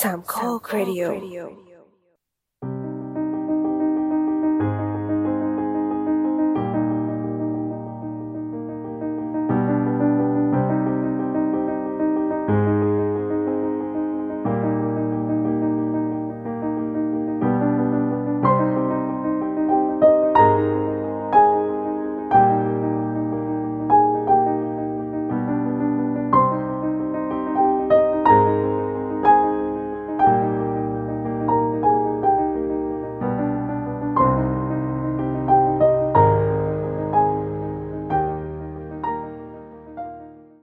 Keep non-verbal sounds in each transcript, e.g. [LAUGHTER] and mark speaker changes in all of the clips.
Speaker 1: สามข้อครดิโอ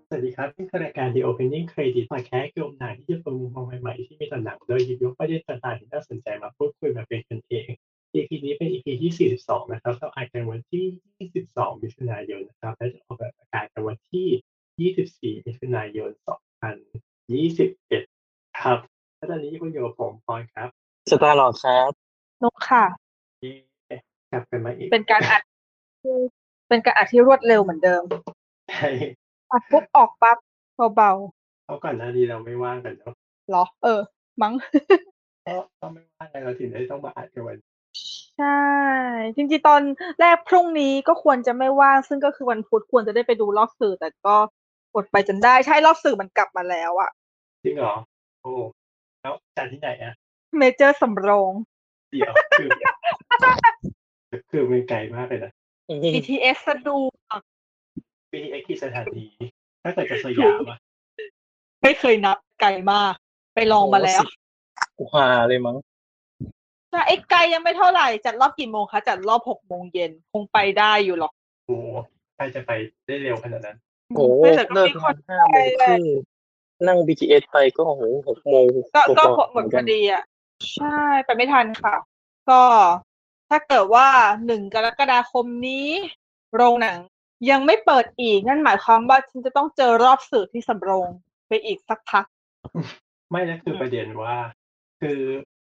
Speaker 2: สวัสดีครับนี่คือรายการ The Opening Credit Podcast คือองค์หนังที่จะเปิดมุมมองใหม่ๆ ที่มีต่อหนัง โดยหยิบยกประเด็นต่างๆที่น่าสนใจมาพูดคุยแบบเป็นกันเอง EP นี้เป็น EP ที่ 42 นะครับ เราอัดกันวันที่ 22 มิถุนายนนะครับ และจะออกแบบอากาศกันวันที่ 24 มิถุนายน 2021 ครับและตอนนี้คุณโยกับผมพรครับ
Speaker 3: สตาร์หลอดครับ
Speaker 4: นกค่ะ
Speaker 2: ที่กลับกันมาอีก
Speaker 4: เป็นการอัดที่เป็นการอัดที่รวดเร็วเหมือนเดิม
Speaker 2: ใช่
Speaker 4: อัดปุ๊บออกปั๊บเบา
Speaker 2: [LAUGHS] เพราะก่อนหน้านี้เราไม่ว่างกันเนาะ
Speaker 4: ๆเหรอ เออ มั้ง
Speaker 2: ก็ก็ไม่ว่างกันเราถึงได้ต้องมาอัดกันวัน
Speaker 4: ใช่ จริงๆตอนแรกพรุ่งนี้ก็ควรจะไม่ว่าง ซึ่งก็คือวันพุธควรจะได้ไปดูรอบสื่อ แต่ก็อดไปจนได้ ใช่รอบสื่อมันกลับมาแล้วอะ
Speaker 2: จริงเหรอโอ้แล้วจัดที่ไหนอ่ะ
Speaker 4: เมเจอร์สำโรง
Speaker 2: เดี๋ยว [LAUGHS] คือ คือมันไกลมากเลยนะ
Speaker 4: BTS สะดวก
Speaker 2: BTX ที่สถานีถ้าเกิดจะสยามอ่ะ
Speaker 4: ไม่เคยนับไกลมาก ไปลองมาแล้ว
Speaker 3: กูหาเลยมั้ง
Speaker 4: ใช่ไอ้ไกลยังไม่เท่าไหร่ จัดรอบกี่โมงคะ จัดรอบหกโมงเย็นคงไปได้อยู่หรอก
Speaker 2: โอ้โหใครจะไปได้เร็วขนาดนั้น
Speaker 3: โอ้
Speaker 4: ไม่แต่ก็
Speaker 3: เลิก
Speaker 4: มี
Speaker 3: ง
Speaker 4: คน
Speaker 3: ห้าโมงครึ่งนั่ง BTS ไปก็โอ้โหหกโมง
Speaker 4: ก็ก็
Speaker 3: ว่าๆ
Speaker 4: หมดพ
Speaker 3: กั
Speaker 4: อดีอ่ะ ใช่ไปไม่ทันค่ะ ก็ถ้าเกิดว่าหนึ่งกรกฎาคมนี้ โรงหนังยังไม่เปิดอีก นั่นหมายความว่าฉันจะต้องเจอรอบสื่อที่สำโรงไปอีกสักพัก
Speaker 2: ไม่นะคือ
Speaker 4: อืม
Speaker 2: ประเด็นว่า คือ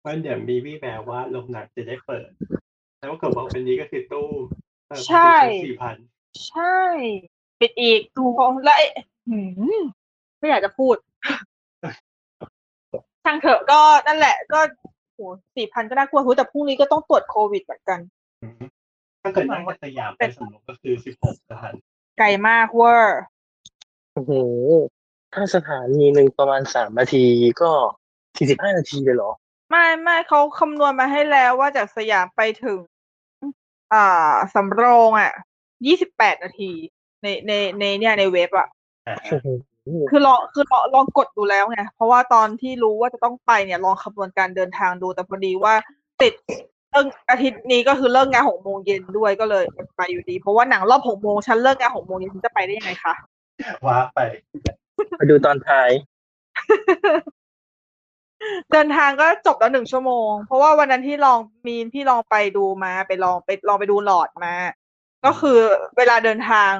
Speaker 2: มันเดี๋ยวมีวี่แววว่าโรงหนังจะได้เปิด แล้วก็บอกวันนี้ก็คือตู้เปิด
Speaker 4: ใช่
Speaker 2: สี่พัน
Speaker 4: ใช่ ปิดอีกถูกแล้วไอ้หืมไม่อยากจะพูด [LAUGHS] ช่างเถอะก็นั่นแหละ ก็โหสี่พันก็น่ากลัวแต่พรุ่งนี้ก็ต้องตรวจโควิดเหมือนกัน
Speaker 2: ถ้าเกิดนั่งจากสยามไปสำรวจก็คือสิบหกสถาน
Speaker 4: ไกลมากเวอร์
Speaker 3: โอ้โหถ้าสถานีหนึ่งประมาณสามนาทีก็สี่สิบห้านาทีเลยเหรอ
Speaker 4: ไม่ไม่เขาคำนวณมาให้แล้วว่าจากสยามไปถึง อ่าสำโรงอ่ะยี่สิบแปดนาที ในในในเนี่ยในเว็บอ่ะ
Speaker 2: อ่า
Speaker 3: โอ้โห
Speaker 4: คือลองคือลองลองกดดูแล้วไง เพราะว่าตอนที่รู้ว่าจะต้องไปเนี่ย ลองคำนวณการเดินทางดูแต่พอดีว่าติดเลิกอาทิตย์นี้ก็คือเลิกงานหกโมงเย็นด้วยก็เลยอดไปอยู่ดี เพราะว่าหนังรอบหกโมงฉันเลิกงานหกโมงเย็นฉันจะไปได้ยังไงคะ
Speaker 2: ว้าไป
Speaker 3: ไปดูตอนท้าย
Speaker 4: เดินทางก็จบแล้วหนึ่งชั่วโมง เพราะว่าวันนั้นที่ลองมีนพี่ลองไปดูมาไปลองไปลองไปดูหลอดมา ก็คือเวลาเดินทาง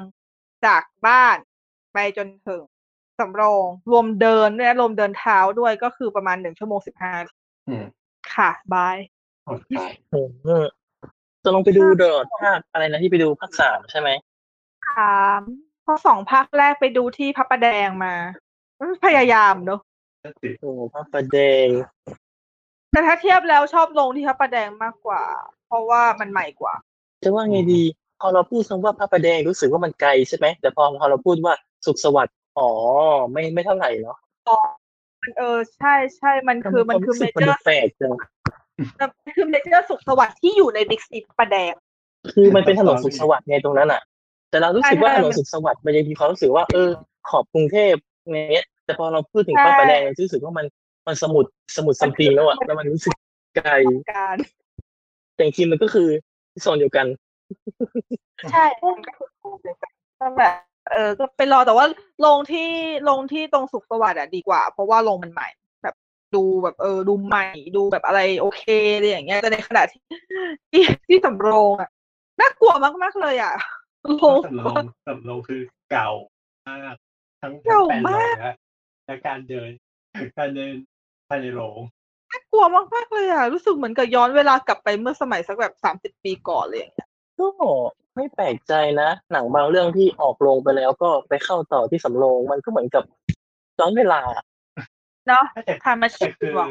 Speaker 4: จากบ้านไปจนถึงสำโรง รวมเดินด้วยนะรวมเดินเท้าด้วยก็คือประมาณหนึ่งชั่วโมงสิบห้า
Speaker 2: อืม
Speaker 4: ค่ะบาย
Speaker 2: อดตาย
Speaker 3: โอ้โหจะลองไปดูเดอดภาคอะไรนะที่ไปดูภาคสามใช่ไหม
Speaker 4: ถามเพราะสองภาคแรกไปดูที่พระประแดงมาอืมพยายามเนอะ
Speaker 2: นั่นสิ
Speaker 3: โอ้โหภาคประแดง
Speaker 4: แต่ถ้าเทียบแล้วชอบลงที่พระประแดงมากกว่า เพราะว่ามันใหม่กว่า
Speaker 3: จะว่าไงดี พอเราพูดคำว่าภาคประแดงรู้สึกว่ามันไกลใช่ไหมแต่พอพอเราพูดว่าสุขสวัสดิ์อ๋อไม่ไม่เท่าไหร่เนาะ
Speaker 4: มันเออใช่ใช่มันคือมันคือ
Speaker 3: วา
Speaker 4: เม
Speaker 3: รู้สึก
Speaker 4: เจอ
Speaker 3: มั
Speaker 4: ร์
Speaker 3: นแปลกจัง
Speaker 4: แต่คือเมเจอร์สุขสวัสดิ์ที่อยู่ในบิ๊กซีประแดง
Speaker 3: คือมันเป็นถนนสุขสวัสดิ์ไงตรงนั้นอ่ะ แต่เรารู้สึกว่า
Speaker 4: ใช่
Speaker 3: ถนนสุขสวัสดิ์มันยังมีความรู้สึกว่าเออขอบกรุงเทพอย่างเงี้ย แต่พอเราพูดถึง
Speaker 4: ใช่
Speaker 3: ป้ายประแดงเรารู้สึกว่ามันมันสมุดสมุดซัมติงแล้วอ่ะแล้วมันรู้สึกไกล
Speaker 4: การ
Speaker 3: แต่จริงๆมันก็คือโซนเดียวกัน
Speaker 4: ใช่นั่นแหละเออ ก็ไปรอแต่ว่าลงที่ลงที่ตรงสุขสวัสดิ์อะดีกว่า เพราะว่าลงมันใหม่ แบบดูแบบเออดูใหม่ดูแบบอะไรโอเคอะไรอย่างเงี้ยแต่ในขณะที่ที่ที่สำโรงอะน่ากลัวมากๆเลยอะลง
Speaker 2: สำรองสำรองคือเก่ามากทั้งทั้ง
Speaker 4: เก่า
Speaker 2: แปลนหลั
Speaker 4: มาก
Speaker 2: งและและการเดินการเดินภายในโรง
Speaker 4: น่ากลัวมากๆเลยอะรู้สึกเหมือนกับย้อนเวลากลับไปเมื่อสมัยสักแบบสามสิบปีก่อนเลย
Speaker 3: ก็ไม่แปลกใจนะ หนังบางเรื่องที่ออกโรงไปแล้วก็ไปเข้าต่อที่สำโรงมันก็เหมือนกับย้อนเวลา
Speaker 4: เนาะ
Speaker 2: แต่
Speaker 4: ทำมา
Speaker 2: แต่
Speaker 4: ชิ
Speaker 2: คือ
Speaker 4: ว่ะ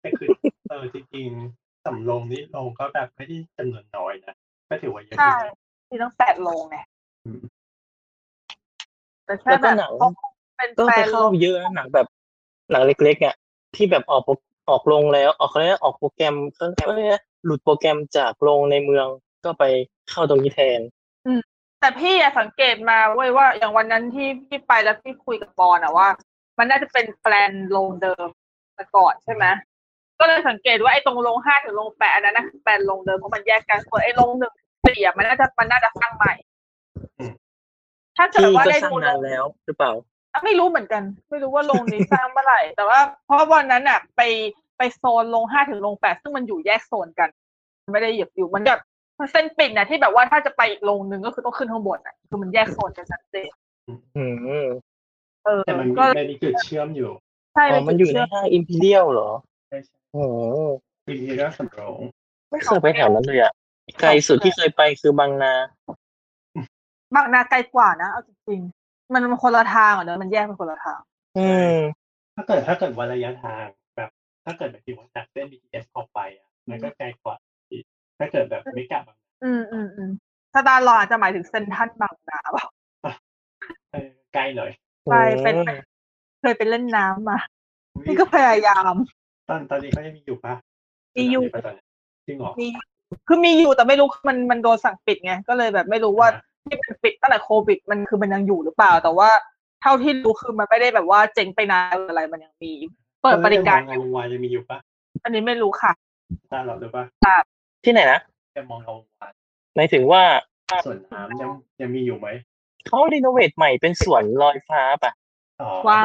Speaker 2: แต่คือเออจริงๆสำโรงนี่โรงก็แบบไม่ได้จำนวนน้อยนะก็ถือว่าเยอะ
Speaker 4: ใช่
Speaker 2: อยู่นะ
Speaker 4: ที่ต้องแปดโลงไง
Speaker 2: อืม
Speaker 4: แต่แค่
Speaker 3: แล้ว
Speaker 4: แบ
Speaker 3: ก็
Speaker 4: บ
Speaker 3: หนัง
Speaker 4: เขาเป็น
Speaker 3: ก็
Speaker 4: แฟ
Speaker 3: ไป
Speaker 4: น
Speaker 3: เข้าเยอะนะหนังแบบหนังเล็กๆอ่ะที่แบบออกโปรออกลงแล้ว ออกเขาเรียกว่าออกโปรแกรมเขาเรียกว่าอะไรนะหลุดโปรแกรมจากโรงในเมืองก็ไปเข้าตรงนี้แทน
Speaker 4: แต่พี่อะสังเกตมาเว้ยว่า อย่างวันนั้นที่พี่ไปแล้วพี่คุยกับบอลอะว่า มันน่าจะเป็นแปลนโรงเดิมแต่ก่อนใช่ไหมก็เลยสังเกตว่าไอ้ตรงโรงห้าถึงโรงแปดอันนั้นนะแปลนโรงเดิมเพราะมันแยกกันส่วนไอ้โรงหนึ่งสี่อะมันน่าจะมันน่าจะสร้างใหม่
Speaker 2: อืม
Speaker 4: ถ้าเกิด
Speaker 3: ที่
Speaker 4: ว่า
Speaker 3: ก็
Speaker 4: ได้
Speaker 3: สร้าง
Speaker 4: ดูโร
Speaker 3: นาน
Speaker 4: ง
Speaker 3: แล้วหรือเปล่า
Speaker 4: อ่ะไม่รู้เหมือนกัน ไม่รู้ว่าโรงนี้สร้างเมื่อไหร่ แต่ว่าเพราะวันนั้นอ่ะ ไปไปโซนโรงห้าถึงโรงแปดซึ่งมันอยู่แยกโซนกัน ไม่ได้เหยียบอยู่มันแบบมันเส้นปิดนะที่แบบว่าถ้าจะไปอีกโรงหนึ่งก็คือต้องขึ้นข้างบนอ่ะคือมันแยกโซนกันชัดเจน
Speaker 3: อืม
Speaker 4: เออ
Speaker 2: แต่มันมี
Speaker 4: ก็
Speaker 2: มันมีจุดเชื่อมอยู่
Speaker 4: ใช่
Speaker 3: อ๋อมันอยู่ในห้างอิมพีเรียลเหรอ
Speaker 2: ใช่
Speaker 3: โอ้โห
Speaker 2: ทีนี้ก็สำโรง
Speaker 3: ไม่เคยไปแถวนั้นเลยอ่ะไกลสุดที่เคยไปคือบางนา
Speaker 4: บางนาไกลกว่านะเอาจริงๆมันมันคนละทางอ่ะเนอะมันแยกเป็นคนละทาง
Speaker 3: อืม
Speaker 2: ถ้าเกิดถ้าเกิดวันระยะทางแบบ ถ้าเกิดแบบที่ว่าจากเส้น BTS ออกไปอ่ะมันก็ไกลกว่าอีกถ้าเกิดแบบไม่กลับาง
Speaker 4: อืมอืมอืมสตาร์ลออาจจะหมายถึงเซนทรันบางนาเปล่า
Speaker 2: เออไกลหน่อย
Speaker 4: ไปเป็นเป็นเคยไปเล่นน้ำมา
Speaker 2: อุ๊ย
Speaker 4: นี่ก็พยายาม
Speaker 2: ตอนตอนนี้เขายังมีอยู่ปะ
Speaker 4: มีอยู่
Speaker 2: ตนนี้จริงเหรอ
Speaker 4: มีคือมีอยู่แต่ไม่รู้มันมันโดนสั่งปิดไงก็เลยแบบไม่รู้ว่า ที่มันปิดตั้งแต่โควิดมันคือมันยังอยู่หรือเปล่า แต่ว่าเท่าที่รู้คือมันไม่ได้แบบว่าเจ๊งไปนานหรืออะไรมันยังมี เปิดบริการอ
Speaker 2: ยั
Speaker 4: ยู่
Speaker 2: งวานยังมีอยู่ปะ
Speaker 4: อันนี้ไม่รู้ค่ะ
Speaker 2: ตาเราหรือปะ
Speaker 3: ที่ไหนนะ
Speaker 2: จะมองเราวาน
Speaker 3: หมายถึงว่า
Speaker 2: ส่วนน้ำยังยังมีอยู่ไหม
Speaker 3: เขารีโนเวทใหม่เป็นสวนลอยฟ้าป่ะ
Speaker 2: อ๋อ
Speaker 4: ว้า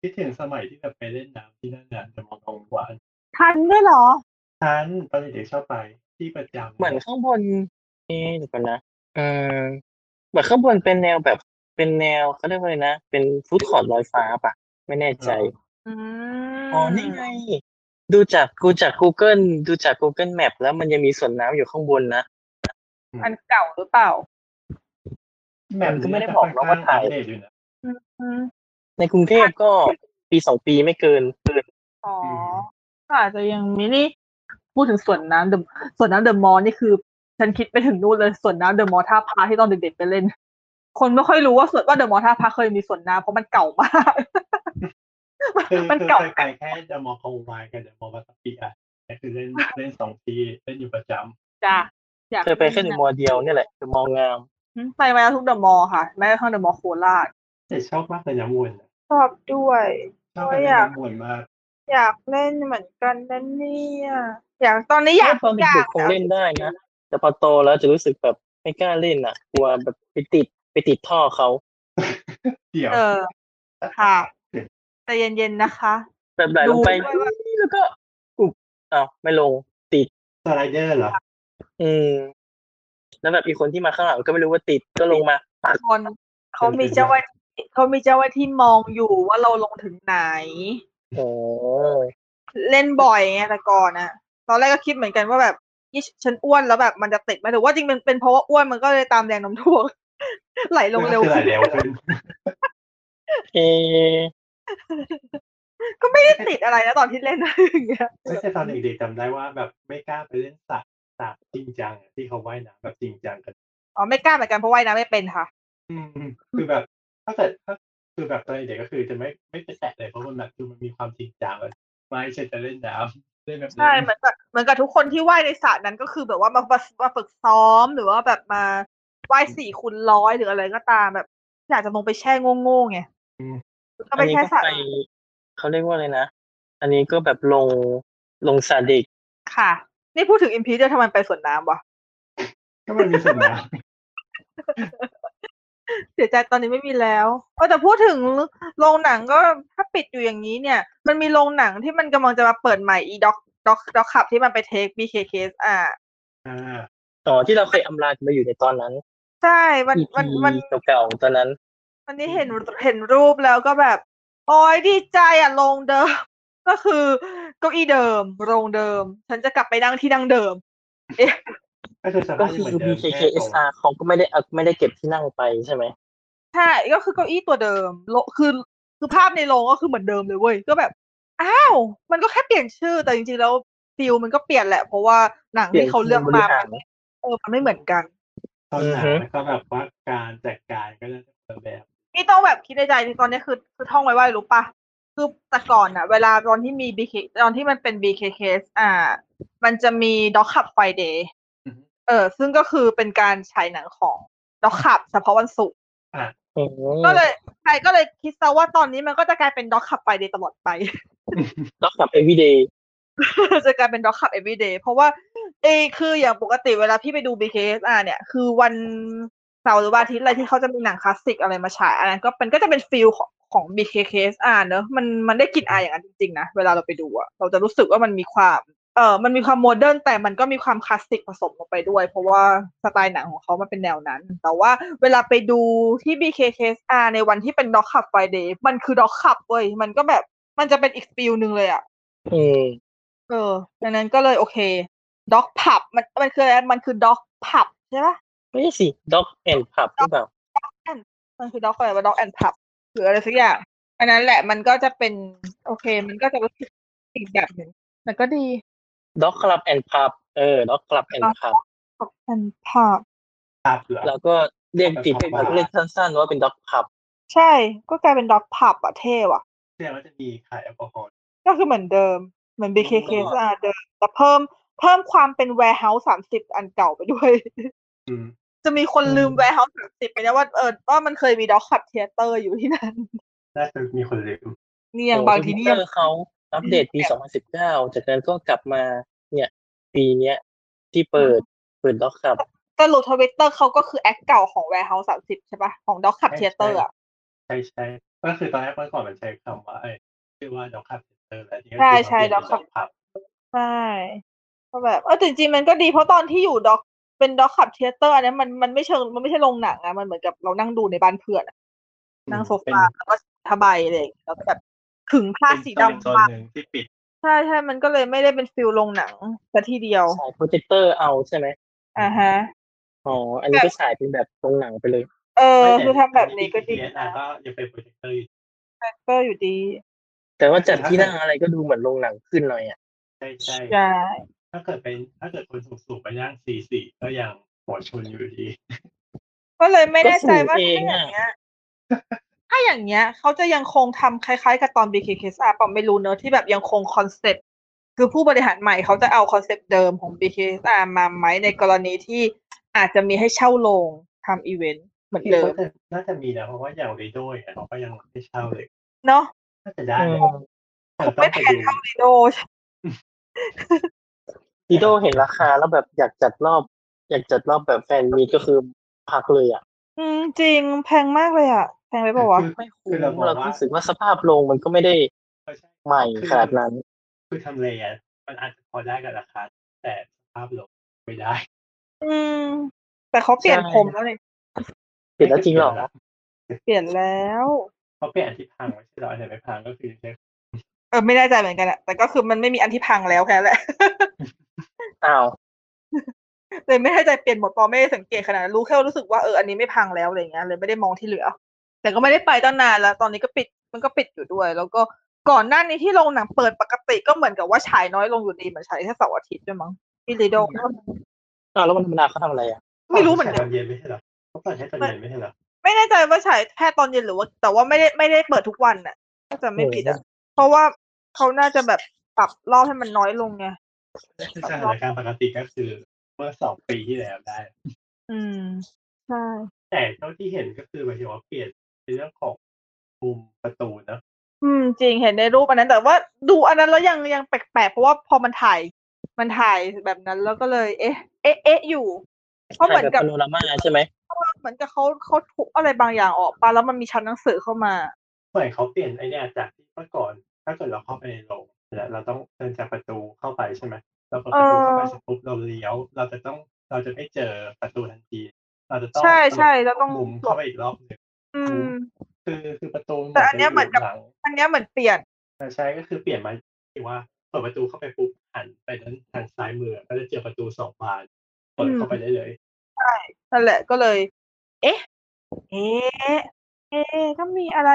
Speaker 2: คิดถึงสมัยที่แบบไปเล่นน้ำที่นั่นน่ะจะมองเราวาน
Speaker 4: ทันด้วยเหรอ
Speaker 2: ฉันตอนเด็กๆชอบไปที่ประจำ
Speaker 3: เหมือนข้างบนเอ๊ะเดี๋ยวก่อนนะเออเหมือนข้างบนเป็นแนวแบบเป็นแนวเขาเรียกว่าอะไรนะ เป็นฟู้ดคอร์ทลอยฟ้าป่ะ ไม่แน่ใจ
Speaker 4: อืม
Speaker 3: อ๋อ นี่ไง ดูจากกูจาก Google ดูจาก Google Map แล้วมันยังมีสวนน้ำอยู่ข้างบนนะ
Speaker 4: อันเก่าหรือเปล่า
Speaker 2: แบบ
Speaker 3: มันก็ไม่ได้บอกนะว่าถ่าย
Speaker 2: อัปเดตอยู่นะ
Speaker 4: อืม
Speaker 3: ในกรุงเทพก็ปีสองปีไม่เกินเกิน
Speaker 4: อ๋ออ
Speaker 2: ม
Speaker 4: ก็อาจจะยังมีนี่พูดถึงสวนน้ำเดอะสวนน้ำเดอะมอลล์นี่คือ ฉันคิดไปถึงนู่นเลยสวนน้ำเดอะมอลล์ท่าพระที่ตอนเด็กๆไปเล่น คนไม่ค่อยรู้ว่าสวนว่าเดอะมอลล์ท่าพระเคยมีสวนน้ำเพราะมันเก่ามาก [LAUGHS]
Speaker 2: คือ
Speaker 4: มัน
Speaker 2: คือ
Speaker 4: เก่า
Speaker 2: เคยไปแค่เดอะมอลล์คงวายกับเดอะมอลล์วัสปีอ่ะแต่คือเล่นเล่นสองที่เล่นอยู่ประจ
Speaker 4: จ้ะอยาก
Speaker 3: เคยไปแค่เดอะมอลล์เดียวเนี่ยแหละเดอะมอลล์งาม
Speaker 4: อืมไปมาแล้วทุกเดอะมอลล์ค่ะ แม้กระทั่งเดอะมอลล์โคราช
Speaker 2: ำแต่ชอบมากเลยนะมวนอะ
Speaker 4: ชอบด้วย
Speaker 2: ชอบ
Speaker 4: โอ้
Speaker 2: ไป
Speaker 4: ยอน
Speaker 2: เล่
Speaker 4: ยาก
Speaker 2: น้ำมวนมาก
Speaker 4: อยากเล่นเหมือนกันนั่นเนี่ยอยากตอนนี้อยาก
Speaker 3: ตอนเด็กๆคงเล่นได้นะ แต่พอโตแล้วจะรู้สึกแบบไม่กล้าเล่นอ่ะ กลัวแบบไปติดไปติดท่อเขา
Speaker 2: เดี๋ยว
Speaker 4: เออ ค่ะใจเย็นๆนะคะ
Speaker 3: แบบไหลลงไป
Speaker 4: ดูด้วยว่า
Speaker 3: แล้วก็อุบอ้าวไม่ลง
Speaker 2: สไลเดอร์เหรอ
Speaker 3: อืม แล้วแบบอีกคนที่มาข้างหลังก็ไม่รู้ว่าติดก็ลงมาปัก
Speaker 4: คนเขามีเจ้าหน้าที่เขามีเจ้าหน้าที่มองอยู่ว่าเราลงถึงไหน
Speaker 3: โอ้
Speaker 4: เล่นบ่อยไงแต่ก่อนอะตอนแรกก็คิดเหมือนกันว่าแบบนี่ฉันอ้วนแล้วแบบมันจะติดไหมแต่ว่าจริงๆเป็นเป็นเพราะว่าอ้วนมันก็เลยตามแรงโน้มถ่วง [LAUGHS] ไหลลงเร็ว
Speaker 2: [LAUGHS] คือ
Speaker 4: ขึ้น
Speaker 2: ไหลเร็วขึ้น
Speaker 3: เอ
Speaker 4: ก็ไม่ได้ติดอะไรนะตอนที่เล่นอะไร [LAUGHS] อย่างเงี้ย
Speaker 2: ไม่ใช่ตอนเด็กๆจำได้ว่าแบบไม่กล้าไปเล่นสระสระจริงจังอะที่เขาว่ายน้ำแบบจริงจังกัน
Speaker 4: อ๋อไม่กล้าเหมือนกันเพราะว่ายน้ำไม่เป็นค่ะ
Speaker 2: อืมคือแบบถ้าเกิดถ้าคือแบบตอนเด็กก็คือจะไม่ไม่ไปแตะเลยเพราะมันแบบคือมันมีความจริงจังแบบไม่ใช่จะเล่นน้ำเล่นแบบนี้
Speaker 4: ใช่เหมือนกับเหมือนกับทุกคนที่ว่ายในสระนั้นก็คือแบบว่ามามามาฝึกซ้อมหรือว่าแบบมาว่ายสี่คูณร้อยหรืออะไรก็ตามแบบอยากจะลงไปแช่โง่ๆไงก็
Speaker 3: อัน
Speaker 4: ไม่
Speaker 3: นี้
Speaker 4: แช่
Speaker 3: ก็
Speaker 4: สระ
Speaker 3: ไปเขาเรียกว่าอะไรนะ อันนี้ก็แบบลงลงซาดิก
Speaker 4: ค่ะ นี่พูดถึงอิมพีเดียทำไมไปสวนน้ำวะ
Speaker 2: ก็มันมีส่วนนะ
Speaker 4: เสียใจตอนนี้ไม่มีแล้วเออแต่พูดถึงโรงหนังก็ถ้าปิดอยู่อย่างนี้เนี่ย มันมีโรงหนังที่มันกำลังจะมาเปิดใหม่อีด็อกด็อกด็อกขับที่มันไปเทค BKKS อ่ะ
Speaker 2: อ่า
Speaker 3: ต่อที่เราเคยอำลากันมาอยู่ในตอนนั้น
Speaker 4: ใช่มัน
Speaker 3: อี
Speaker 4: มันมัน
Speaker 3: พีเก่าๆตอนนั้น
Speaker 4: วันนี้เห็นเห็นรูปแล้วก็แบบ โอ้ยดีใจอ่ะโรงเดิม ก็คือเก้าอี้เดิมโรงเดิม ฉันจะกลับไปนั่งที่นั่งเดิม
Speaker 2: ก็คือส
Speaker 3: ก็
Speaker 2: ภาพ
Speaker 3: คื
Speaker 2: ที่เหมือน
Speaker 3: อ
Speaker 2: เดิมแค่ตรง
Speaker 3: BKKSR เขาก็ไม่ได้เอาไม่ได้เก็บที่นั่งไปใช่ไหม
Speaker 4: ใช่ ก็คือเก้าอี้ตัวเดิมโลคือ คือภาพในโรงก็คือเหมือนเดิมเลยเว้ย ก็แบบ อ้าว มันก็แค่เปลี่ยนชื่อ แต่จริงๆแล้วฟิลมันก็เปลี่ยนแหละ เพราะว่าหนังที่เขาเลือกมา มันเออ มันไม่เหมือนกัน
Speaker 2: ตอนหลังแล้วก็แบบว่าการจัดการก็จะเป็นแบบ
Speaker 4: นี่ต้องแบบคิดในใจตอนนี้คือคือท่องไว้ว่ารู้ปะคือแต่ก่อนอะเวลาตอนที่มี BK ตอนที่มันเป็น BKK อ่า มันจะมีด็อกขับไฟเดย์
Speaker 2: อือฮึ
Speaker 4: เออ ซึ่งก็คือเป็นการฉายหนังของด็อกขับเฉพาะวันศุกร์
Speaker 3: อืม
Speaker 4: ก็เลยใครก็เลยคิดซะว่าตอนนี้มันก็จะกลายเป็นด็อกขับไฟเดย์ตลอดไป
Speaker 3: แล้วกับ everyday
Speaker 4: จะกลายเป็นด็อกขับ everyday เพราะว่าเอยคืออย่างปกติเวลาพี่ไปดู BKSR เนี่ย คือวันเสาร์หรือวันอาทิตย์อะไรที่เขาจะมีหนังคลาสสิกอะไรมาฉายอันนั้นก็เป็นก็จะเป็นฟิลของของ BKKSR เนอะมันมันได้กลิ่นอายอย่างนั้นจริงๆนะเวลาเราไปดูอะเราจะรู้สึกว่ามันมีความเออมันมีความโมเดิร์นแต่มันก็มีความคลาสสิกผสมลงไปด้วย เพราะว่าสไตล์หนังของเขามันเป็นแนวนั้น แต่ว่าเวลาไปดูที่ BKKSR ในวันที่เป็นด็อกขับไฟเดย์มันคือด็อกขับเว้ยมันก็แบบมันจะเป็นอีกฟิลหนึ่งเลยอะ
Speaker 3: อืม
Speaker 4: เออดังนั้นก็เลยโอเค ด็อกผับมันมันคืออะไรมันคือด็อกผับใช่ปะ
Speaker 3: ไม่ใช่สิ dog and pub หรือเปล่า
Speaker 4: มันคือด็อกอะไรว่าด็อกแอนผับหรืออะไรสักอย่าง อันนั้นแหละมันก็จะเป็นโอเค มันก็จะรู้สึกอีกแบบหนึ่งแต่ก็ดี
Speaker 3: dog club and pub เออ dog club and pub
Speaker 4: ด็อกแอนผับ
Speaker 2: ภาพเหรอ
Speaker 3: [LAUGHS] แล้วก็เรียกติด
Speaker 2: เป็น pub
Speaker 3: เรียกสั้นๆว่าเป็น dog pub
Speaker 4: ใช่ ก็กลายเป็นด็อกผับอะเท่ว่ะ
Speaker 2: แสดงว่าจะมีขายแอลกอฮอล์
Speaker 4: ก็คือเหมือนเดิม เหมือน BKK
Speaker 3: อืม
Speaker 4: อ่ะเดิมแต่เพิ่มเพิ่มความเป็น warehouse สามสิบอันเก่าไปด้วย
Speaker 2: อืม
Speaker 4: จะมีคนลืม
Speaker 3: อืม
Speaker 4: warehouse สามสิบไปนะว่าเออว่ามันเคยมีด็อกขับเทเตอร์อยู่ที่นั่น [LAUGHS]
Speaker 2: น่าจะมีคนลืม
Speaker 4: นี่ยังบางทีนี่ยัง
Speaker 3: Twitter เขาอัปเดตปี 2019 จากนั้นก็กลับมาเนี่ย ปีเนี้ยที่เปิดเปิด dog club
Speaker 4: สรุปทวิตเตอร์เขาก็คือแอคเก่าของ Warehouse 30 ใช่ปะของ Doc Club Theater อ่ะ
Speaker 2: ใช่ใช่ก็คือตอนแรกเมื่อก่อนมันใช้คำว่าไอ้ชื่อว่าด็อกคับเตอร์แล้วทีนี้ก็
Speaker 4: ใช่
Speaker 2: คือ
Speaker 4: ใช่
Speaker 2: มาเปลี่ยนเป็น
Speaker 4: Dog Cup
Speaker 2: ผับ
Speaker 4: ใช่ก็แบบเออแต่จริงๆมันก็ดีเพราะตอนที่อยู่ Doc เป็น Doc Club Theater อันนั้นมันมันไม่เชิงมันไม่ใช่โรงหนังอะมันเหมือนกับเรานั่งดูในบ้านเพื่อนอะ
Speaker 2: อืม
Speaker 4: นั่งโซ
Speaker 2: เป็น
Speaker 4: ฟาแล้วก็ทบายอะไรอย่างเงี้ยแล้วก็แบบขึงผ้าสี
Speaker 2: เป็นโซน
Speaker 4: ดำมา
Speaker 2: หนึ่งที่ปิด
Speaker 4: ใช่ใช่มันก็เลยไม่ได้เป็นฟิลโรงหนังซะทีเดียว
Speaker 3: ฉายโปรเจคเตอร์เอาใช่ไหม
Speaker 4: อ่าฮะ
Speaker 3: อ๋อ อันนี้ก็ฉายเป็นแบบโรงหนังไปเลย
Speaker 4: เออคือทำแบบนี้ก็ดี
Speaker 2: แต่
Speaker 4: นะ
Speaker 2: ก็ยังเป็นโปรเจคเตอร์อยู่
Speaker 4: ก็อยู่ดี
Speaker 3: แต่ว่าจัดที่นั่งอะไรก็ดูเหมือนโรงหนังขึ้นหน่อยอ่ะ
Speaker 2: ใช่ใช่
Speaker 4: ใช่
Speaker 2: ถ้าเกิดเป็นถ้าเกิดคนสูงสูงไปย่างสี่สี่ก็ยังหัวชนอยู่ดี
Speaker 4: ก็เลยไม่แน่ใจ
Speaker 3: ก็
Speaker 4: ว่า
Speaker 3: สูงเอง
Speaker 4: ถ้าอย่า
Speaker 3: อ่ะ
Speaker 4: งเงี้ย ถ้าอย่างเงี้ยเขาจะยังคงทำคล้ายๆ กับตอน BKKSR ปอมไม่รู้เนอะที่แบบยังคงคอนเซปต์คือผู้บริหารใหม่เขาจะเอาคอนเซปต์เดิมของ BKSR มาไหมในกรณีที่อาจจะมีให้เช่าโรงทำอีเวนต์เหมือน
Speaker 2: ที่
Speaker 4: เดิม
Speaker 2: ก็จะน่าจะมีนะเพราะว่าอย่างเรโดอย่างเนี่ยเขาก็ยังไม่เช่าเลย
Speaker 4: เนาะ
Speaker 2: น่าจะได้เลย
Speaker 3: อืม
Speaker 2: แต่ต้อ
Speaker 4: ไม่
Speaker 2: ง
Speaker 4: แพง
Speaker 2: ไปดู
Speaker 4: เท่าลีโด
Speaker 3: พี่โดเห็นราคาแล้วแบบอยากจัดรอบ อยากจัดรอบแบบแฟนมีตก็คือพักเลยอ่ะ
Speaker 4: อืมจริงแพงมากเลยอะแพงไปเปล่าวะ
Speaker 2: คือ
Speaker 3: ไม่
Speaker 2: คื
Speaker 3: คุ้ม
Speaker 2: เรามองว่า
Speaker 3: เราก็รู้สึกว่าสภาพโรงมันก็ไม่ได้
Speaker 2: เออใช่
Speaker 3: ใหม่ขนาดนั้น
Speaker 2: คือทำเลอะมันอาจจะพอได้กับราคา แต่สภาพลงไม่ได้
Speaker 4: อืม แต่เขาเปลี่ยนผมแล้วเนี่ย
Speaker 3: เปลี่ยนแล้วจริงเหรอ
Speaker 4: เปลี่ยนแล้ว
Speaker 2: เขาะเปลี่ยนอันที่พังไม่ใช่เหรออันไหนไม่พังก็คือใช้
Speaker 4: เออไม่แน่ใจเหมือนกันอะแต่ก็คือมันไม่มีอันที่พังแล้วแค่นั้นแหละ
Speaker 3: อ้าว
Speaker 4: เลยไม่ให้ใจเปลี่ยนหมดปอไม่ได้สังเกตขนาดนั้นรู้แค่ว่ารู้สึกว่าเอออันนี้ไม่พังแล้วอะไรเงี้ยเลยไม่ได้มองที่เหลือ แต่ก็ไม่ได้ไปตั้งนานแล้ว ตอนนี้ก็ปิดมันก็ปิดอยู่ด้วย แล้วก็ก่อนหน้านี้ที่โรงหนังเปิดปกติก็เหมือนกับว่าฉายน้อยลงอยู่ดีเหมือนฉายแค่เสาร์อาทิตย์ด้วยมั้งที่ลีโด
Speaker 3: อ้าวแล้ววันธรรมดาเขาทำอะไรอ่ะ
Speaker 4: ไม่รู้เหมือนกัน
Speaker 2: ตอนเย็นไม่ใช่เหรอเขาเปิดให้ตอนเย็นไม่ใช่เหรอ
Speaker 4: ไม่แน่ใจว่าฉายแค่ตอนเย็นหรือว่า แต่ว่าไม่ได้ไม่ได้เปิดทุกวันน่ะก็จะไม่
Speaker 3: เออ
Speaker 4: ผิดอ่ะเพราะว่าเขาน่าจะแบบปรับรอบให้มันน้อยลงไง
Speaker 2: คือสถานการณ์ปกติก็คือเมื่อสองปีที่แล้วได้
Speaker 4: อืมใช่
Speaker 2: แต่เท่าที่เห็นก็คือหมายถึงว่าเปลี่ยนในเรื่องของมุมประตูนะ
Speaker 4: อืมจริงเห็นในรูปอันนั้น แต่ว่าดูอันนั้นแล้วยังยังแปลกๆเพราะว่าพอมันถ่าย มันถ่ายแบบนั้นแล้วก็เลย เอ๊ะ เอ๊ะเอ๊ะอยู่เพราะเหมือนกับ
Speaker 3: ถ่ายแบบพาโนรามาใช่ไหม
Speaker 4: เหมือนกับเขาเขาทุบอะไรบางอย่างออกไปแล้วมันมีชั้นหนังสือเข้ามา
Speaker 2: เหมือนเขาเปลี่ยนไอเนี่ยจากที่เมื่อก่อน ถ้าเกิดเราเข้าไปในโรงแล้วเราต้องเดินจากประตูเข้าไปใช่ไหมเราเปิดประตูเข้าไปเสร็จปุ๊บเราเลี้ยว เราจะต้องเราจะไม่เจอประตูทันที เราจะต้อง
Speaker 4: ใช่ใช่แล้วต้อง
Speaker 2: มุมเข้าไปอีกรอบหนึ่ง
Speaker 4: อืม
Speaker 2: คือคือประตู
Speaker 4: แต่อันเนี้ยเหมือนกับ
Speaker 2: หลัง
Speaker 4: อันเนี้ยเหมือนเปลี่ยน
Speaker 2: แต่ใช่ก็คือเปลี่ยนมาที่ว่าเปิดประตูเข้าไปปุ๊บหันไปด้านทางซ้ายมือก็จะเจอประตูสองบานเปิดเข้าไปได้เลย
Speaker 4: นั่นแหละก็เลย เอ๊ะ เอ๊ะ เอ๊ะก็มีอะไร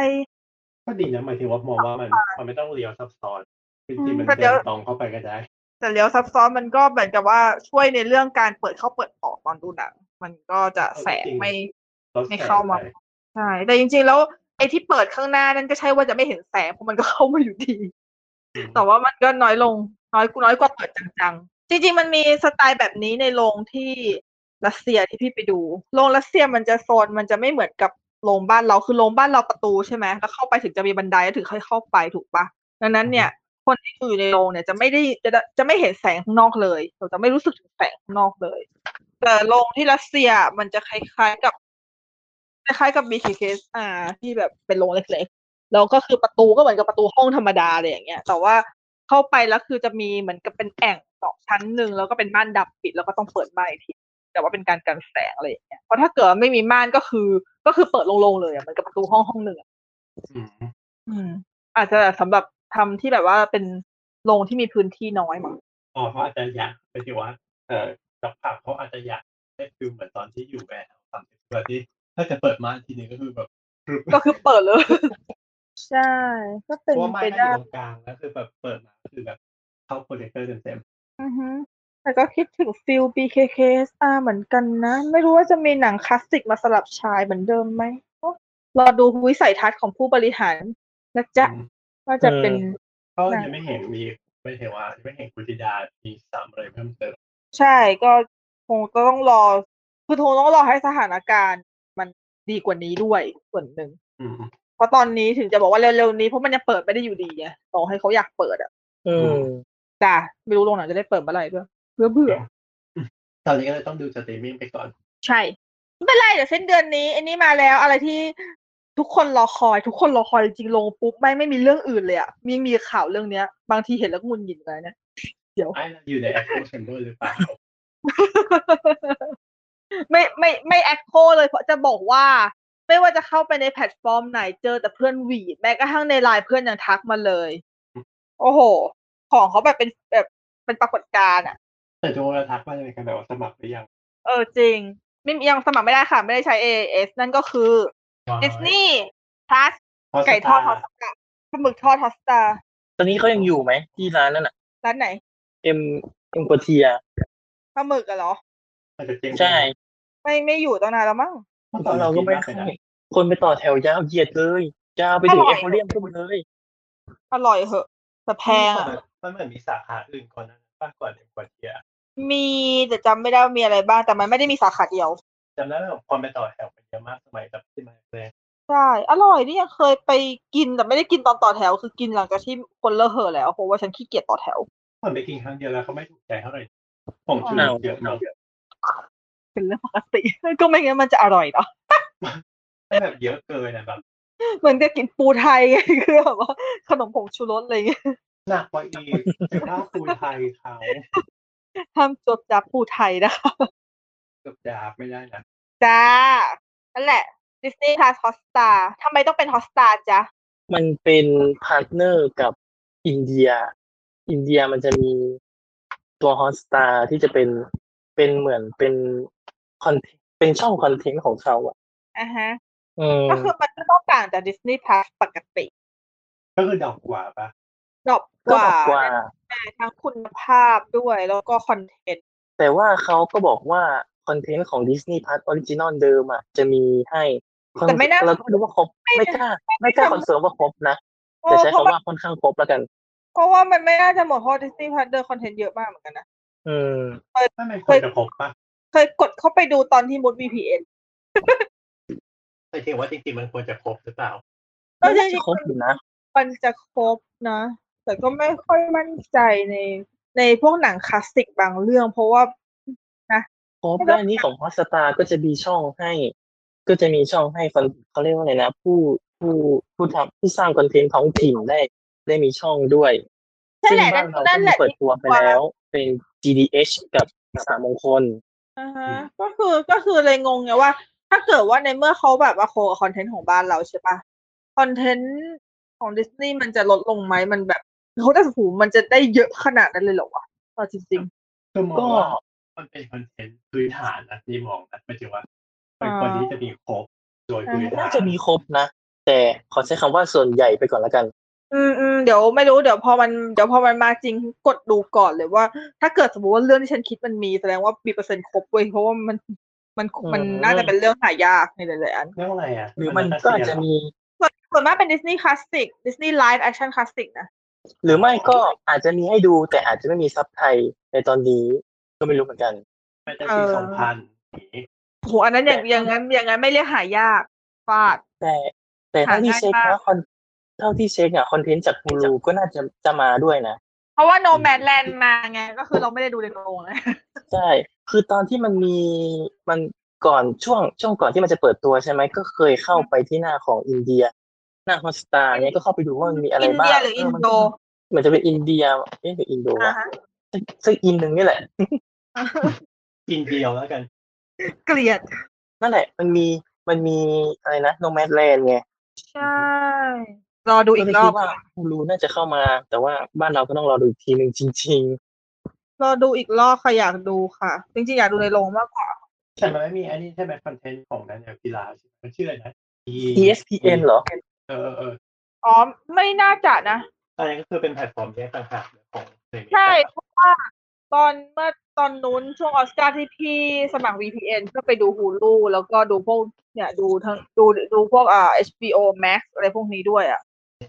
Speaker 2: ก็ดีนะหมายถึงว่ามองว่ามันมันไม่ต้องเลี้ยวซับซ้อนจริงๆมัน
Speaker 4: ก็เดี๋
Speaker 2: เดิ
Speaker 4: ยว
Speaker 2: นตรงเข้าไปก็ได้
Speaker 4: แต่เลี้ยวซับซ้อนมันก็เหมือนกับว่าช่วยในเรื่องการเปิดเข้าเปิดออกตอนดูหนังมันก็จะแสงไม่
Speaker 2: รถแสง
Speaker 4: ไม่เข้ามา
Speaker 2: ไป
Speaker 4: ใช่แต่จริงๆ แล้วไอ้ที่เปิดข้างหน้านั่นก็ใช่ว่าจะไม่เห็นแสงเพราะมันก็เข้ามาอยู่ดี
Speaker 2: อืม
Speaker 4: แต่ว่ามันก็น้อยลง น้อยกน้อยกว่าเปิดจังๆ จริงๆ มันมีสไตล์แบบนี้ในโรงที่รัสเซียที่พี่ไปดูโรงรัสเซียมันจะโซนมันจะไม่เหมือนกับโรงบ้านเราคือโรงบ้านเราประตูใช่ไหมแล้วเข้าไปถึงจะมีบันไดแล้วถึงค่อยเข้าไปถูกปะดังนั้นเนี่ย คนที่ดูอยู่ในโรงเนี่ยจะไม่ได้จะจะไม่เห็นแสงข้างนอกเลยเราจะไม่รู้สึกถึงแสงข้างนอกเลย แต่โรงที่รัสเซียมันจะคล้ายๆกับ คล้ายๆกับ BKKSR ที่แบบเป็นโรงเล็กๆ แล้วก็คือประตูก็เหมือนกับประตูห้องธรรมดาเลยอย่างเงี้ย แต่ว่าเข้าไปแล้วคือจะมีเหมือนกับเป็นแอ่งสองชั้นหนึ่งแล้วก็เป็นม่านดับปิดแล้วก็ต้องเปิดม่านอีกที แต่ว่าเป็นการกันแสงอะไรอย่างเงี้ย เพราะถ้าเกิดว่าไม่มีม่านก็คือ ก็คือเปิดโล่งๆเลยอะเหมือนกับประตูห้องห้องหนึ่งอะ
Speaker 2: อืม
Speaker 4: อืม อาจจะสำหรับทำที่แบบว่าเป็นโรงที่มีพื้นที่น้อยมั้ง
Speaker 2: อ๋อเขาอาจจะอยากไปที่ว่า เออกับผับเขาอาจจะอยากได้ฟิลเหมือนตอนที่อยู่แบรนด์ตอนที่แบบที่ถ้าจะเปิดม่านทีนึงก็คือแบบ
Speaker 4: ก็คือเปิดเลย ใช่ ก็
Speaker 2: เพ
Speaker 4: เป็น
Speaker 2: ราะว่าม่าน
Speaker 4: ไป
Speaker 2: มันอ
Speaker 4: ได้
Speaker 2: ยู่ตรงกลางแล้วคือแบบเปิดมาคือแบบเข้าโปรเจคเตอร์เต็ม
Speaker 4: อือฮึแต่ก็คิดถึงฟิล BKKSR เหมือนกันนะ ไม่รู้ว่าจะมีหนังคลาสสิกมาสลับชายเหมือนเดิมไหมโอ๊ะรอดูวิสัยทัศน์ของผู้บริหารนะ
Speaker 2: ๆ
Speaker 4: จ๊ะ
Speaker 2: อืม
Speaker 4: ว่าจะเป็น
Speaker 2: ก็ยังไม่เห็นมีไม่เห็นว่ายังไม่เห็นกุติดามีซ้ำอะไรเพิ่มเติม
Speaker 4: ใช่ก็คงจะต้องรอ คือคงต้องรอให้สถานการณ์มันดีกว่านี้ด้วยส่วนหนึ่ง
Speaker 2: อืม
Speaker 4: เพราะตอนนี้ถึงจะบอกว่าเร็วๆนี้เพราะมันยังเปิดไม่ได้อยู่ดีไงต่อให้เขาอยากเปิดอ่ะ
Speaker 3: อืม
Speaker 4: จ้ะไม่รู้โรงหนังจะได้เปิดเมื่อไหร่ด้วยเบื่อเบื่อ
Speaker 2: ตอนนี้ก็เลยต้องดูสตรีมมิ่งไปก่อน
Speaker 4: ใช่ไม่เป็นไรเดี๋ยวสิ้นเดือนนี้อันนี้มาแล้วอะไรที่ทุกคนรอคอย ทุกคนรอคอยจริงๆลงปุ๊บไม่ไม่มีเรื่องอื่นเลยอะมีมีข่าวเรื่องเนี้ย บางทีเห็นแล้วก็หงุนหงิดเลยนะ [LAUGHS]
Speaker 2: ไอ้เราอยู่ใน Apple Chamber หรือเปล่า
Speaker 4: ไม่ไม่ไม่แอคโคเลยเพราะจะบอกว่า ไม่ว่าจะเข้าไปในแพลตฟอร์มไหนเจอแต่เพื่อนหวีดแม้กระทั่งในไลน์เพื่อนยังทักมาเลย โอ้โห ของเขาแบบเป็นแบบเป็นปรากฏการณ์อะ
Speaker 2: [LAUGHS] แต่ดูแล้วทักว่าอะไรกันแบบว่าสมัครหรือยัง
Speaker 4: เออจริงไม่ยังสมัครไม่ได้ค่ะ ไม่ได้ใช้ AAS นั่นก็คือดิสนีย์พลัส ไก่ทอดฮอตสตาร์ปลาหมึกทอดฮอตสตาร์
Speaker 3: ตอนนี้เขายังอยู่ไหมที่ร้านนั่นอ่ะ
Speaker 4: ร้านไหน
Speaker 3: เอ็มเอ็มกัวเทีย
Speaker 4: ปลาหมึกอะเหรอ
Speaker 2: มันจะเจ๊ง
Speaker 3: ใช่
Speaker 4: ไม่ไม่อยู่ตั้งนานแล้วมั้ง
Speaker 2: เมื่อ
Speaker 3: ต
Speaker 2: ก่
Speaker 3: อ
Speaker 2: อน
Speaker 3: น
Speaker 2: เรา
Speaker 3: เรา
Speaker 2: ก็
Speaker 3: ก็
Speaker 2: ไม่
Speaker 3: ไม่
Speaker 2: ค่อย
Speaker 3: ค่อยคนไปต่อแถวยาวเหยียดเลยยาวไปถึง
Speaker 4: อร่อ
Speaker 3: เอ
Speaker 4: ย
Speaker 3: ฟเรียมขึ้นมาเลย
Speaker 4: อร่อยเหอะแต่แพงอะ
Speaker 2: มันเหมือนมีสาขาอื่นก่อนนั้นมากกว่าเด็กกว่าเทีย
Speaker 4: มีแต่จำไม่ได้ว่ามีอะไรบ้างแต่มันไม่ได้มีสาขาเดียว
Speaker 2: จำได้ว่าคนไปต่อแถวไปเยอะมากสมัยแบบที่มาแรง
Speaker 4: ใช่ อร่อยนี่ยังเคยไปกินแต่ไม่ได้กินตอนต่อแถว คือกินหลังจากที่คนเลิกเหอะแล้วเพราะว่าฉันขี้เกียจต่อแถว
Speaker 2: เหมือนไปกินครั้งเดียวแล้วเขาไม่ถูกใจเท่าไหร่ผมชูเยอะเนาะ
Speaker 4: เป็นเรื่องปกติ [LAUGHS] ก็ไม่งั้นมันจะอร่อยเหรอ
Speaker 2: แบบเยอะเกินนะแบบ
Speaker 4: เหมือนกับกินปูไทย [LAUGHS] ไงคือแบบว่าขนมผงชูรสอะไรอย่างเงี้ย
Speaker 2: หนักกว่าอี [LAUGHS] กแต่ถ้าคูไทยเขา
Speaker 4: ห้ามจดจับปูไทยนะคะ
Speaker 2: เกือบดาบไม่ได้นะ
Speaker 4: จ้า นั่นแหละดิสนีย์พลาสฮอสตาทำไมต้องเป็นฮอสตาจ๊ะ
Speaker 3: มันเป็นพาร์ทเนอร์กับอินเดีย อินเดียมันจะมีตัวฮอสตาที่จะเป็นเป็นเหมือนเป็นคอนเป็นช่องคอนเทนต์ของเขาอ่ะ
Speaker 4: อ่ะฮะ
Speaker 3: อืม
Speaker 4: ก็คือมันก็ต้องต่างจากดิสนีย์พลาสปกติ
Speaker 2: ก็คือดอกกว่าปะ
Speaker 4: ดรอบก
Speaker 3: ก็
Speaker 4: ว่า
Speaker 3: บอกว่า
Speaker 4: ได้ทั้งคุณภาพด้วยแล้วก็คอนเทนต์
Speaker 3: แต่ว่าเขาก็บอกว่า คอนเทนต์ของ Disney Plus Original เดิมอ่ะ จะมีให้
Speaker 4: แต่ไม่น่า
Speaker 3: เราก็ไม่รู้ว่าครบ
Speaker 4: ไม่
Speaker 3: ไม่ก
Speaker 4: น่า
Speaker 3: ล้า ไม่กล้าคอนเฟิร์มว่าครบนะ
Speaker 4: เอ
Speaker 3: แต่
Speaker 4: อ
Speaker 3: ใช้
Speaker 4: เพราะ
Speaker 3: คำ
Speaker 4: ว่า
Speaker 3: ว่าค่อนข้างครบแล้วกัน
Speaker 4: เพราะว่ามันไม่น่าจะหมดเพราะดิสนีย์พลาสเดินคอนเทนต์เยอะมากเหมือนกันนะ
Speaker 3: อืม
Speaker 2: ไม่ไม่ควรจะพบปะ
Speaker 4: เคยกดเข้าไปดูตอนที่มุด VPN
Speaker 2: แต่จริงว่าจริงๆมันควรจะพบหรือเปล่า
Speaker 4: ก็จ
Speaker 3: น่า
Speaker 4: ริ
Speaker 3: จะ
Speaker 4: ง
Speaker 3: ครบอยู่นะ
Speaker 4: ๆมันจะครบนะ แต่ก็ไม่ค่อยมั่นใจในในพวกหนังคลาสสิกบางเรื่อง เพราะว่า
Speaker 3: ครบแล้วอันนี้ของฮอสตาก็จะมีช่องให้ ก็จะมีช่องให้คนเขาเรียกว่าอะไรนะ ผู้ผู้ผู้ทำผู้สร้างคอนเทนต์ท้องถิ่นได้ ได้มีช่องด้วย
Speaker 4: ใช่
Speaker 3: ซึ่ง
Speaker 4: แหละ
Speaker 3: บ้านเรา
Speaker 4: นั่
Speaker 3: ก็
Speaker 4: นแห
Speaker 3: มี
Speaker 4: ละ
Speaker 3: เปิดตัวไปแล้ว เป็น GDH กับสามมงคล
Speaker 4: อ่าฮะ
Speaker 2: อืม
Speaker 4: ก็คือก็คือเลยงงไงว่า ถ้าเกิดว่าในเมื่อเขาแบบว่าโคกับคอนเทนต์ของบ้านเราใช่ปะคอนเทนต์ของดิสนีย์มันจะลดลงไหมมันแบบเขาจะหูมันจะได้เยอะขนาดนั้นเลยเหรอวะเอาจริง
Speaker 2: คือมอง
Speaker 3: ก็
Speaker 2: ว่ามันเป็นคอนเทนต์พื้นฐานนะนี่มองนะหมายถึงว่าเป็นคนที่จะมีครบโดยพื้นฐา
Speaker 3: น่าน จะมีครบนะ แต่ขอใช้คำว่าส่วนใหญ่ไปก่อนแล้วกัน
Speaker 4: อืมอืมเดี๋ยวไม่รู้เดี๋ยวพอมันเดี๋ยวพอมันมาจริงกดดูก่อนเลยว่า ถ้าเกิดสมมติว่าเรื่องที่ฉันคิดมันมีแสดงว่ามีเปอร์เซ็นต์ครบเว้ยเพราะว่ามันมันมัน
Speaker 3: อืม
Speaker 4: น่าจะเป็นเรื่องหายากในหลายๆอัน
Speaker 2: เรื่องอะไรอ่ะ
Speaker 3: หรือมันก็อาจจะมี
Speaker 4: ส่วนส่วนมากเป็นดิสนีย์คลาสสิกดิสนีย์ไลฟ์แอคชั่นคลาสสิกนะ
Speaker 3: หรือไม่ก็อาจจะมีให้ดูแต่อาจจะไม่มีซับไทยในตอนนี้ก็ไม่รู้เหมือนกัน
Speaker 2: แฟนตาซีสองพัน
Speaker 4: โอ้โหอันนั้นอย่างอย่างนั้นอย่างนั้นไม่เรียกหายากฟาด
Speaker 3: แต่แต่เท่าที่เช็ค
Speaker 4: หาง่ายมาก
Speaker 3: นะคอนเท่าที่เช็คอะคอนเทนต์จากฮูลูก็น่าจะจะมาด้วยนะ
Speaker 4: เพราะว่าโนแมดแลนด์มาไงก็คือเราไม่ได้ดูในโรงนะ
Speaker 3: ใช่ คือตอนที่มันมีมันก่อนช่วงช่วงก่อนที่มันจะเปิดตัวใช่ไหมก็เคยเข้าไปที่หน้าของอินเดีย หน้าฮอสตาร์เนี่ยก็เข้าไปดูว่ามันมีอะไร
Speaker 4: อิน
Speaker 3: บ้า
Speaker 4: เดีย
Speaker 3: ง
Speaker 4: หรืออิน
Speaker 3: เมั
Speaker 4: โด
Speaker 3: เหมือนจะเป็นอินเดียเอ๊ะหรืออินโด
Speaker 4: อ่าว
Speaker 3: ะ
Speaker 4: ฮะ [LAUGHS]
Speaker 3: ซึ่งซึ่งอินหนึ่งนี่แหละ
Speaker 2: กินเดียวแล้วกัน
Speaker 4: เกลียด
Speaker 3: นั่นแหละ มันมีมันมีอะไรนะโนแมดแลนด์ไง
Speaker 4: ใช่รอดูอีกรอบ
Speaker 3: ก็เลยคิดว่าฮูลูน่าจะเข้ามา แต่ว่าบ้านเราก็ต้องรอดูอีกทีหนึ่งจริง
Speaker 4: รอดูอีกรอบค่ะอยากดูค่ะ จริงๆ อยากดูในโรงมากกว่า
Speaker 2: แต่มันไม่มีอันนี้ใช่ไหมคอนเทนต์ของนันเนี่ยกีฬามันชื่ออะไรนะ
Speaker 3: ๆ ESPN เหรอ
Speaker 2: เออเออเออ
Speaker 4: อ๋อ ไม่น่าจะนะ
Speaker 2: อันนี้ก็คือเป็นแพลตฟอร์มแยกต่างหากของในอเมริกา
Speaker 4: ใช่เพราะว่าตอนเมื่อตอนนู้นช่วงออสการ์ที่พี่สมัคร VPN ก็ไปดู Hulu แล้วก็ดูพวกเนี่ยดูทั้งดูดูพวกอ่า HBO Max อะไรพวกนี้ด้วยอ่ะ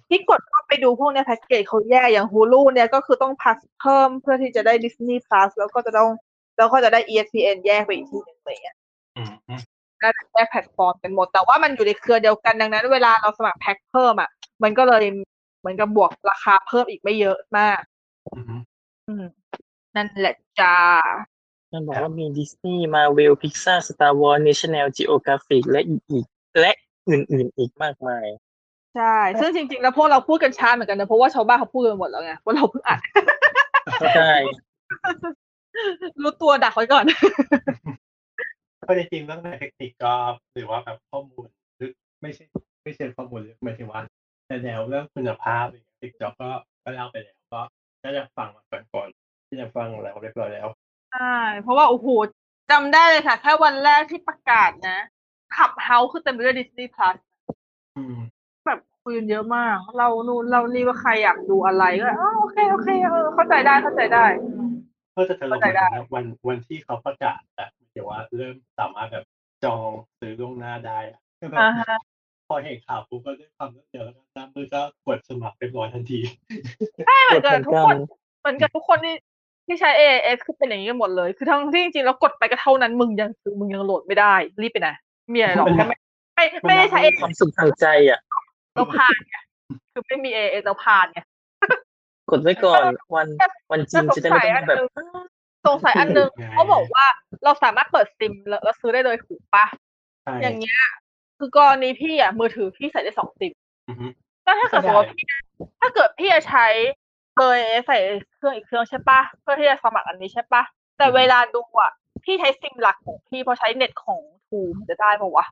Speaker 4: ที่กดเข้าไปดูพวกเนี่ยแพ็กเกจเขาแย่อย่าง Hulu เนี่ยก็คือต้องพัสเพิ่มเพื่อที่จะได้ Disney Plus แล้วก็จะต้องแล้วก็จะได้ ESPN แยกไปอีกทีหนึงอะไรอย่างเงี้ย
Speaker 2: อืมอืม
Speaker 4: น่าจะแยกแพลตฟอร์มกันหมด แต่ว่ามันอยู่ในเครือเดียวกันดังนั้น เวลาเราสมัครแพ็คเพิ่มอ่ะ มันก็เลยเหมือนกับบวกราคาเพิ่มอีกไม่เยอะมาก
Speaker 2: อืมอืม
Speaker 4: อืม นั่นแหละจ้า
Speaker 3: มันบอกว่ามีดิสนีย์มาเวลพิกซาสตาร์วอร์เนชั่นแนลจิโอกราฟิกและอีกอีกและอื่นๆอีกมากมาย
Speaker 4: ใช่ ซึ่งจริงๆ แล้วพวกเราพูดกันช้าเหมือนกันนะ เพราะว่าชาวบ้านเขาพูดกันหมด [LAUGHS] แล้วไงว่าเราเพิ่งอัด
Speaker 3: ใช่
Speaker 4: รู้ตัวดักไว้ก่อน
Speaker 2: ก็ในจริงเรื่องในเทคนิคก็หรือว่าแบบข้อมูลลึกไม่ใช่ไม่ใช่ข้อมูลลึกหมายถึงว่าแต่แนวเรื่องคุณภาพติ๊กจ็อกก็ก็เล่าไปแล้วก็น่าจะฟังมาก่อนก่อนๆที่จะฟังแล้วเรียบร้อยแล้ว
Speaker 4: ใช่ เพราะว่าโอ้โหจำได้เลยค่ะ แค่วันแรกที่ประกาศนะ ขับเฮาคือเต็มไปด้วยดิสนีย์พลัส
Speaker 2: อืม
Speaker 4: แบบคุยกันเยอะมาก เรานู่นเรานี่ว่าใครอยากดูอะไรก็อ๋อโอเคโอเคเออเข้าใจได้เข้าใจได้
Speaker 2: ก็จะทะลุ
Speaker 4: เข้าใจได้
Speaker 2: วันวันที่เขาประกาศอะเดี๋ยวว่าเริ่มสามารถแบบจองซื้อล่วงหน้าได้อะก็แบบ
Speaker 4: อ่าฮะ
Speaker 2: พอเห็นข่าวปุ๊บก็ด้วยความรวดเร็วแล้วก็ตามมือก็กดสมัครเรียบร้อยทันที
Speaker 4: ไม่เหมือนกันทุกคน
Speaker 3: กดเห
Speaker 4: เห
Speaker 3: มือนกัน
Speaker 4: มือนกันทุกคนที่ที่ใช้ AIS คือเป็นอย่างนี้กันหมดเลย คือทั้งที่จริงๆเรากดไปก็เท่านั้นมึงยังคือมึงยังโหลดไม่ได้ รีบไปนะมีอะไรหรอก
Speaker 2: มัน
Speaker 4: ไม่ไม่ไม่ได้ใช้
Speaker 2: มัน
Speaker 3: ค
Speaker 4: AIS
Speaker 3: วามสุขทางใจอ่ะ
Speaker 4: เราผ่านไงคือไม่มี AIS เราผ่านไง
Speaker 3: กดไว้ก่อนวันวันจริงจะได้ไม่ต้องแบบ [GASPS]
Speaker 4: สงสัยอันหนึงเขาบอกว่าเราสามารถเปิดซิมแล้วแล้วซื้อได้เลยถูกปะ
Speaker 2: ใช่
Speaker 4: อย่างเงี้ยคือกรณีพี่อ่ะมือถือพี่ใส่ได้สองซิม
Speaker 2: อือฮึ
Speaker 4: ก็ถ้าเกิดสมมติว่าพี่ถ้าเกิดพี่จะใช้เบอร์ใส่เครื่องอีกเครื่องใช่ปะเพื่อที่จะสมัครอันนี้ใช่ปะแต่
Speaker 2: อืม
Speaker 4: เวลาดูอ่ะ พี่ใช้ซิมหลักของพี่เพราะใช้เน็ตของทูมนจะได้ปะวะ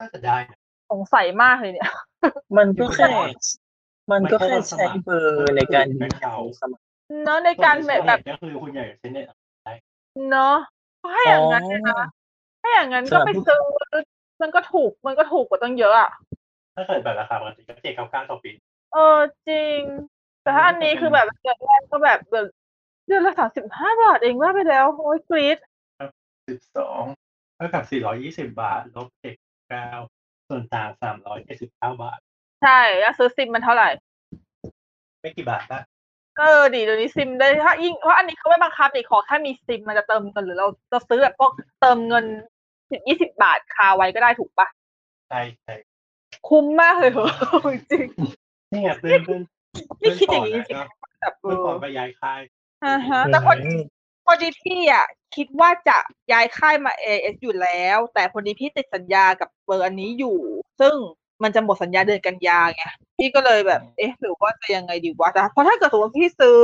Speaker 2: น่าจะได้นะ
Speaker 4: สงสัยมากเลยเนี่ย
Speaker 3: มันก็แค่ มันก็แค่ใช้เบอร์ในการยืนยันสมัคร
Speaker 4: เนาะในการแบบ
Speaker 2: ก็คือคุณใหญ่ใช้เน็ต
Speaker 4: เนาะถ้าอย่างนั้นเนี่ยนะถ้าอย่างนั้นก็ไปซื้อมันก็ถูกมันก็ถูกกว่าตั้งเยอะอ่ะ
Speaker 2: ถ้าเกิดแบบราคาปกติก็เจ็ดเก้าเก้าต่อปี
Speaker 4: เออจริง แต่ถ้าอันนี้คือแบบเดือนแรกก็แบบแบบเดือนละสามสิบห้าบาทเองว่าไปแล้วโอ้ยกรี๊ด
Speaker 2: สิบสองเท่ากับสี่ร้อยยี่สิบาทลบเจ็ดเก้าส่วนต่างสามร้อยเจ็ดสิบเก้าบาท
Speaker 4: ใช่แล้วซื้อซิมมันเท่าไหร่
Speaker 2: ไม่กี่บาทนะ
Speaker 4: เออดีเดี๋ยวนี้ซิมได้ถ้ายิ่งเพราะอันนี้เขาไม่บังคับนี่ขอแค่มีซิมมันจะเติมเงินหรือเราจะซื้อแบบพวกเติมเงินสิบยี่สิบาทคาไว้ก็ได้ถูกปะ
Speaker 2: ใช่ใช่
Speaker 4: คุ้มมากเลยเหรอ [LAUGHS] จริง
Speaker 2: นี่ไงเพื่อ
Speaker 4: [LAUGHS]
Speaker 2: นเพื่อน
Speaker 4: นี่คิดอย่างนี้จริง
Speaker 2: เพื่อน
Speaker 4: แบบเอ
Speaker 2: เพื่อน
Speaker 4: อ
Speaker 2: ก่อนไปย้ายค่าย
Speaker 4: อ่าฮะแต่คนคนดีพี่อ่ะ คิดว่าจะย้ายค่ายมาเอเอสอยู่แล้ว แต่คนดีพี่ติดสัญญากับเบอร์อันนี้อยู่ ซึ่งมันจะหมดสัญญาเดือนกันยาไงพี่ก็เลยแบบเอ๊ะหรือว่าจะยังไงดีวะแต่เพราะถ้าเกิดสมมติพี่ซื้อ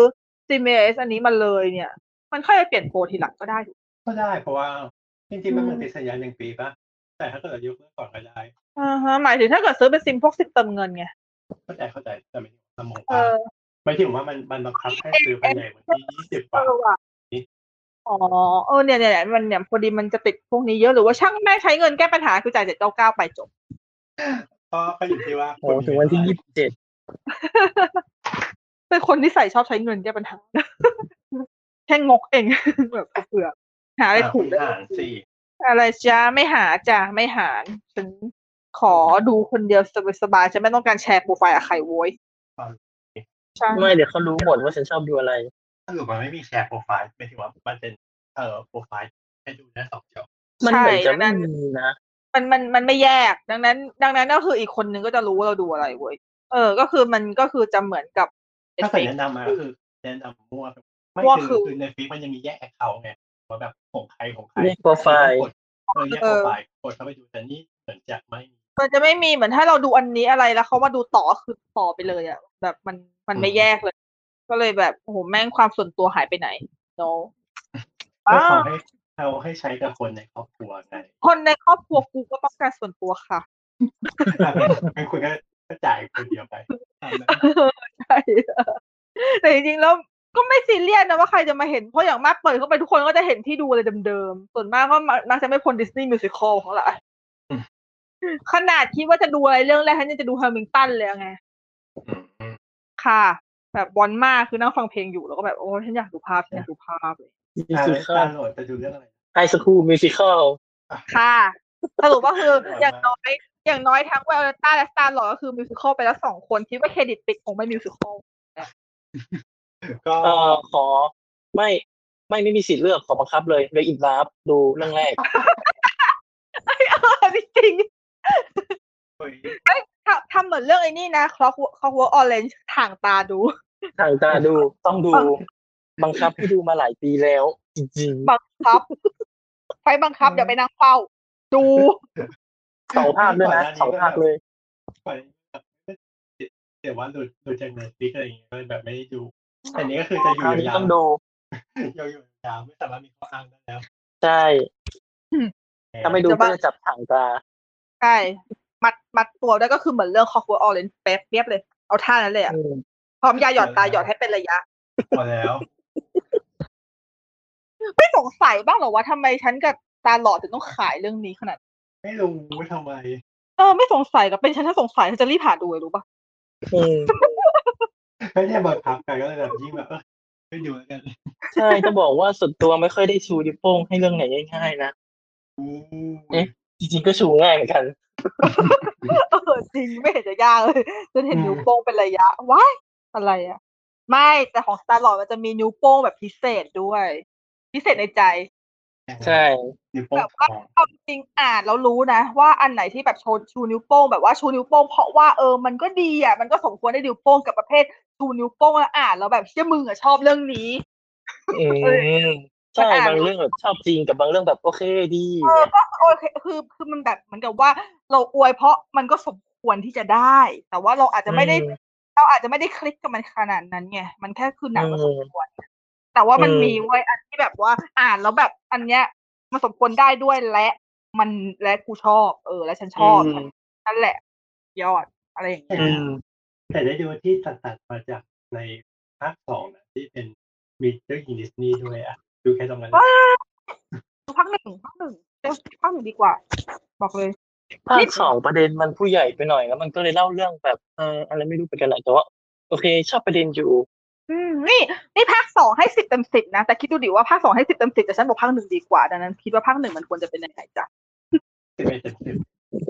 Speaker 4: ซิมเอสอันนี้มาเลยเนี่ย มันค่อยไปเปลี่ยนโปรทีหลังก็ได้
Speaker 2: ก็ได้เพราะว่าจริงๆมันเหมือน
Speaker 4: อืม
Speaker 2: ติดสัญญาหนึ่งปีป่ะ แต่ถ้าเกิดเรายกเลิกก่อนก็ได้
Speaker 4: อ่าฮะหมายถึงถ้าเกิดซื้อเป็นซิมพวกซิมเติมเงินไง
Speaker 2: เข้าใจเข้าใจแต่ไม่ถึงสมอง
Speaker 4: เอ
Speaker 2: ว่า
Speaker 4: อ
Speaker 2: ไม่ถึงว่ามันมันบังคับให้ซื้อภายในวันที่ยี่สิบ
Speaker 4: เอ
Speaker 2: วัน
Speaker 4: อว่ะอ๋อเออเนี่ยเนี่ยเนี่ยมันเนี่ยพอดีมันจะติดพวกนี้เยอะหรือว่าช่างแม่งใช้เงินแก้ปัญหาคือจ่ายเจ็ดเก้าเก้าไปจบ
Speaker 2: ก็ก็อยู่ที่ว่า
Speaker 3: โอ้ถึงวันที่ยี่สิบเจ็ด
Speaker 4: เป็นคนที่ใส่ชอบใช้เงินแก้ปัญหา [LAUGHS] แค่งกเอง [LAUGHS] แบบเผื่อหาอะไรถูกได้
Speaker 2: หารสี่
Speaker 4: อะไรจ้าไม่หาจ้าไม่หารฉันขอดูคนเดียวสบายๆฉันไม่ต้องการแชร์โปรไฟล์กับใครโว้ยใช่
Speaker 3: ไม่เดี๋ยวเขารู้หมดว่าฉันชอบดูอะไร
Speaker 2: ถ้าเกิดมันไม่มีแชร์โปรไฟล์หมายถึงว่ามันเป็นเอ่อโปรไฟล์ให้ดูได้สองจอ
Speaker 3: มัน
Speaker 4: ใช่
Speaker 3: เหมือนจะ
Speaker 4: นั่
Speaker 3: ไม่
Speaker 4: น
Speaker 3: มีนะ
Speaker 4: มันมันมันไม่แยก ดังนั้น ดังนั้นก็คืออีกคนนึงก็จะรู้ว่าเราดูอะไรเว้ยเออ ก็คือมันก็คือจะเหมือนกับ
Speaker 2: ถ้าใส่
Speaker 4: Netflix
Speaker 2: แนะนำมาก็คือแนะนำมั่วไม่
Speaker 4: มั่ว
Speaker 2: คือ
Speaker 4: คือ
Speaker 2: คือในฟีมันยังมีแยกแอคเคาท์ไงว่าแบบของใครของใคร
Speaker 3: เลขโปรไฟล์
Speaker 2: กดเออแยกโปรไฟล์กดเข้าไปดูแต่นี่เหมือนจะไม่มี
Speaker 4: มันจะไม่มีเหมือนถ้าเราดูอันนี้อะไรแล้วเขามาดูต่อคือต่อไปเลยอะแบบมันมันไม่
Speaker 2: อืม
Speaker 4: แยกเลย ก็เลยแบบโอ้โหแม่งความส่วนตัวหายไปไหน no
Speaker 2: ก็
Speaker 4: อ้า
Speaker 2: ขอ
Speaker 4: ว
Speaker 2: ให้เอาให้ใช้กับคนในครอบครัวไง [LAUGHS]
Speaker 4: คนในครอบครัวกูก็ต้องการส่วนตัวค่ะ
Speaker 2: ถ้าเป็นคุณก็ก็จ่ายคนเดียวไปตามนั้น
Speaker 4: ใช่ [LAUGHS] แต่จริงๆแล้วก็ไม่ซีเรียสนะว่าใครจะมาเห็น เพราะอย่างมากเปิดเข้าไปทุกคนก็จะเห็นที่ดูอะไรเดิมๆ ส่วนมากก็มักจะไม่พ้นดิสนีย์มิวสิคลของหลาย
Speaker 2: อืม
Speaker 4: ขนาดคิดว่าจะดูอะไรเรื่องแรกฉันยังจะดูแฮมิงตันเลยไง
Speaker 2: อืมอืม
Speaker 4: ค่ะ แบบบอลมากคือนั่งฟังเพลงอยู่แล้วก็แบบ โอ้ฉันอยากดูภาพฉันอยากดูภาพเลย
Speaker 3: มิว
Speaker 2: อ่า
Speaker 3: สิ
Speaker 2: แล้ว
Speaker 3: คอ
Speaker 2: การ
Speaker 3: ล
Speaker 2: โหลดจะดูเรื่องอะไร
Speaker 3: ไฮสคูลมิวสิคอล
Speaker 4: ค่ะสรุปก็คือ
Speaker 2: อ
Speaker 4: อ
Speaker 2: ร่อยมาก
Speaker 4: ย่างน้อย อย่างน้อยทั้งว i โอเลต้าและสตาร์หลอดก็คือมิวสิคอลไปแล้วสองคนคิดว่าเครดิตติดคงไม่มิวสิคอล [LAUGHS]
Speaker 2: ก็
Speaker 3: เอ่อขอไม่ไม่ไม่มีสิทธิ์เลือกขอบังคับเลยเลือกอินลาฟดูเรื่องแรก
Speaker 4: เออ [LAUGHS] จริงๆ
Speaker 2: คุย
Speaker 4: ทำทำเหมือนเรื่องไอ้นี่นะคล็อกคล็อกวอร์ออเรนจ์ถ่างตาดู
Speaker 3: ทางตาดูต้องดู บังคับให้ดูมาหลายปีแล้ว จริง
Speaker 4: บังคับ [LAUGHS] ไฟบังคับอย่าไปนั่งเฝ้า ดู
Speaker 3: ๆสองภาคด้วยนะสองภาคเลย
Speaker 2: ก่อนเดี๋ยวว่าหลุดหลุดจากเน็ตฟลิกอะไรอย่างเงี้ยก็เลยแบบไม่ได้ดูแต่นี้ก็คือจะอยู่
Speaker 3: คราวนี้
Speaker 2: ยาว
Speaker 3: ต้องดู
Speaker 2: ๆยาวๆไม่สามารถมีข้ออ้างได้แล้ว
Speaker 3: ใช่ ถ้าไม่ดู
Speaker 4: จะ
Speaker 3: ก็
Speaker 4: บ้า
Speaker 3: จะจับถังตา
Speaker 4: ใช่ มัดมัดตัวได้ก็คือเหมือนเรื่องคล็อกวอร์ออเรนจ์เป๊ะเปียบเลย เอาท่านั้นเลยอะ
Speaker 3: อืม
Speaker 4: พร้อมยาหยอดตาหยอดให้เป็นระยะ
Speaker 2: พอแล้ว
Speaker 4: ไม่สงสัยบ้างเหรอว่าทำไมฉันกับตาหลอดถึงต้องขายเรื่องนี้ขนาดนั้น
Speaker 2: ไม่รู้ทำไม
Speaker 4: เออไม่สงสัยกับเป็นฉันถ้าสงสัยฉันจะรีบหาดูเลยรู้ปะ [LAUGHS]
Speaker 3: อืม
Speaker 2: ไม่ได้บังคับกันก็เลยแบบยิ่งแบบเออไม่ดูแล้วกัน
Speaker 3: ใช่จะบอกว่าส่วนตัวไม่ค่อยได้ชูนิ้วโป้งให้เรื่องไหนง่ายๆนะ
Speaker 2: อู้
Speaker 3: เอ๊ะ จริงๆก็ชูง่ายเหมือนกัน
Speaker 4: เออจริงไม่เห็นจะยากเลยจนเห็นนิ้วโป้งเป็นระยะว้ายอะไรอะไม่แต่ของตาหลอดมันจะมีนิ้วโป้งแบบพิเศษด้วย พิเศษในใจ
Speaker 3: ใช่
Speaker 2: นิ้วโป้ง
Speaker 4: แบบว่า เอาจริงอ่านแล้วรู้นะว่าอันไหนที่แบบโชว์ชูนิ้วโป้งแบบว่าชูนิ้วโป้งเพราะว่าเออมันก็ดีอ่ะมันก็สมควรได้นิ้วโป้งกับประเภทชูนิ้วโป้งแล้วอ่านแล้วแบบเชื่อมึงอ่ะชอบเรื่องนี้
Speaker 3: อืมใช่บางเรื่องแบบชอบจริงกับบางเรื่องแบบโอเคดี
Speaker 4: เออก็โอเคคือคือมันแบบเหมือนกับว่าเราอวยเพราะมันก็สมควรที่จะได้ แต่ว่าเราอาจจะไม่ได้
Speaker 3: อื
Speaker 4: เราอาจจะไม่ได้คลิกกับมันขนาดนั้นไงมันแค่คือหนังมัน
Speaker 3: อื
Speaker 4: ส
Speaker 3: ม
Speaker 4: มควรแต่ว่ามัน
Speaker 3: อืม
Speaker 4: มีไว้ยอันที่แบบว่าอ่านแล้วแบบอันเนี้ยมันสมควรได้ด้วยและมันและกูชอบ เออ และฉันชอบ
Speaker 3: อืม
Speaker 4: นั่นแหละ ยอดอะไรอย่างเงี้ย
Speaker 3: อืม
Speaker 2: แต่ได้ดูที่ตัดตัดๆมาจากในภาคสองนะที่เป็นมีเจ้าหญิงดิสนีย์ด้วยอ่ะ ดูแค่ตรงนั้นนะ
Speaker 4: ดูภาคหนึ่งภาคหนึ่งเดี๋ยวภาคหนึ่งดีกว่า บอกเลย
Speaker 3: ภาคสองประเด็นมันผู้ใหญ่ไปหน่อยแล้วมันก็เลยเล่าเรื่องแบบเอออะไรไม่รู้เหมือนกันแหละแต่ว่าโอเค ชอบประเด็นอยู่
Speaker 4: อืมนี่นี่ภาคสองให้สิบเต็มสิบนะ แต่คิดดูดิว่าภาคสองให้สิบเต็มสิบแต่ฉันบอกภาคหนึ่งดีกว่า ดังนั้นคิดว่าภาคหนึ่งมันควรจะเป็นยังไงจ้ะ
Speaker 2: สิบเอ็ดเต็มสิบ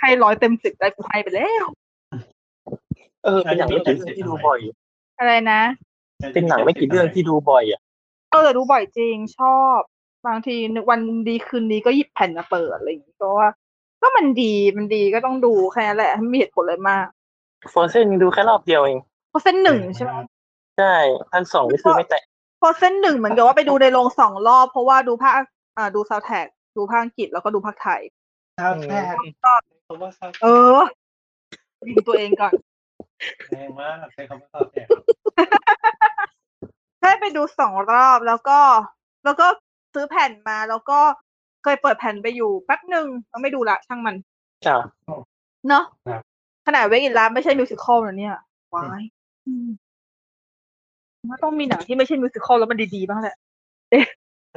Speaker 4: ให้ร้อยเต็มสิบได้กูให้ไปแล้ว
Speaker 3: เออเป็นหนังไม่กี่เรื่องที่ดูบ่อย
Speaker 4: อะไรนะ
Speaker 3: เป็นหนังไม่กี่เรื่องที่ดูบ่อยอ่ะ
Speaker 4: เออแต่ดูบ่อยจริงชอบ บางทีนึกวันดีคืนดีก็หยิบแผ่นมาเปิดอะไรอย่างงี้ก็ว่า ก็มันดีมันดีก็ต้องดูแค่นั้นแหละไม่มีเหตุผลเลยมาก
Speaker 3: โฟรเซนดูแค่รอบเดียวเอง
Speaker 4: เพราะเส้นหนึ่งใช่ไหม
Speaker 3: ใช่อันสองนี่คือไม่แตะ
Speaker 4: พอเส้นหนึ่งเหมือนกับว่าไปดูในโรงสองรอบ เพราะว่าดูภาคอ่าดูซาวแท็กดูภาคอังกฤษแล้วก็ดูภาคไทย
Speaker 2: ซาวแทรกคำว่าซาวแทร
Speaker 4: เอก อยิงตัวเองก่อน
Speaker 2: แรงมากใช้คำว่าซาวแทรก
Speaker 4: ใช่ไปดูสองรอบแล้วก็ แล้วก็ซื้อแผ่นมาแล้วก็เคยเปิดแผ่นไปอยู่แป๊บหนึ่งแล้วไม่ดูละช่างมัน
Speaker 3: จ้ะ
Speaker 4: เนาะขนาดเวกินลาไม่ใช่มิวสิคอลนะเนี่ยวายอืมมันต้องมีหนังที่ไม่ใช่มิวสิคอลแล้วมันดีๆบ้างแหละเอ๊ะ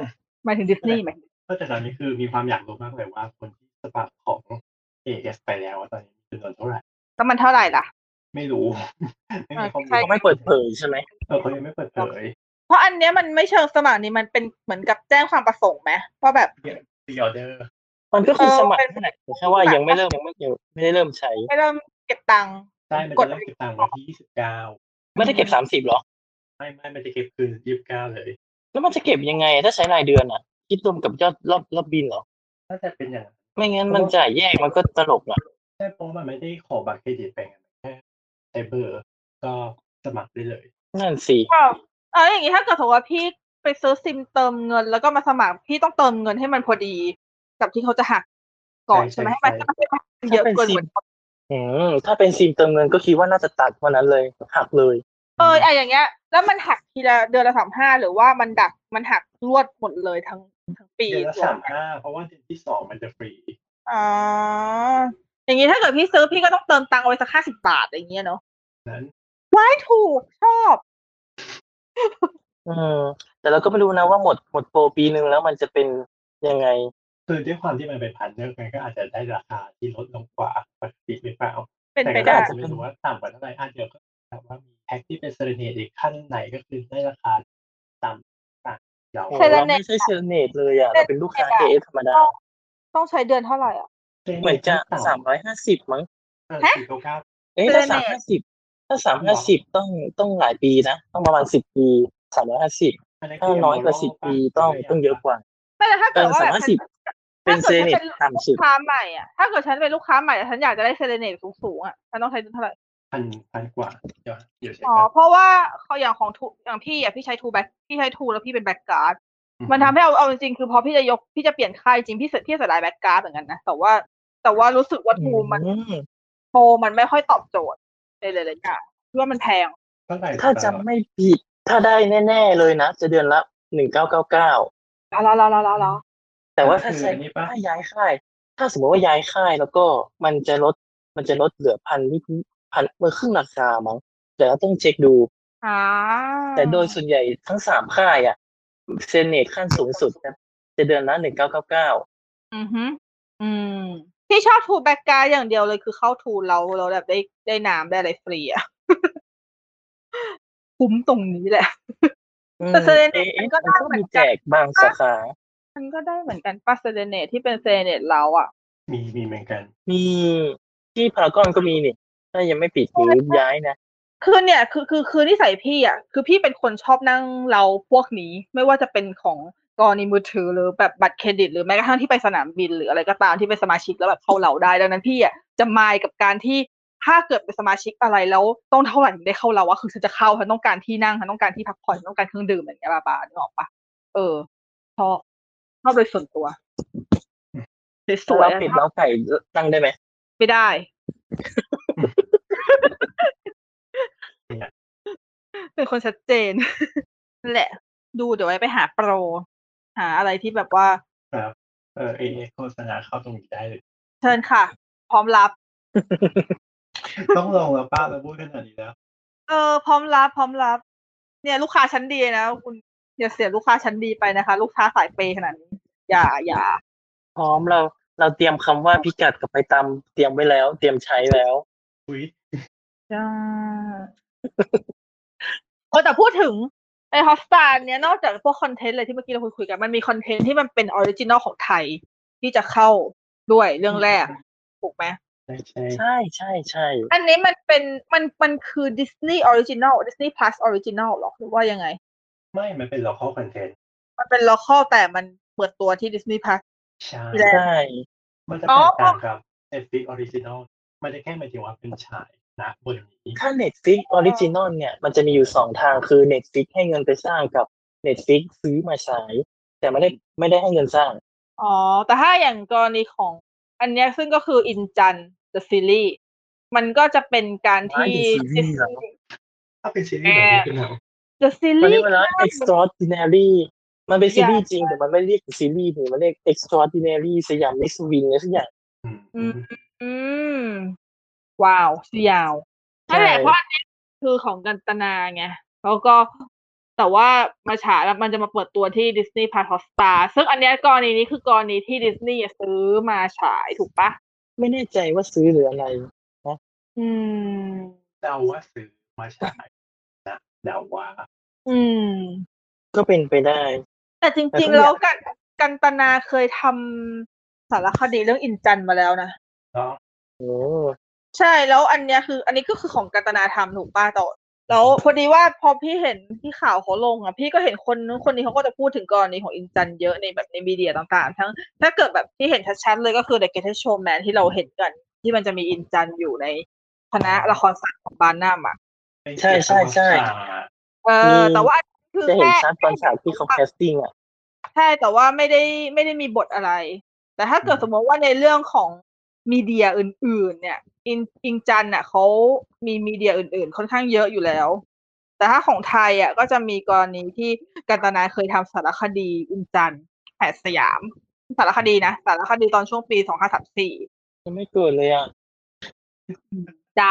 Speaker 2: [LAUGHS]
Speaker 4: หมายถึงดิสนีย์ไหมายถึง
Speaker 2: ก็แต่ตอนนี้คือมีความอยากรู้มากเลยว่าคนที่สปาของ AS ไปแล้วว่าตอนนี้มีจำนวนเท่าไหร่
Speaker 4: แล้วมันเท่าไหร่ล่ะ
Speaker 2: ไม่รู้ [LAUGHS] ไม่มีข้อมู
Speaker 4: ใช่
Speaker 2: ล
Speaker 3: เขาไม่เปิดเผยใช่ไหม
Speaker 2: เออเขายังไม่เปิดเผย
Speaker 4: เพราะอันเนี้ยมันไม่เชิงสมัครนี่มันเป็นเหมือนกับแจ้งความประสงค์ไหมว่าแบบ
Speaker 2: ตีออเดอร์
Speaker 3: มันก็คือ
Speaker 4: เออ
Speaker 3: สมัคร
Speaker 4: เป็น
Speaker 3: นั่นแหละแต่แค่ว่า
Speaker 4: สมัคร
Speaker 3: ยังไม่เริ่มยังไม่ยังไม่ได้เริ่มใช้
Speaker 4: ไม่เริ่มเก็บตังค์
Speaker 2: ใช่ มัน
Speaker 4: ก
Speaker 2: จะ
Speaker 4: ด
Speaker 2: เริ่มเก็บตังค์วันที่ 29
Speaker 3: ไม่ได้เก็บสามสิบหรอ
Speaker 2: ไม่ไม่มันจะเก็บคืน 29 เลย
Speaker 3: แล้วมันจะเก็บยังไง ถ้าใช้รายเดือนอ่ะ คิดรวมกับยอดรอบรอบบินเหรอ
Speaker 2: ถ้าจะเป็นอย่างนั้น
Speaker 3: ไม่งั้นมันจ่ายแยกมันก็ตลกอ่ะ
Speaker 2: ใช่เพราะว่ามันไม่ได้ขอบัตรเครดิตไปไงแค่ใช้เบอร์ก็สมัครได้เลย
Speaker 3: นั่นสิ
Speaker 4: เออเอออย่างงี้ถ้าเกิดสมมติว่าพี่ไปซื้อซิมเติมเงิน แล้วก็มาสมัครพี่ต้องเติมเงินให้มันพอดี กับที่เขาจะหักก่อน
Speaker 2: ใช่
Speaker 4: ใช่ไหม
Speaker 2: ใช่
Speaker 4: ให้มันให้มันเยอะเกินกว่า
Speaker 3: อืมถ้าเป็นซิมเติมเงินก็คิดว่าน่าจะตัดวันนั้นเลยหักเลย
Speaker 4: เอออะอย่างเงี้ย แล้วมันหักทีละเดือนละสามห้าหรือว่ามันดักมันหักรวดหมดเลยทั้งทั้งปี
Speaker 2: เดือนละ 35 เพราะว่าเดือนที่ 2 มันจะฟรี
Speaker 4: อ๋ออย่างงี้ถ้าเกิดพี่ซื้อพี่ก็ต้องเติมตังค์เอาไว้สักห้าสิบบาทอย่างเงี้ยเนาะ
Speaker 2: นั้น
Speaker 4: ไม่ถูกชอบ
Speaker 3: อืมแต่เราก็ไม่รู้นะว่าหมดหมดโปรปีหนึ่งแล้วมันจะเป็นยังไง
Speaker 2: คือด้วยความที่มันเป็นพันเนอร์มันก็อาจจะได้ราคาที่ลดลงกว่าปกติหรือเปล่า
Speaker 4: เป็นไป
Speaker 2: แต่ก็
Speaker 4: ได้
Speaker 2: อาจจะไม่รู้ว่าต่ำกว่าเท่าไหร่อ่ะเดี๋ยวก็แบบว่ามีแพ็กที่เป็นเซเลเนตอีกขั้นไหนก็คือได้ราคาต่ำต่างเรา
Speaker 3: โอ้โหเราไม่ใช่เซอร์เนตเลยอ่ะ เราเป็นลูกค้าเอเอธรรมดา
Speaker 4: ต้องใช้เดือนเท่าไหร่อ่ะ
Speaker 3: เหมือนจะสามร้อยห้าสิบมั้ง
Speaker 2: ฮะสี่เก้าเก้า
Speaker 3: เอ๊ะถ้าสามห้าสิบถ้าสามห้าสิบต้องต้องหลายปีนะ ต้องประมาณสิบปีสามร้อยห้าสิบ
Speaker 2: อันนั้น
Speaker 3: ถ้า
Speaker 2: คือ
Speaker 3: น้อยกว่าสิบปีต้องต้องเยอะกว่า
Speaker 4: ไม่แต่ถ้า
Speaker 3: เอ
Speaker 4: เกิด
Speaker 3: อ
Speaker 4: ว่า
Speaker 3: สาม
Speaker 4: แบบ
Speaker 3: ห้าสิบเป็
Speaker 4: ถ้าน
Speaker 3: เซ
Speaker 4: เกิด
Speaker 3: เน
Speaker 4: ฉัน
Speaker 3: ต
Speaker 4: เป็นลู
Speaker 3: ต่ำสุ
Speaker 4: ก
Speaker 3: ด
Speaker 4: ค้าใหม่อ่ะ ถ้าเกิดฉันเป็นลูกค้าใหม่แต่ฉันอยากจะได้เซเลเนตสูงๆอ่ะ ฉันต้องใช้เดือนเท่าไหร่
Speaker 2: พันพันกว่า เดี๋ยวเดี๋ยวเช็ค
Speaker 4: อ๋อ
Speaker 2: ก่อน
Speaker 4: เพราะว่าเขาอย่างของทูอย่างพี่อ่ะพี่ใช้ทูแบ็คพี่ใช้ทูแล้วพี่เป็นแบ็กการ์ด
Speaker 2: อื
Speaker 4: มันทำให้เอาเอาจริงๆคือพอพี่จะยกพี่จะเปลี่ยนค่ายจริงพี่เสียพี่เสียดายแบ็กการ์ดเหมือนกันนะ แต่ว่าแต่ว่ารู้สึกว่าทูมัน
Speaker 3: อืม
Speaker 4: โปรมันไม่ค่อยตอบโจทย์ในหลายๆอย่างที่ว่ามันแพง
Speaker 2: เท่าไหร่
Speaker 3: ถ้าจำไม่ผิดถ้าได้แน่ ๆเลยนะ จะเดือนละหนึ่งเก้าเก้าเก้า
Speaker 4: แล้วแล้วแล้วแล้วแล้ว
Speaker 3: แต่ว่าถ้าใช้
Speaker 2: อันนี้ปะ
Speaker 3: ถ้าย้ายค่าย ถ้าสมมติว่าย้ายค่ายแล้วก็มันจะลดมันจะลดเหลือพันนิดพันเมื่อครึ่งราคามั้งแต่เราต้องเช็คดู
Speaker 4: อ่า
Speaker 3: แต่โดยส่วนใหญ่ทั้งสามค่ายอ่ะเซเนตขั้นสูงสุดจะจะเดือนละหนึ่งเก้าเก้าเก้า
Speaker 4: อือฮึอืมที่ชอบทูแบ็กการ์ดอย่างเดียวเลยคือเข้าทูเราเราแบบได้ได้น้ำได้อะไรฟรีอ่ะ คุ้มตรงนี้แหละ แต่ Serenade มันก็ได้เหมือนกัน
Speaker 3: มีแจกบางสาขา
Speaker 4: มันก็ได้เหมือนกันป้าเซเลเนตที่เป็นเซเลเนตเราอ่ะ
Speaker 2: มีมีเหมือนกัน
Speaker 3: มีที่พารากอนก็มีนี่ ถ้ายังไม่ปิดหรือย้ายนะ
Speaker 4: คือเนี่ยคือคือคือนิสัยพี่อ่ะคือพี่เป็นคนชอบนั่งเราพวกนี้ ไม่ว่าจะเป็นของกรณีมือถือหรือแบบบัตรเครดิต หรือแม้กระทั่งที่ไปสนามบินหรืออะไรก็ตามที่เป็นสมาชิกแล้วแบบเข้าเหล่าได้ดังนั้นพี่อ่ะจะมายกับการที่ถ้าเกิดเป็นสมาชิกอะไรแล้วต้องเท่าไหร่ถึงได้เข้าเราวะคือฉันจะเข้าฉันต้องการที่นั่งฉันต้องการที่พักผ่อนฉันต้องการเครื่องดื่มอะไรอย่างเงี้ยบ้าบาๆนึกออกปะเออชอบชอบโดยส่วนตัวสวย
Speaker 3: ถ้า
Speaker 4: ๆ
Speaker 3: เรา
Speaker 4: อะ
Speaker 3: ปิดเล้าไก่ตั้งได้ไหม
Speaker 4: ไม่ได้ เป็นคนชัดเจน นั่นแหละ ดูเดี๋ยวไว้ไปหาโปร หาอะไรที่แบบว่า
Speaker 2: เออเอเอโฆษณาเข้าตรงนี้ได้เลย
Speaker 4: เชิญค่ะ พร้อมรับ
Speaker 2: ต้องลงแล้วป้าเราพูดขนาดนี้แล้ว
Speaker 4: เออ พร้อมรับ พร้อมรับ เนี่ย ลูกค้าชั้นดีนะคุณอย่าเสียลูกค้าชั้นดีไปนะคะ ลูกค้าสายเปย์ขนาดนี้ อย่าอย่า
Speaker 3: พร้อมเราเราเตรียมคำว่าพิกัดกับไปตามเตรียมไว้แล้ว เตรียมใช้แล้ว
Speaker 2: อุย
Speaker 4: จ้าเออแต่พูดถึงไอฮอสตาเนี่ยนอกจากพวกคอนเทนต์อะไรที่เมื่อกี้เราคุยคุยกันมันมีคอนเทนต์ที่มันเป็นออริจินอลของไทย ที่จะเข้าด้วยเรื่องแรกถูกไหม
Speaker 2: ใช่ใช่
Speaker 3: ใช่ใช่ใช่
Speaker 4: อันนี้มันเป็นมันมันคือ Disney Original Disney Plus Original หรอหรือว่ายังไง
Speaker 2: ไม่มันเป็น local content
Speaker 4: มันเป็นล็อคอแต่มันเปิดตัวที่ Disney Plus
Speaker 2: ใช่
Speaker 4: ใช่
Speaker 3: ใช่
Speaker 2: มันจะ
Speaker 4: อ๋
Speaker 2: แต
Speaker 4: อ
Speaker 2: กต่างกับ Netflix Original มันจะแค่หมายถึงว่าเป็นฉายนะบนนี้
Speaker 3: ถ้า Netflix Original เนี่ย มันจะมีอยู่สองทางคือ Netflix ให้เงินไปสร้างกับ Netflix ซื้อมาใช้ แต่ไม่ได้ไม่ได้ให้เงินสร้าง
Speaker 4: อ๋อ แต่ถ้าอย่างกรณีของอันเนี้ยซึ่งก็คือ อินจัน The Series มันก็จะเป็นการที่
Speaker 3: อ๋อ The Series เหรอ
Speaker 4: Disney
Speaker 2: ถ้าเป็นซีรีส์แบบนี้คือหนัง
Speaker 4: The
Speaker 3: มันเรีย
Speaker 4: Series
Speaker 3: กว่าอะไร extraordinary มันเป็นซีรีส์จริง แต่มันไม่เรียกซีรีส์นี่มันเรียก extraordinary สยามมิสวินอะไรสักอย่าง
Speaker 2: อืม
Speaker 4: อืม อืม ว้าวชื่อยาว
Speaker 3: ใช่
Speaker 4: นั่นแหละเพราะอันเนี้ยคือของกันตนาไงแล้วก็แต่ว่ามาฉายแล้วมันจะมาเปิดตัวที่ Disney Plus Hotstar ซึ่งอันเนี้ยกรณีนี้คือกรณีที่ดิสนีย์ซื้อมาฉายถูกปะ
Speaker 3: ไม่แน่ใจว่าซื้อหรืออะไร
Speaker 4: อืม
Speaker 2: เดาว่าซื้อมาฉายนะเดาว่า
Speaker 4: อืม
Speaker 3: ก็เป็นไปได้
Speaker 4: แต่จริง
Speaker 3: แต่
Speaker 4: ๆ
Speaker 3: ก็อยาก
Speaker 4: แล้วกันกันตนาเคยทำสารคดีเรื่องอินจันมาแล้วนะ
Speaker 2: ก็
Speaker 3: โอ้
Speaker 4: ใช่แล้วอันเนี้ยคือ อันนี้ก็คือของกันตนาทำถูกป้าต่อแล้วพอดีว่าพอพี่เห็นที่ข่าวเขาลงอ่ะ พี่ก็เห็นคนนู้นคนนี้เขาก็จะพูดถึงกรณีของอินจันเยอะในแบบในมีเดียต่างๆ ทั้ง ถ้าเกิดแบบที่เห็นชัดๆเลยก็คือ The Greatest Showman ที่เราเห็นกัน ที่มันจะมีอินจันอยู่ในคณะละครศาสตร์ของบานนามอ่ะ
Speaker 2: ไม่เกี่ยวกับ
Speaker 3: ใช่ใช่ใช่
Speaker 2: อ่า
Speaker 4: เออ แต่ว่าอันนี้คือ
Speaker 3: จะเห็น
Speaker 4: แค่
Speaker 3: ชัดตอนฉากที่เขาแคสติ้งอ่ะ
Speaker 4: ใช่แต่ว่าไม่ได้ไม่ได้มีบทอะไร แต่ถ้าเกิดสมมติว่าในเรื่องของมีเดียอื่น ๆ เนี่ย อิงอิงจันน่ะเขามีมีเดียอื่น ๆ ค่อนข้างเยอะอยู่แล้ว แต่ถ้าของไทยอ่ะก็จะมีกรณีที่กันตนาเคยทำสารคดีอิงจันแผดสยาม สารคดีนะสารคดีตอนช่วงปีสองห้าสามสี่
Speaker 3: ยังไม่เกิดเลยอ่ะ
Speaker 4: จ้า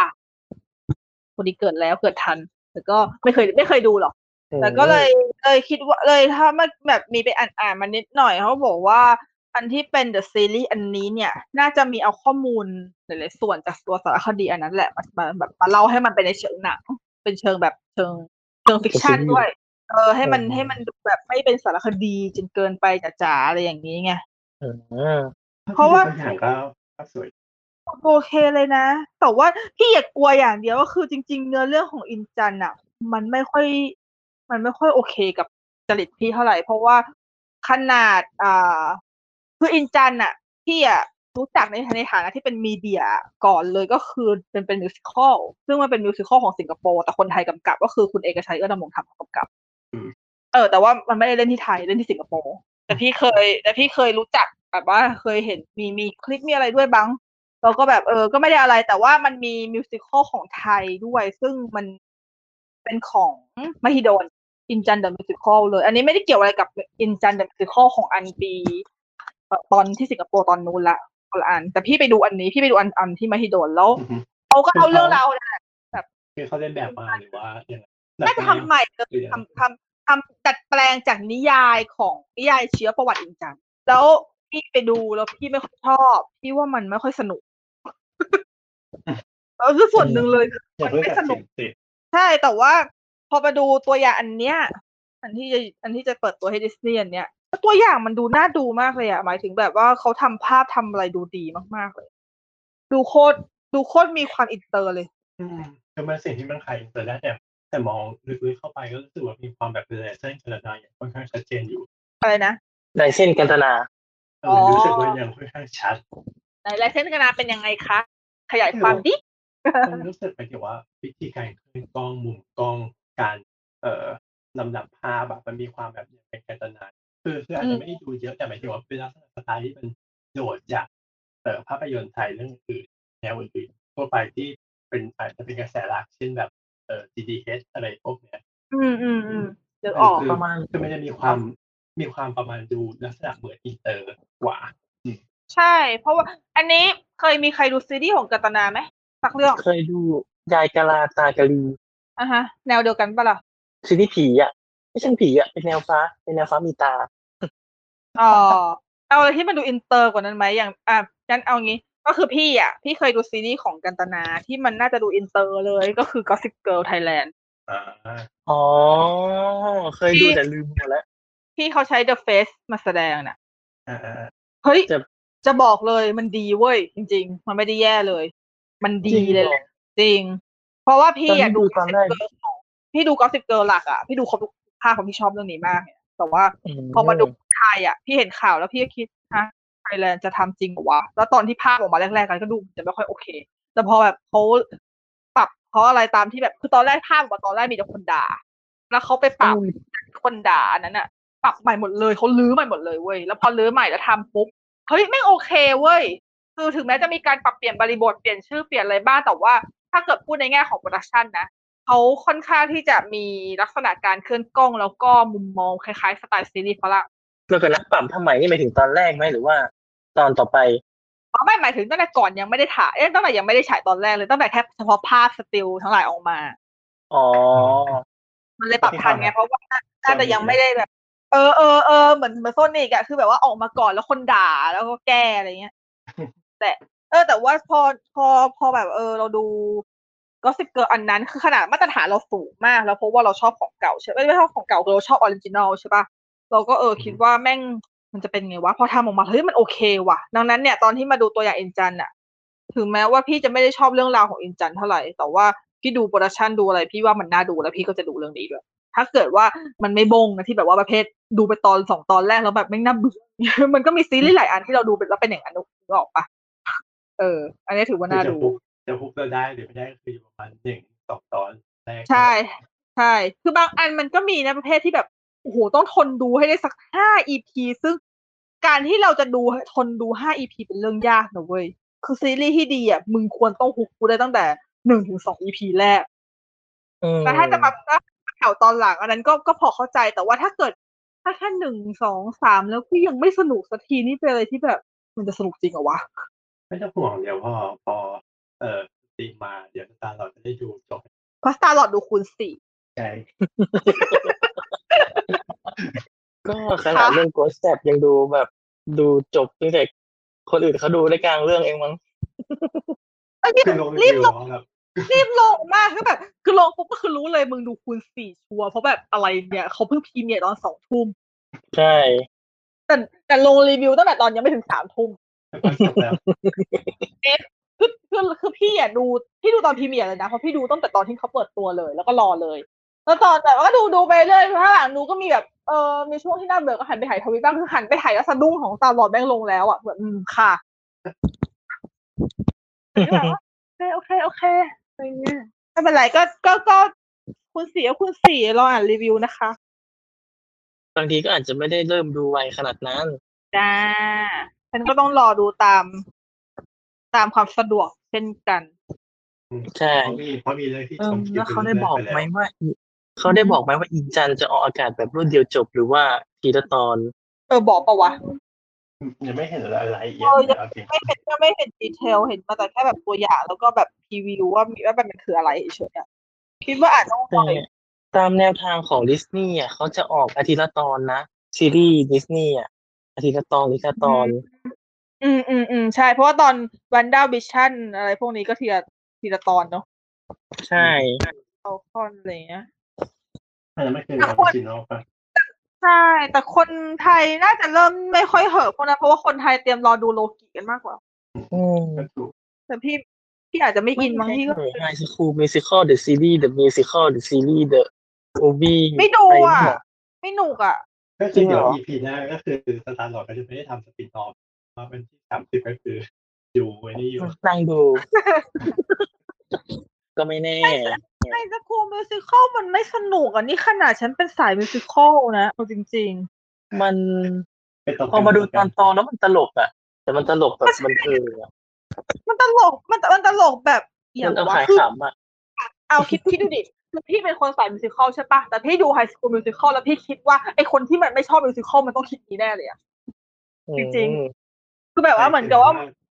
Speaker 4: คนนี้เกิดแล้วเกิดทันแต่ก็ไม่เคยไม่เคยดูหรอก แต่ก็เลยเลยคิดว่าเลยถ้ามาแบบมีไปอ่านอ่านมานิดหน่อยเขาบอกว่าอันที่เป็นเดอะซีรีส์อันนี้เนี่ย น่าจะมีเอาข้อมูลหลายๆส่วนจากตัวสารคดีอันนั้นแหละมามาแบบมาเล่าให้มันเป็นในเชิงหนังเป็นเชิงแบบเชิงเชิงฟิกชัน
Speaker 3: เป็นซีรีส์
Speaker 4: ด้วย เออ ให้มัน
Speaker 3: อืม
Speaker 4: ให้มันแบบไม่เป็นสารคดีจนเกินไปจ๋าๆอะไรอย่างนี้ไง
Speaker 3: อืม
Speaker 4: เพราะว่า
Speaker 2: ตัวอย่างก็ก็สวย
Speaker 4: โอเคเลยนะ แต่ว่าพี่อยากกลัวอย่างเดียวก็คือจริง ๆ เนื้อเรื่องของอินจันอะมันไม่ค่อย มันไม่ค่อยโอเคกับจริตพี่เท่าไหร่ เพราะว่าขนาดอ่าคืออินจันอะพี่อะรู้จักในในฐานะที่เป็นมีเดียก่อนเลยก็คือเป็นเป็นมิวสิควลซึ่งมันเป็นมิวสิควลของสิงคโปร์แต่คนไทยกำกับ ก็คือคุณเอกชัยเอื้อดำรงธรรมกำกับ
Speaker 2: อืม
Speaker 4: เออ แต่ว่ามันไม่ได้เล่นที่ไทยเล่นที่สิงคโปร์แต่พี่เคยแต่พี่เคยรู้จักแบบว่าเคยเห็นมีมีคลิปมีอะไรด้วยบ้าง เราก็แบบเออ ก็ไม่ได้อะไร แต่ว่ามันมีมิวสิควลของไทยด้วย ซึ่งมันเป็นของมหิดลอินจันเดอะมิวสิควลเลย อันนี้ไม่ได้เกี่ยวอะไรกับอินจันเดอะมิวสิควลของอันปีเอ่อตอนที่สิงคโปร์ตอนนู้นละคนละอัน แต่พี่ไปดูอันนี้พี่ไปดูอันอันที่มหิดลแล้ว
Speaker 2: อือฮึ
Speaker 4: เขาก็เอาเรื่องราวนะ
Speaker 2: คือเขาเล่นแบบมาหรือว่าอย่าง
Speaker 4: น่าจะทำใหม่เลย
Speaker 2: หรือยังไง
Speaker 4: ทำทำทำดัดแปลงจากนิยายของนิยายเชื้อประวัติอินจังแล้วพี่ไปดูแล้วพี่ไม่ค่อยชอบพี่ว่ามันไม่ค่อยสนุก [LAUGHS] แล้วคือส่วนหนึ่งเลยคือ
Speaker 2: อ
Speaker 4: มั
Speaker 2: ย่า
Speaker 4: น
Speaker 2: เพิ่ง
Speaker 4: ไม่
Speaker 2: ตัด
Speaker 4: สนุก
Speaker 2: สินสิ
Speaker 4: ใช่แต่ว่า พอมาดูตัวอย่างอันเนี้ย อันที่จะอันที่จะเปิดตัวให้ดิสนีย์อันเนี้ยตัวอย่างมันดูน่าดูมากเลยอะหมายถึงแบบว่าเขาทำภาพทำอะไรดูดีมากๆเลย ดูโคตรดูโคตรมีความอินเตอร์เลย
Speaker 2: อืมคือมันสิ่งที่มันขายอินเตอร์ได้แต่แต่มองลึกๆเข้าไปก็รู้สึกว่ามีความแบบเป็นเส้นกระดาษอย่างค่อนข้างชัดเจนอยู่
Speaker 4: อะไรนะ
Speaker 3: ลายเส้นกันตนา
Speaker 2: เออรู้สึกว่ายังค่อนข้างชัด
Speaker 4: ในลายเส้นกนาเป็นยังไงคะ ขยายความดิ
Speaker 2: มันรู้สึกไปเกี่ยวว่าวิธีการเคลื่อนกล้องมุมกล้องการ เอ่อลำดับภาพแบบมันมีความแบบเป็นการตนาคือคืออาจจะไม่ได้ดูเยอะแต่หมายถึงว่าเป็นลักษณะสไตล์ที่มันโดดจากเอ่อภาพยนตร์ไทยเรื่องอื่นแนวอื่นๆทั่วไปที่เป็นอาจจะเป็นกระแสหลักเช่นแบบเอ่อ GDH อะไรพวกเนี้ย
Speaker 4: อืมอืมอืมเดี๋ยว
Speaker 2: เอ
Speaker 4: อ
Speaker 2: อ
Speaker 4: อก
Speaker 2: คือ
Speaker 3: ประมาณ
Speaker 2: คือมันจะมีความมีความประมาณดูลักษณะเหมือนอินเตอร์กว่า
Speaker 4: ใช่ เพราะว่า อันนี้เคยมีใครดูซีรีส์ของกัตนาไหมสักเรื่อง
Speaker 3: เคยดูยายกาลาตากะลี
Speaker 4: อ่ะฮะ แนวเดียวกันปะล่ะ
Speaker 3: ซีรีส์ผีอ่ะ ไม่ใช่ผีอ่ะ เป็นแนวฟ้า เป็นแนวฟ้ามีตา
Speaker 4: อ๋อเอาอะไรที่มันดูอินเตอร์กว่านั้นไหมอย่างอ่ะงั้นเอางี้ ก็คือพี่อ่ะ พี่เคยดูซีรีส์ของกันตนาที่มันน่าจะดูอินเตอร์เลยก็คือ Gossip Girl Thailand
Speaker 2: อ่า
Speaker 3: อ๋อ เคยดูแต่ลืมหมดแล้ว
Speaker 4: ที่เขาใช้ The Face มาแสดงน่ะ
Speaker 2: อ่าอ่า
Speaker 4: เฮ้ย
Speaker 3: จะ
Speaker 4: จะบอกเลยมันดีเว้ย จริง ๆ มันไม่ได้แย่เลย มันดีเลยแหละ จริง เพราะว่าพี่อยากดู
Speaker 3: ตอน
Speaker 4: Gossip
Speaker 3: ที่ดูตอนแรก
Speaker 4: Girl พี่ดู Gossip Girl หลักอ่ะ พี่ดูครบทุกภาคของพี่ชอบเรื่องนี้มากเนี่ยแต่ว่า พอมาดูไทยอ่ะ พี่เห็นข่าวแล้วพี่ก็คิดฮะไทยแลนด์จะทำจริงเหรอวะ แล้วตอนที่ภาพออกมาแรกๆกันก็ดูจะไม่ค่อยโอเค แต่พอแบบเขาปรับเพราะอะไรตามที่แบบคือตอนแรกภาพออกมาตอนแรกมีแต่คนด่า แล้วเขาไปปรับคนด่าอันนั้นอ่ะ ปรับใหม่หมดเลยเขาลื้อใหม่หมดเลยเว้ยแล้วพอลื้อใหม่แล้วทำปุ๊บเฮ้ยไม่โอเคเว้ยคือถึงแม้จะมีการปรับเปลี่ยนบริบทเปลี่ยนชื่อเปลี่ยนอะไรบ้างแต่ว่า ถ้าเกิดพูดในแง่ของโปรดักชันนะ เขาค่อนข้างที่จะมีลักษณะการเคลื่อนกล้องแล้วก็มุมมองคล้ายๆสไตล์ซีรีส์ฝรั่ง
Speaker 3: แล้วก็นักปรับทำไมนี่หมายถึงตอนแรกไหมหรือว่า ตอนต่อไป
Speaker 4: อ๋อไม่หมายถึงตั้งแต่ก่อนยังไม่ได้ถ่ายเอ้ยตั้งแต่ยังไม่ได้ฉายตอนแรกเลยตั้งแต่แค่เฉพาะภาพสติลทั้งหลายออกมา
Speaker 3: อ๋อ
Speaker 4: มันเลยปรับทันไงเพราะว่าน่าจะยังไม่ได้แบบ เออเออเออเหมือนเหมือนโซนิกอะคือแบบว่าออกมาก่อนแล้วคนด่าแล้วก็แก้อะไรเงี้ยแต่ เออ แต่ว่าพอพอพอแบบเออ เราดูก็สิบเกิร์อันนั้นคือขนาดมาตรฐานเราสูงมากแล้วเพราะว่าเราชอบของเก่าใช่ไหมไม่ชอบของเก่าคือเราชอบออริจินอลใช่ปะเราก็เออคิดว่าแม่งมันจะเป็นไงวะพอทำออกมาเฮ้ยมันโอเคว่ะ ดังนั้นเนี่ยตอนที่มาดูตัวอย่างเอ็นจันอะถึงแม้ว่าพี่จะไม่ได้ชอบเรื่องราวของเอ็นจันเท่าไหร่ แต่ว่าพี่ดูโปรดักชันดูอะไร พี่ว่ามันน่าดูแล้วพี่ก็จะดูเรื่องนี้ด้วย ถ้าเกิดว่ามันไม่บงนะที่แบบว่าประเภทดูไปตอนสองตอนแรกแล้วแบบไม่งน่าเบื่อ [LAUGHS] มันก็มีซีรีส์หลายอันที่เราดูเป็นแล้วเป็นอย่างนั้นนึกออกปะเออ อันนี้ถือว่าน่า
Speaker 2: จะ
Speaker 4: ดู
Speaker 2: ฮุกจะฮุกเราได้หรือไม่ได้ก็คืออยู่ประมาณหนึ่งสองตอนแรก
Speaker 4: ใช่ ใช่ คือบางอันมันก็มีนะประเภทที่แบบ โอ้โห ต้องทนดูให้ได้สักห้า EP ซึ่งการที่เราจะดูทนดูห้า EP เป็นเรื่องยากนะเว้ย คือซีรีส์ที่ดีอ่ะ มึงควรต้องฮุกกูได้ตั้งแต่หนึ่งถึงสอง EP แรก
Speaker 3: อืม
Speaker 4: แต่ถ้าจะมาแถวตอนหลัง อันนั้นก็ก็พอเข้าใจ แต่ว่าถ้าเกิด ถ้าแค่หนึ่งสองสามแล้วก็ยังไม่สนุกสักทีนี่เป็นอะไรที่แบบ มันจะสนุกจริงเหรอวะ
Speaker 2: ไม่ต้องห่วงเดี๋ยวพอพอ เอ่อตีมาเดี๋ยวตาเราจะได้ดูจบ
Speaker 4: เพราะสตาร์ลอดดูคูณสี่
Speaker 2: ใช่
Speaker 3: ก็ขนาดเรื่องโกสแซบยังดูแบบดูจบตั้งแต่คนอื่นเขาดูได้กลางเรื่องเองมั้ง
Speaker 2: คือลงรี
Speaker 4: รี
Speaker 2: บบ ล
Speaker 4: ล
Speaker 2: ง
Speaker 4: ง
Speaker 2: ครับ
Speaker 4: รีบลงมากก็แบบ คือลงปุ๊บก็คือรู้เลยมึงดูคูณสี่ชัวร์เพราะแบบอะไรเนี่ยเขาเพิ่งพรีเมียร์ตอนสองทุ่ม
Speaker 3: ใช่
Speaker 4: แต่แต่ลงรีวิวตั้งแต่ตอนยังไม่ถึงสามทุ่ม
Speaker 2: แล้วก็จบ
Speaker 3: [LAUGHS]
Speaker 2: แล้ว
Speaker 4: คือคือคือพี่อ่ะดูพี่ดูตอนพรีเมียร์เลยนะเพราะพี่ดูตั้งแต่ตอนที่เขาเปิดตัวเลย แล้วก็รอเลย แล้วตอนแต่ว่าก็ดูดูไปเรื่อยข้างหลังดูก็มีแบบเออมีช่วงที่น่าเบื่อก็หันไปถ่ายทวิตบ้างคือหันไปถ่ายแล้วสะดุ้งของตาหลอดแม่งลงแล้วอ่ะแบบอืมค่ะก็แบบว่าโอเคโอเคโอเคอะไรเงี้ยไม่เป็นไรก็ก็ก็คุณสี่ก็คุณสี่รออ่านรีวิวนะคะ
Speaker 3: [LAUGHS] บางทีก็อาจจะไม่ได้เริ่มดูไวขนาดนั้น
Speaker 4: จ้าฉันก็ต้องรอดูตาม ตามความสะดวกเช่นกัน
Speaker 3: ใช่
Speaker 2: เขาะมีเพราะมีเรื่องที่
Speaker 3: เอ
Speaker 2: ช
Speaker 3: อ
Speaker 2: มคิ
Speaker 3: แล้ววเขาได้บอกไหม
Speaker 2: ปแล้ว
Speaker 3: ว่าอีเขาได้บอกไหมว่าอีจันจะออกอากาศแบบรวดเดียวจบหรือว่าทีละตอน
Speaker 4: เออบอกปะวะ
Speaker 2: ยังไม่เห็นอะไรอีก
Speaker 4: เออ
Speaker 2: โอเค
Speaker 4: ไม่เห็นก็ไม่เห็นดีเทล เห็นมาแต่แค่แบบตัวอย่าง แล้วก็แบบพรีวิวว่ามีว่ามันคืออะไรเฉยๆอะคิดว่าอาจต้องป
Speaker 3: แต่
Speaker 4: ล่อย
Speaker 3: ตามแนวทางของดิสนีย์อ่ะเขาจะออกอาทิตย์ละตอนนะ ซีรีส์ดิสนีย์อ่ะอาทิตย์ละตอนอาทิตย์ละตอน
Speaker 4: อืมอืมอืมใช่ เพราะว่าตอนวันด้าวิชั่นอะไรพวกนี้ก็ทีละทีละตอนเนาะ
Speaker 3: ใช่
Speaker 4: เอาคอนอะไรอย่างเงี้ย
Speaker 2: อันนั้นไม่เคยออริจินอลป่ะ
Speaker 4: ใช่ แต่คนไทยน่าจะเริ่มไม่ค่อยเหอะพวกนั้นเพราะว่าคนไทยเตรียมรอดูโลกิกันมากกว่า
Speaker 3: อืม
Speaker 2: ก็ถูก
Speaker 4: แต่พี่พี่อาจจะไม่อินบางที่ก็
Speaker 3: ไฮสคูลมิวสิคอลเดอะซีรีส์เดอะมิวสิคอลเดอะซีรีส์เดอะโอบี
Speaker 4: ไม่ดูอ่ะ ไม่หนุกอ่ะ
Speaker 2: ก็คือเดี๋ยว EP หน้าก็คือสตาร์ลอดก็จะไม่ได้ทำสปินออฟมาเป็นที่สามสิบก็คืออยู่ไว้นี่อยู่
Speaker 3: นั่งดู ก็ไม่แน่
Speaker 4: ไฮสคูลมิวสิคอลมันไม่สนุกอ่ะ นี่ขนาดฉันเป็นสายมิวสิคอลนะเอาจริง
Speaker 3: มัน
Speaker 2: เป็นตอน
Speaker 3: พอมาดูตอนตอนแล้วมันตลกอ่ะ แต่มันตลกแบบมันเอออะ
Speaker 4: ๆ มันตลกมันมันตลกแบบอ
Speaker 3: มั
Speaker 4: ย่าง
Speaker 3: นเอา
Speaker 4: ว่า
Speaker 3: ขาย
Speaker 4: คือ
Speaker 3: ขำอ่ะ
Speaker 4: เอาคิดคิดดูดิคือพี่เป็นคนสายมิวสิคอลใช่ปะแต่พี่ดูไฮสคูลมิวสิคอลแล้วพี่คิดว่าไอคนที่มันไม่ชอบมิวสิคอลมันต้องคิดนี้แน่เลยอ่ะ จริง คือแบบว่าเหมือนกับว่า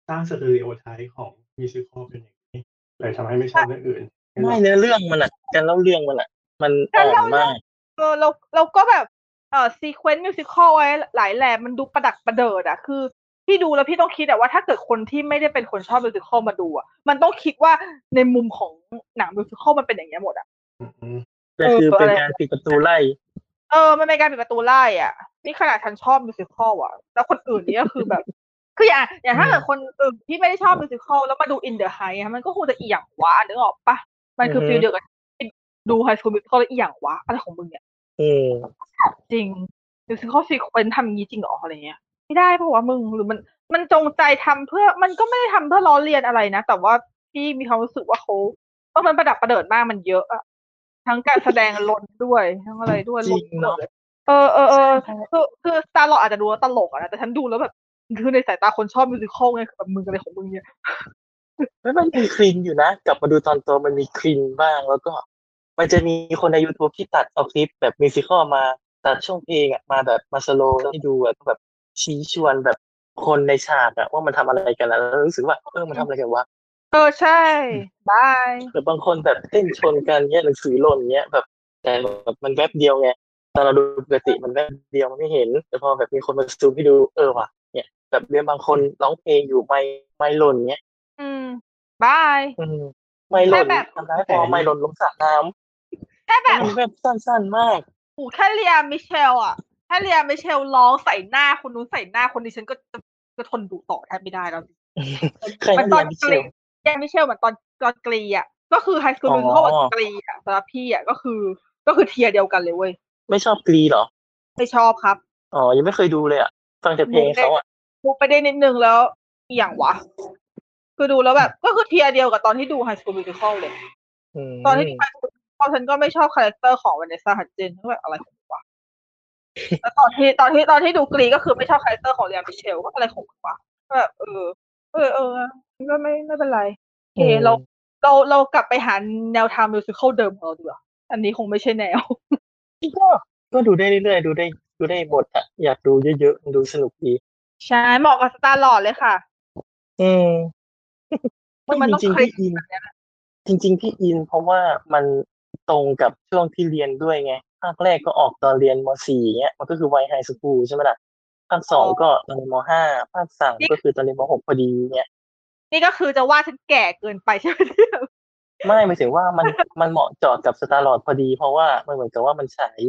Speaker 2: สร้างสเตอริโอไทป์ของมิวสิคอลเป็นอย่างนี้เลยทำให้ไม่ชอบเรื่องอื่น
Speaker 3: ไม่เนื้อเรื่องมันอ่ะการเล่าเรื่องมันอ่ะ มันอ่อนมาก
Speaker 4: เออเราเราก็แบบเออซีเควนต์มิวสิคอลไว้หลายแลมันดูประดักประเดิดอะคือพี่ดูแล้วพี่ต้องคิดแต่ว่าถ้าเกิดคนที่ไม่ได้เป็นคนชอบมิวสิคอลมาดูอะมันต้องคิดว่าในมุมของหนังมิวสิคอลมันเป็นอย่างเงี้ยหมดอะ
Speaker 2: อืม
Speaker 3: แต่คือเป็นการปิดประตูไล่
Speaker 4: เออมันเป็นการปิดประตูไล่อะนี่ขนาดฉันชอบมิวสิคอลอะแล้วคนอื่นนี่ก็คือแบบ [LAUGHS] คืออย่างอย่างถ้าเกิดคนอื่นที่ไม่ได้ชอบมิวสิคอลแล้วมาดูอินเดอะไฮมันก็คงจะอีหยังวะนึกออกปะมันคือฟีลเดียวกับที่ดูไฮสคูลมิวสิคอลแล้วอีหยังวะอะไรของมึงเนี่ย
Speaker 3: อืม
Speaker 4: จริงมิวสิคอลซีเควนทำอย่างนี้จริงเหรออะไรเงี้ยไม่ได้เพราะว่ามึงหรือมันมันจงใจทำเพื่อมันก็ไม่ได้ทำเพื่อล้อเลียนอะไรนะ แต่ว่าพี่มีความรู้สึกว่าเขาเพราะมันประดับประเดิดมากมันเยอะอะทั้งการแสดงล้นด้วยทั้งอะไรด้วย
Speaker 3: จ
Speaker 4: ล้
Speaker 3: ริ
Speaker 4: น
Speaker 3: งเนาะ
Speaker 4: เออเออเออคือคือตาหลออาจจะดูแล้วตลกอะนะแต่ฉันดูแล้วแบบคือในสายตาคนชอบมิวสิคอลไงแบบมึงอะไรของมึงเนี่ย
Speaker 3: ไม่มันมีคลินอยู่นะ กลับมาดูตอนโตมันมีคลินบ้างแล้วก็ มันจะมีคนใน YouTube ที่ตัดเอาคลิปแบบมิวสิคอลมาตัดช่วงเพลงอ่ะมาแบบมาสโลว์ให้ดูอะก็แบบชี้ชวนแบบคนในฉากอ่ะว่ามันทำอะไรกันแล้วแล้วรู้สึกว่าเออมันทำอะไรกันวะ
Speaker 4: เออใช่บาย
Speaker 3: หรือบางคนแบบเต้นชนกันเนี้ยหนังสือหล่นเนี้ยแบบแต่แบบมันแวบเดียวไงตอนเราดูปกติมันแวบเดียวมันไม่เห็น แต่พอแบบมีคนมาซูมให้ดูเออว่ะเนี่ย แบบเรียนบางคนร้องเพลงอยู่ไม่ไม่หล่นเนี้ย
Speaker 4: อืมบาย
Speaker 3: อืมไม่หล่น
Speaker 4: แค่แบบ
Speaker 3: ทำร้ายพอไม่หล่นลงสระน้
Speaker 4: แค่
Speaker 3: ำ
Speaker 4: แบบ
Speaker 3: มันแบบสั้นๆมาก
Speaker 4: กูแค่เรียมิเชลอะแค่เรียมิเชลร้องใส่หน้าคนนู้นใส่หน้าคนนี้ฉันก็จะจะทนดูต่อแทบไม่ได้แล้ว
Speaker 3: ใคร
Speaker 4: มั
Speaker 3: นั่
Speaker 4: น
Speaker 3: น
Speaker 4: ต
Speaker 3: เรี
Speaker 4: อย นกรี
Speaker 3: นมิเชล
Speaker 4: แกไม่เชื่อเหมือนตอนตอนกรีอ่ะ ก็คือไฮสคูล
Speaker 3: อ๋อ
Speaker 4: มิวสิคอลกับกรีอ่ะสำหรับพี่อ่ะก็คือ ก็คือเทียร์เดียวกันเลยเว้ย
Speaker 3: ไม่ชอบกรีเหรอ
Speaker 4: ไม่ชอบครับ
Speaker 3: อ๋อ ยังไม่เคยดูเลยอ่ะ ฟังแต่เพลงเขาอ่ะ
Speaker 4: มูไปได้นิดนึงแล้วอหย่างวะ คือดูแล้วแบบ ก็คือเทียร์เดียวกับตอนที่ดูไฮสคูลมิวสิคอลเลย
Speaker 3: อืม
Speaker 4: ตอนที่ดูไฮสคูลมิวสิคอลฉันก็ไม่ชอบคาแรคเตอร์ของวันเนสซาฮัดเจนก็แบบอะไรของมึงวะแล้วตอนที่ตอนที่ตอนที่ดูกรีก็คือไม่ชอบคาแรคเตอร์ของเรียมิเชลก็อะไรของมึงวะก็แบบเออเออเออก็ไม่ไม่เป็นไรโอเคเรา เราเรากลับไปหาแนวทางมิวสิควลเดิมของเราดีกว่า อันนี้คงไม่ใช่แนว
Speaker 3: ก็ก็ดูได้เรื่อยๆ ดูได้ดูได้หมดอ่ะ อยากดูเยอะๆ ดูสนุกดี
Speaker 4: ใช่เหมาะกับสตาร์หลอดเลยค่ะ
Speaker 3: อืม
Speaker 4: คือมัน
Speaker 3: ไม่
Speaker 4: ต้อง
Speaker 3: จริงๆ
Speaker 4: คลิก
Speaker 3: พี่อิน จริง ๆ พี่อิน เพราะว่ามันตรงกับช่วงที่เรียนด้วยไง ภาคแรกก็ออกตอนเรียนมสี่อย่างเงี้ย มันก็คือวัยไฮสคูลใช่ไหมล่ะ ภาคสองก็ตอนเรียนมห้า ภาคสามก็คือตอนเรียนมหกพอดีเนี่ย
Speaker 4: นี่ก็คือจะว่าฉันแก่เกินไปใช่ไหมเนี่ย
Speaker 3: ไม่หมายถึงว่า
Speaker 4: [LAUGHS]
Speaker 3: มันมันเหมาะเจอดกับสตาร์ลอร์ดพอดี เพราะว่ามันเหมือนกับว่ามันฉาย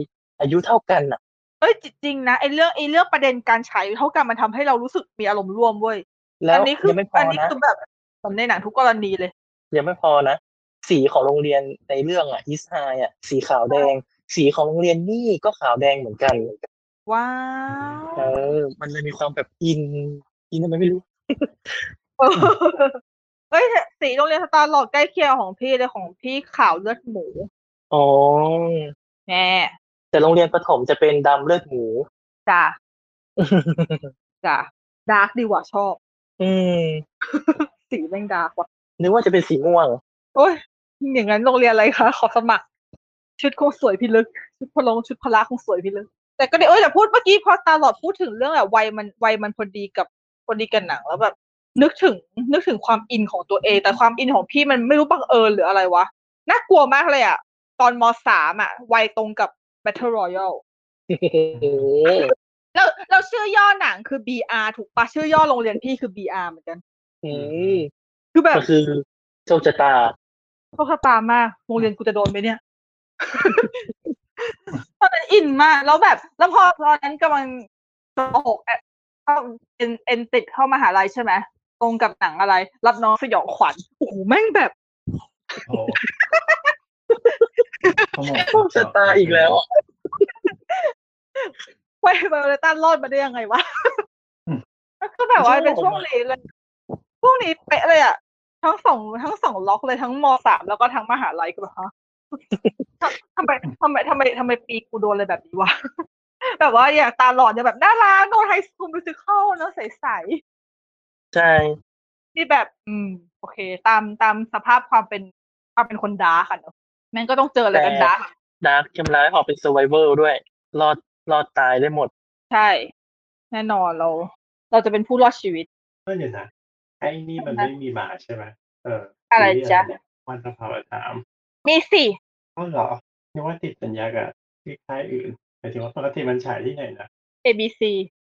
Speaker 3: อายุเท่ากันอ่ะ
Speaker 4: เอ้ยจริงๆนะไอเรื่องไอเรื่องประเด็นการใช้เท่ากันมันทำให้เรารู้สึกมีอารมณ์ร่วมเว้ย
Speaker 3: แล้
Speaker 4: อั
Speaker 3: วน
Speaker 4: นี้คือ
Speaker 3: ยังไม่พอ
Speaker 4: อันนี้
Speaker 3: นะ
Speaker 4: คือแบบทำในหนังทุกกรณีเลย
Speaker 3: ยังไม่พอนะ สีของโรงเรียนในเรื่องอ่ะอีสไฮอ่ะ สีขาวแดง สีของโรงเรียนนี่ก็ขาวแดงเหมือนกัน
Speaker 4: ว้า
Speaker 3: [LAUGHS] เอ
Speaker 4: ว
Speaker 3: อ มันเลยมีความแบบอิน อินทำไมไม่รู้
Speaker 4: เอ้ยสีโรงเรียนสตาร์หลอดใกล้เคียงของพี่เลยของพี่ขาวเลือดหมู
Speaker 3: อ๋อ
Speaker 4: แน่
Speaker 3: แต่โรงเรียนประถมจะเป็นดำเลือดหมู
Speaker 4: จ้ะจ้ะดาร์กดีกว่าชอบ
Speaker 3: [LAUGHS] อืม
Speaker 4: สีแม่งดาร์กว่ะ
Speaker 3: นึกว่าจะเป็นสี [LAUGHS] ม่วง
Speaker 4: โอ้ยอย่างนั้นโรงเรียนอะไรคะ ขอสมัคร ชุดคงสวยพิลึก ชุดพลงชุดพละคงสวยพิลึก แต่ก็เดี๋ยวเอ้ยแต่พูดเมื่อกี้พอตาหลอดพูดถึงเรื่องแบบวัยมันวัยมันพอดีกับพอดีกันหนังแล้วแบบ นึกถึง นึกถึงความอินของตัวเอง แต่ความอินของพี่มันไม่รู้บังเอิญหรืออะไรวะ น่ากลัวมากเลยอะตอนมสามอะวัยตรงกับ Battle Royale แล้วแล้วชื่อย่อหนังคือ BR ถูกปะชื่อย่อโรงเรียนพี่คือ BR เหมือนกัน
Speaker 3: อืม
Speaker 4: คือแบบ
Speaker 3: ก็คือโชคชะตา
Speaker 4: โชคชะตามากโรงเรียนกูจะโดนไหมเนี่ย ตอนนั้นอินมากแล้วแบบ แล้วพอตอนนั้นกำลังปหกอะเข้าเอ็นเอ็นติดเข้ามหาลัยใช่ไหมตรงกับหนังอะไร รับน้องสยองขวัญโอ้โหแม่งแบบ
Speaker 5: โอ้เขาบอก
Speaker 3: โชคชะตาอีกแล้วอะ
Speaker 4: ไว้บริตันรอดมาได้ยังไงวะ ก็แบบว่าเป็นช่วงนี้เลยช่วงนี้เป๊ะเลยอ่ะทั้งสองทั้งสองล็อกเลยทั้งมสามแล้วก็ทั้งมหาลัยก็แบบฮะทำไมทำไมทำไมทำไมปีกูโดนอะไรแบบนี้วะแบบว่าอย่างตาหลอดเนี่ยแบบน่ารักโดนไฮสคูลมิวสิคอลเนาะใสๆ
Speaker 3: ใช่
Speaker 4: ที่แบบ อืม โอเค ตามตามสภาพความเป็นความเป็นคนดาร์กอะเนอะแม่งก็ต้องเจออะไรกัน
Speaker 3: แต่
Speaker 4: ดาร์กอะ
Speaker 3: ดาร์กทำร้ายออกเป็น s u r v i v o r ด้วย รอดรอดตายได้หมด
Speaker 4: ใช่ แน่นอนเรา เราจะเป็นผู้รอดชีวิต
Speaker 2: ก็เดี๋ยวนะไอ้นี่มันไม่มีหมาใช่ไหมเออ
Speaker 4: อะไรจ๊ะ
Speaker 2: วันสภาวถาม
Speaker 4: มีสิ
Speaker 2: อ้าวเหรอนึกว่าติดสัญญากับที่ค่ายอื่นหมายถึงว่าปกติมันฉายที่ไหนนะ
Speaker 4: ABC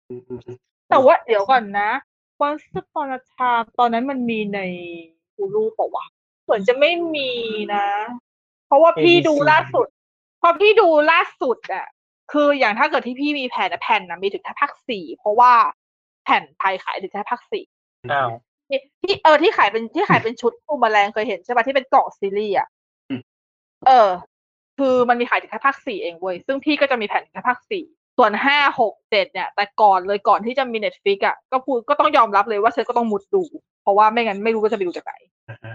Speaker 2: อืมอืมอืม
Speaker 4: แต่ว่าเดี๋ยวก่อนนะ Once Upon a Time ตอนนั้นมันมีใน Hulu เปล่าวะเหมือนจะไม่มีนะ เพราะว่าพี่
Speaker 3: ABC
Speaker 4: ดูล่าสุด เพราะพี่ดูล่าสุดอะคืออย่างถ้าเกิดที่พี่มีแผ่นนะแผ่นนะมีถึงแค่ภาคสี่เพราะว่าแผ่นไทยขายถึงแค่ภาคสี่
Speaker 3: อ้าว
Speaker 4: ที่ที่เออที่ขายเป็นที่ขายเป็นชุดปูมแมลงเคยเห็นใช่ปะที่เป็นกล่องซีรีส์อ่ะ
Speaker 5: อืม
Speaker 4: เออ คือมันมีขายถึงแค่ภาคสี่เองเว้ย ซึ่งพี่ก็จะมีแผ่นถึงแค่ภาคสี่ส่วนห้าหกเจ็ดเนี่ย แต่ก่อนเลยก่อนที่จะมีเน็ตฟิกอ่ะก็พูดก็ต้องยอมรับเลยว่าฉันก็ต้องมุดดู เพราะว่าไม่งั้นไม่รู้ว่าจะไปดูจากไหน
Speaker 2: อ่าฮะ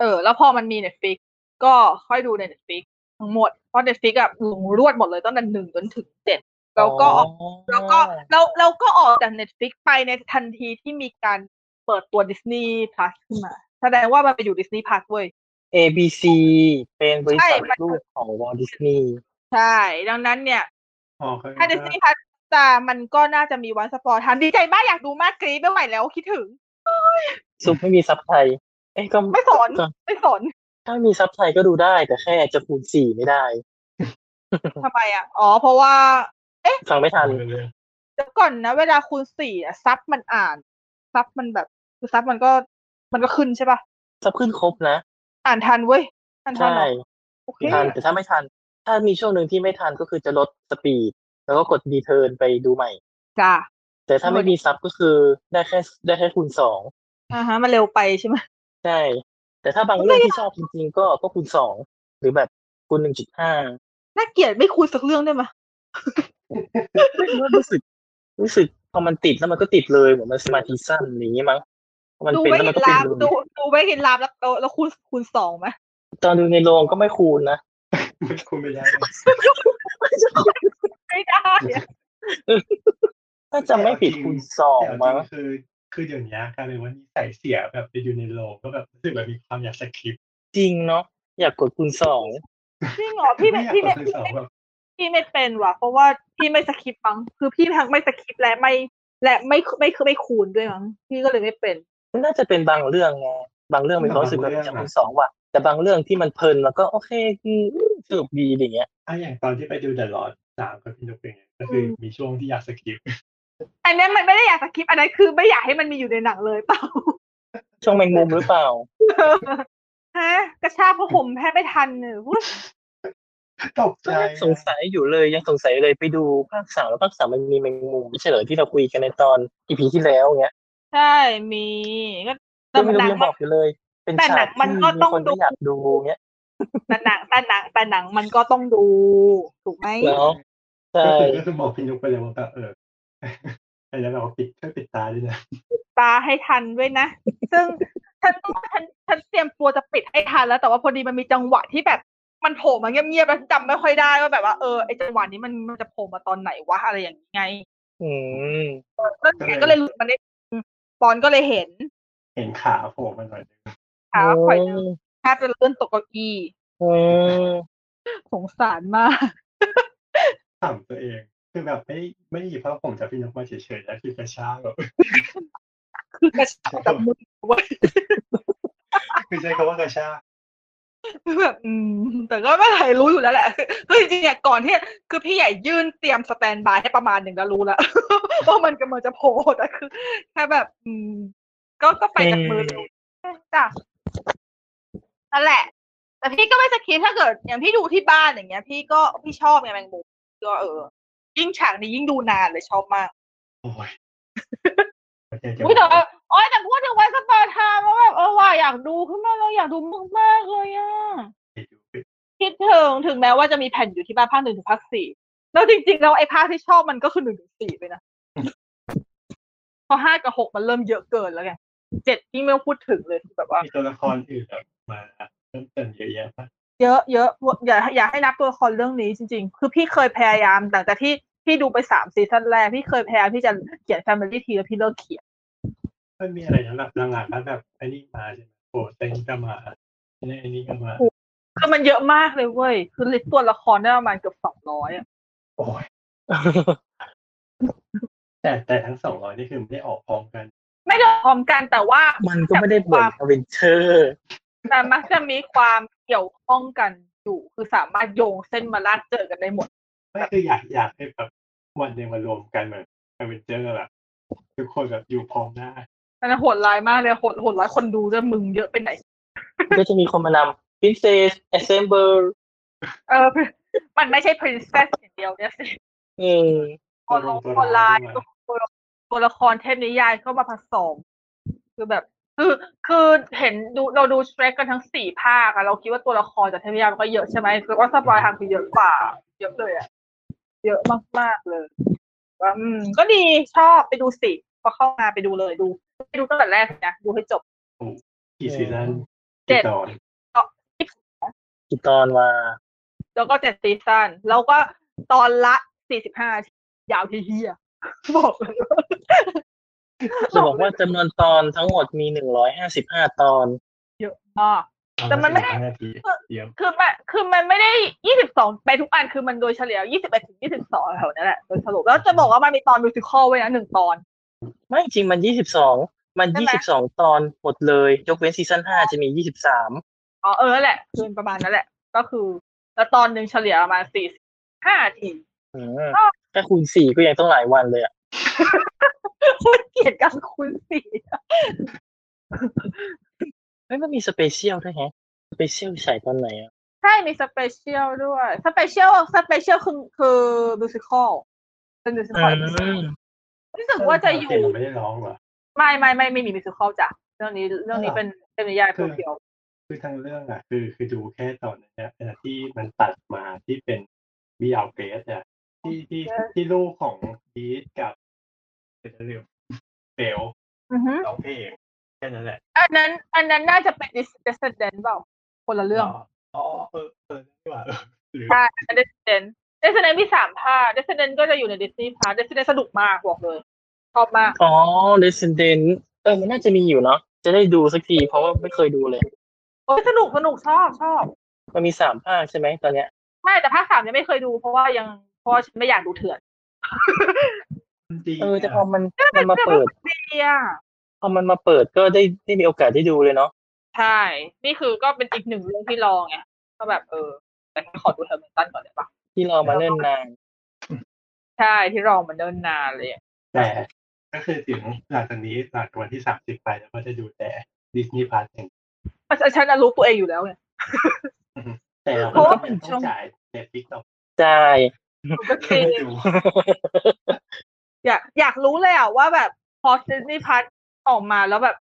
Speaker 4: เออ แล้วพอมันมีเน็ตฟิกก็ค่อยดูในเน็ตฟิกทั้งหมด เพราะเน็ตฟิกอ่ะลงรวดหมดเลยตั้งแต่หนึ่งจนถึงเจ็ดแล้วก็ออก แล้วก็เราเราก็ออกจากเน็ตฟิกไปในทันทีที่มีการเปิดตัวดิสนีย์พลัสขึ้นมา แสดงว่ามันไปอยู่ดิสนีย์พลัสเว้ย
Speaker 3: ABC เป็นบริษัท
Speaker 4: ใช่มัน
Speaker 3: ลูกของวอลดิสนีย์
Speaker 4: ใช่ ดังนั้นเนี่ย
Speaker 2: อ๋อเขาเรียก
Speaker 4: ถ้าดิสนี
Speaker 2: ว่า
Speaker 4: ย์พลัสจะมันก็น่าจะมีวันสปอร์ตทันดีใจมากอยากดูมากกรี๊ดไม่ไหวแล้วคิดถึง
Speaker 3: ซุปไม่มีซับไทย เอ้ยก็
Speaker 4: ไม่สน
Speaker 3: ก็
Speaker 4: ไม่สน
Speaker 3: ถ้ามีซับไทยก็ดูได้ แต่แค่จะคูณสี่ไม่ได้
Speaker 4: ทำไมอ่ะ อ๋อ เพราะว่า
Speaker 3: ฟังไม่ทัน
Speaker 2: เรื่อง
Speaker 4: ยวก่อนนะ เวลาคูณสี่อะซับมันอ่าน ซับมันแบบคือซับมันก็มันก็ขึ้นใช่ปะ
Speaker 3: ซับขึ้นครบนะ
Speaker 4: อ่านทันเว้ยอ่านทัน
Speaker 3: ใช่
Speaker 4: เหรอโอเค
Speaker 3: ทันแต่ถ้าไม่ทัน ถ้ามีช่วงหนึ่งที่ไม่ทันก็คือจะลดสปีด แล้วก็กดดีเทิร์นไปดูใหม่
Speaker 4: จ้า
Speaker 3: แต่ถ้าไม่มีซับก็คือได้แค่ได้แค่คูณสอง
Speaker 4: อ่าฮะมันเร็วไปใช่ไหม
Speaker 3: ใช่ แต่ถ้าบางเรื่องที่ชอบจริงๆ ก็ก็คูณสองหรือแบบคูณหนึ่งจุดห้า
Speaker 4: น่าเกลียดไม่คุยสักเรื่องได้ไหมย
Speaker 3: รู้สึก รู้สึกพอมันติดแล้วมันก็ติดเลยเหมือนมันสมาธิสั้นอย่างนี้มั้งพอมัน
Speaker 4: ดู
Speaker 3: เป็น
Speaker 4: ไว้
Speaker 3: แล้ว
Speaker 4: กิ
Speaker 3: มัน นก็เป็น
Speaker 4: ลาม
Speaker 3: เลย
Speaker 4: ดูดูไว้กินลามแล้วแล้วแล้วคูณคูณสองไหมย
Speaker 3: ตอนดูในโรงก็ไม่คูณนะ
Speaker 2: คุณไม่ได้
Speaker 4: ไม่ได้อะ
Speaker 3: ถ้าจะไม่ผิดคูณสอง
Speaker 2: แต่เอาจ
Speaker 3: มั้ง
Speaker 2: ริงคือคือเดี๋ยวนี้กลายเป็นว่านิสัยเสียแบบไปดูในโรงก็แบบรู้สึกแบบมีความอยากสคริปต์
Speaker 3: จริงเนาะอยากกดคูณสอง
Speaker 4: จริงเหรอพี่ไม่
Speaker 2: อยาก
Speaker 4: พี่
Speaker 2: ก
Speaker 4: ไม่
Speaker 2: ดคูณ
Speaker 4: พี่
Speaker 2: สอง
Speaker 4: ไม่
Speaker 2: แบบ
Speaker 4: พี่ไม่เป็นว่ะ เพราะว่าพี่ไม่สคริปต์มั้งคือพี่ทั้งไม่สคริปต์และไม่และไม่ไม่คือไม่คูณด้วยมั้งพี่ก็เลยไม่เป็น
Speaker 3: น่าจะเป็นบางเรื่องไงบางเรื่องมีความรู้สึกแบบอยากคูณสองว่ะแต่บางเรื่องที่มันเพลินแล้วก็โอเคคือสนุกดีอย่างเงี้ย
Speaker 2: อ่ะอย่างตอนที่ไปดูเดอะลอดสามกับพี่นกเป็นไงก็คือมีช่วงที่อยากสคริปต์ [LAUGHS]
Speaker 4: อันนั้นมันไม่ได้อยากสคริปต์อันนั้นคือไม่อยากให้มันมีอยู่ในหนังเลยเปล่า [LAUGHS]
Speaker 3: ช่วงแมงมุมหรือเปล่า
Speaker 4: ฮะกระชากผ้าห่มแทบไม่ทันเลยอุ๊ย
Speaker 2: ตกใจ
Speaker 3: ก็ยังสงสัยอยู่เลยยังสงสัยอยู่เลยไปดูภาคสามแล้วภาคสามมันมีแมงมุมไม่ใช่เหรอที่เราคุยกันในตอนอีพีที่แล้วเงี้ย
Speaker 4: ใช่มีก็
Speaker 3: ก็ไม่
Speaker 4: ห
Speaker 3: รู้
Speaker 4: นัง
Speaker 3: ยังบ
Speaker 4: มั
Speaker 3: อน กอยู่เลย เป็น
Speaker 4: แต่
Speaker 3: ฉา
Speaker 4: หนั
Speaker 3: ก
Speaker 4: งมัน
Speaker 3: ที่
Speaker 4: ก็
Speaker 3: มี
Speaker 4: ต้อง
Speaker 3: คน
Speaker 4: ดู
Speaker 3: ไม่อยากดูเงี้ย
Speaker 4: แต่หนังแต่หนังแต่หนังมันก็ต้องดูถูกไหม
Speaker 3: แล้วใช่ [LAUGHS]
Speaker 2: ก็คือก็คือบอกพี่นกไปเลยว่าแบบเออ [LAUGHS] อันนั้นเราปิดช่วยปิดตาด้วยนะ [LAUGHS]
Speaker 4: ตาให้ทันด้วยนะ ซึ่งฉันฉันฉันเตรียมตัวจะปิดให้ทันแล้ว แต่ว่าพอดีมันมีจังหวะที่แบบมันโผล่มาเงียบๆแล้วจำไม่ค่อยได้ว่าแบบว่าเออไอจังหวะนี้มันมันจะโผล่มาตอนไหนวะอะไรอย่างนี้ไง
Speaker 3: อืม
Speaker 4: ก็เลยก็เลยหลุดมันได้ปอนก็เลยเห็น
Speaker 2: เห็นขาโผล่มาหน่อยนึง
Speaker 4: ขาข่อยหนึ่งแทบจะเลื่อนตกเก้าอี้
Speaker 3: อืม [LAUGHS]
Speaker 4: สงสารมาก
Speaker 2: ขำตัวเองคือแบบไม่ไม่หยิบผ้าผมจากพี่นกมาเฉยๆแล้วคือกระชากแบบ [LAUGHS]
Speaker 4: คือกระชากจากมือเว้ย
Speaker 2: คือใช้คำว่ากระชาก
Speaker 4: แบบอืมแต่ก็ไม่เคยรู้อยู่แล้วแหละคือคือจริงๆเนี่ยก่อนที่คือพี่ใหญ่ยื่นเตรียมสแตนบายให้ประมาณหนึ่งแล้วรู้แล้ว [LAUGHS] ว่ามันกำลังจะโผล่แต่คือแค่แบบ อืม ก็ก็ไปจากมือเลยจ้ะนั่นแหละ แต่พี่ก็ไม่สกิปถ้าเกิด อย่างพี่ดูที่บ้านอย่างเงี้ย พี่ก็พี่ชอบไงแมงมุมก็เออ ยิ่งฉากนี้ยิ่งดูนานเลยชอบมาก
Speaker 2: โอ้ย [LAUGHS] โอเคเดี๋ยว
Speaker 4: อุ้ยแต่ว่าโอ้ยแต่พูดถึงวันสปาร์ทาว่าแบบเออว่าอยากดูขึ้นมาเราอยากดูมากๆเลยอ่ะคิดถึงถึงแม้ว่าจะมีแผ่นอยู่ที่บ้านภาคหนึ่งถึงภาคสี่แล้วจริงๆแล้วไอ้ภาคที่ชอบมันก็คือหนึ่งถึงสี่ไปนะเพอห้ากับหกมันเริ่มเยอะเกินแล้วไงเจ็ดที่ไม่ต้องพูดถึงเลยคือแบบว่า
Speaker 2: มีตัวละครอื่นแบบมาเพิ่มเติมเยอะแยะมาก
Speaker 4: เยอะเยอะอย่าอย่าให้นับตัวละครเรื่องนี้จริง ๆ คือพี่เคยพยายามหลังจากที่พี่ดูไปสามซีซั่นแรกพี่เคยพยายามที่จะเขียนแฟมิลี่ทีแล้วพี่เลิกเขียน
Speaker 2: มันมีอะไรสำหรับหลังๆแล้วแบบไอ้นี่มาใช่ไหมโอ้ไอ้นี่ก็มาไอ้นี่ก็มา
Speaker 4: คือมันเยอะมากเลยเว้ย คือลิสต์ตัวละครได้ประมาณเกือบสองร้อยอะ
Speaker 2: โอ้ยแต่แต่ทั้งสองร้อยนี่คือไม่ได้ออกพร้อมกัน
Speaker 4: ไม่ได้พร้อมกันแต่ว่า
Speaker 3: มันก็ไม่ได้เหมือนอเวนเจอร์
Speaker 4: แต่มักจะมีความเกี่ยวข้องกันอยู่ คือสามารถโยงเส้นมาลาดเจอกันได้หมด
Speaker 2: ไม่คืออยากอยากให้แบบวันหนึ่งมารวมกันเหมือนอเวนเจอร์แบบทุกคนแบบอยู่พร้อมหน้า
Speaker 4: อันนั้นโหดร้ายมากเลยโหดโหดร้ายคนดูจะมึงเยอะไปไหน
Speaker 3: ก็จะมีคนมานำ Princess Assemble
Speaker 4: เออ มันไม่ใช่ princess อย่างเดียวเนี่ยสิ
Speaker 3: อืม
Speaker 4: ตัวละครลายตัวตัวละครเทพนิยายเข้ามาผสมคือแบบ คือคือเห็นดูเราดู Shrek กันทั้งสี่ภาคอะเราคิดว่าตัวละครจากเทพนิยายมันก็เยอะใช่ไหมคือว่าสปอยทางคือเยอะกว่า เยอะเลยอะ เยอะมาก ๆ เลยว่าอืม ก็ดีชอบไปดูสิ พอเข้ามาไปดูเลยดู ไปดูตั้งแต่แรกนะ ดูให้จบ
Speaker 2: กี่ซีซั่น
Speaker 4: เจ็ด
Speaker 2: ตอน
Speaker 3: กี่ตอนมา
Speaker 4: แล้วก็เจ็ดซีซั่นแล้วก็ตอนละสี่สิบห้าทียาวที่เฮียบอกเลยว่า
Speaker 3: จะบอกว่าจำนวนตอนทั้งหมดมีหนึ่งร้อยห้าสิบห้าตอน
Speaker 4: เยอะมาก แต่มันไม่ได้
Speaker 2: นาทีเดียว
Speaker 4: คือมันคือมันไม่ได้ยี่สิบสองไปทุกอันคือมันโดยเฉลี่ยยี่สิบเอ็ดถึงยี่สิบสองแถวนั้นแหละโดยสรุปแล้วจะบอกว่ามันมีตอนมิวสิคอลไว้นะหนึ่งตอน
Speaker 3: ไม่จริงมันยี่สิบสองมัน
Speaker 4: ใช่
Speaker 3: ยี่
Speaker 4: ไหม
Speaker 3: สิบสองตอนหมดเลย ยกเว้นซีซั่นห้าจะมียี่สิบสาม
Speaker 4: อ๋อเออแหละ คือประมาณนั้นแหละ ก็คือ แล้วตอนหนึ่งเฉลี่ยประมาณสี่ห้าที [LAUGHS]
Speaker 3: ถ้าคูณสี่ก็ยังต้องหลายวันเลยอ่ะ
Speaker 4: โคตรเกลียดการคุณสี
Speaker 3: เฮ้ยมันมีสเปเชียลด้วยแฮะสเปเชียลฉายตอนไหนอ่ะ
Speaker 4: ใช่มีสเปเชียลด้วยสเปเชียลสเปเชียลคือคือมิวสิควลเป็นมิวสิควลรู้สึกว่าจะอยู่
Speaker 2: เสีงไม่ได้ร้องเหรอ
Speaker 4: ไม่ไม่ไม่ไม่มีมิวสิควลจ้ะเรื่องนี้เรื่องนี้
Speaker 2: อ่า
Speaker 4: เป็นเป็นนิยายเพียว
Speaker 2: คือทั้งเรื่องอ่ะ คือคือดูแค่ตอนเนี้ยแต่ที่มันตัดมาที่เป็นบีเอาเกรสอ่ะที่ที่ที่ลูกของบีทกับเรียกเบล
Speaker 4: ๆอือฮึ
Speaker 2: ร้องเพลงแค่นั้นแหละ
Speaker 4: อันนั้น อันนั้นน่าจะเป็น descendant เปล่าคนละเรื่อง
Speaker 2: อ๋อเออเออนี่หว่าเออหรือ
Speaker 4: ใช่เดสเดนเดสเดนมีสามภาคเดสเดนก็จะอยู่ในดิสนีย์พาร์คเดสเดนสนุกมากบอกเลยชอบมาก
Speaker 3: อ๋อ Resident เออมันน่าจะมีอยู่เนาะจะได้ดูสักทีเพราะว่าไม่เคยดูเลย
Speaker 4: โอ้ยสนุกสนุกชอบชอบ
Speaker 3: มันมีสามภาคใช่ไหมตอนเนี้ย
Speaker 4: ใช่แต่ภาคสามยังไม่เคยดูเพราะว่ายังเพราะว่าฉันไม่อยากดูเถื่อน
Speaker 2: จริง
Speaker 3: เออแต่
Speaker 2: ะ
Speaker 3: พอมันมันมาเปิด
Speaker 4: เนีย
Speaker 3: พอมันมาเปิดก็ได้ได้มีโอกาสได้ดูเลยเนาะ
Speaker 4: ใช่ นี่คือก็เป็นอีกหนึ่งเรื่องที่รอไงก็แบบเออแต่ขอดูเทอร์มินตันก่อนได้ปะ
Speaker 3: ที่รอมาเนิ่นนาน
Speaker 4: ใช่ที่รอมันเนิ่นนานเลยอะ
Speaker 2: แต่ก็คือถึงหลังจากนี้หลังวันที่สามสิบไปแล้วก็จะดูแต่ดิสนีย์พาร์ทเอง
Speaker 4: เพราะฉันน่ะรู้ตัวเองอยู่แล้ว [LAUGHS] ไง
Speaker 2: แต่เรา
Speaker 4: เพราะว่า
Speaker 2: ก็ยังต้องจ่ายเน็ตฟิกต่อ
Speaker 3: ใช่
Speaker 4: ก็
Speaker 2: ไป
Speaker 4: คือ
Speaker 2: ดู
Speaker 4: อยากอยากรู้เลยอ่ะว่าแบบพอดิสนีย์พาร์ทออกมาแล้วแบบ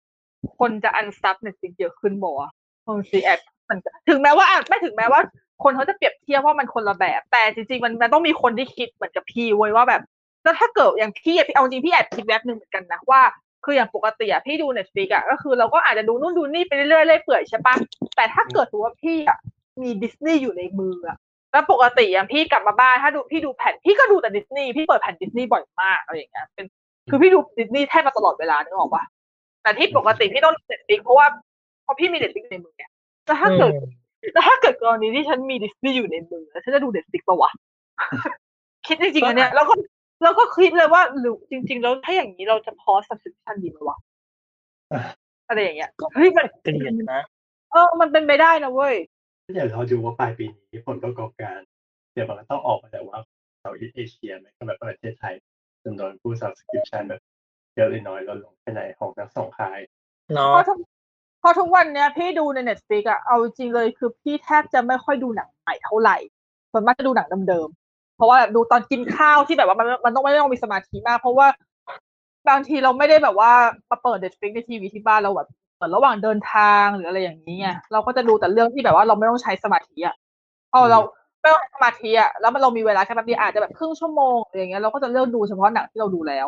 Speaker 4: คนจะอันซับเนี่ยสิ่งเยอะขึ้นบอกว่าคนซีแอบมันถึงแม้ว่าอ่ะไม่ถึงแม้ว่า คนเขาจะเปรียบเทียบว่ามันคนละแบบ แต่จริงๆมันมันต้องมีคนที่คิดเหมือนกับพี่เว้ยว่าแบบแล้วถ้าเกิดอย่างพี่อะพี่เอาจริงพี่แอบคิดแวบบหนึ่งเหมือนกันนะว่าคืออย่างปกติอะพี่ดูเน็ตฟลิกอะก็คือเราก็อาจจะดูนู่นดูนี่ไปเรื่อยๆเรื่อยเปื่อยใช่ปะแต่ถ้าเกิดสมมุติว่าพี่อะมีดิสนีย์อยู่ในมืออะ แล้วปกติอย่างพี่กลับมาบ้านถ้าดูพี่ดูแผ่นพี่ก็ดูแต่ดิสนีย์พี่เปิดแผ่นดิสนีย์บ่อยมากอะไรอย่างเงี้ยเป็นคือพี่ดูดิสนีย์แทบมาตลอดเวลานึกออกปะแต่ที่ปกติพี่ต้องเน็ตฟิกเพราะว่าเพราะพี่มีเน็ตฟิกในมือเนี่ยแต่ถ้าเกิดแต่ถ้าเกิดกรณีที่ฉันมีดิสนีย์อยู่ในมือฉันจะดูเน็ตฟิกปะ [LAUGHS] วะ คิดจริงๆอันเนี้ยแล้วก็แล้วก็คิดเลยว่าหรือจริง ๆ แล้วถ้าอย่างนี้เราจะพอสับส i ชันดีไหมวะ
Speaker 2: อ่ะ
Speaker 4: อะไรอย่างเงี้ยเฮ้ยมัน
Speaker 3: เกลียดนะ
Speaker 4: เออมันเป็นไปได้นะเว้ย
Speaker 2: เดี๋ยวเราดูว่าปลายปีนี้ผลประกอบการ เดี๋ยวมันก็ต้องออกมาแต่ว่าเราอิสเอเชียไหมก็แบบประเทศไทยจำนวนผู้ subscription แบบเยอะหรือน้อยลดลงไปไหนของทั้งสองค่าย
Speaker 3: เนาะ
Speaker 4: เพราะทุกเพราะทุกวันเนี้ยพี่ดูในเน็ตฟลิกอะเอาจริงเลยคือพี่แทบจะไม่ค่อยดูหนังใหม่เท่าไหร่ส่วนมากจะดูหนังเดิมๆเพราะว่าแบบดูตอนกินข้าวที่แบบว่ามันมันต้องไม่ต้องมีสมาธิมาก เพราะว่าบางทีเราไม่ได้แบบว่ามาเปิดเน็ตฟลิกในทีวีที่บ้านเราแบบเปิดระหว่างเดินทางหรืออะไรอย่างนี้ไงเราก็จะดูแต่เรื่องที่แบบว่าเราไม่ต้องใช้สมาธิอะเอาเราไม่ต้องใช้สมาธิอะแล้วมันเรามีเวลาแค่แป๊บเดียวอาจจะแบบครึ่งชั่วโมงอะไรอย่างเงี้ยเราก็จะเลือกดูเฉพาะหนังที่เราดูแล้ว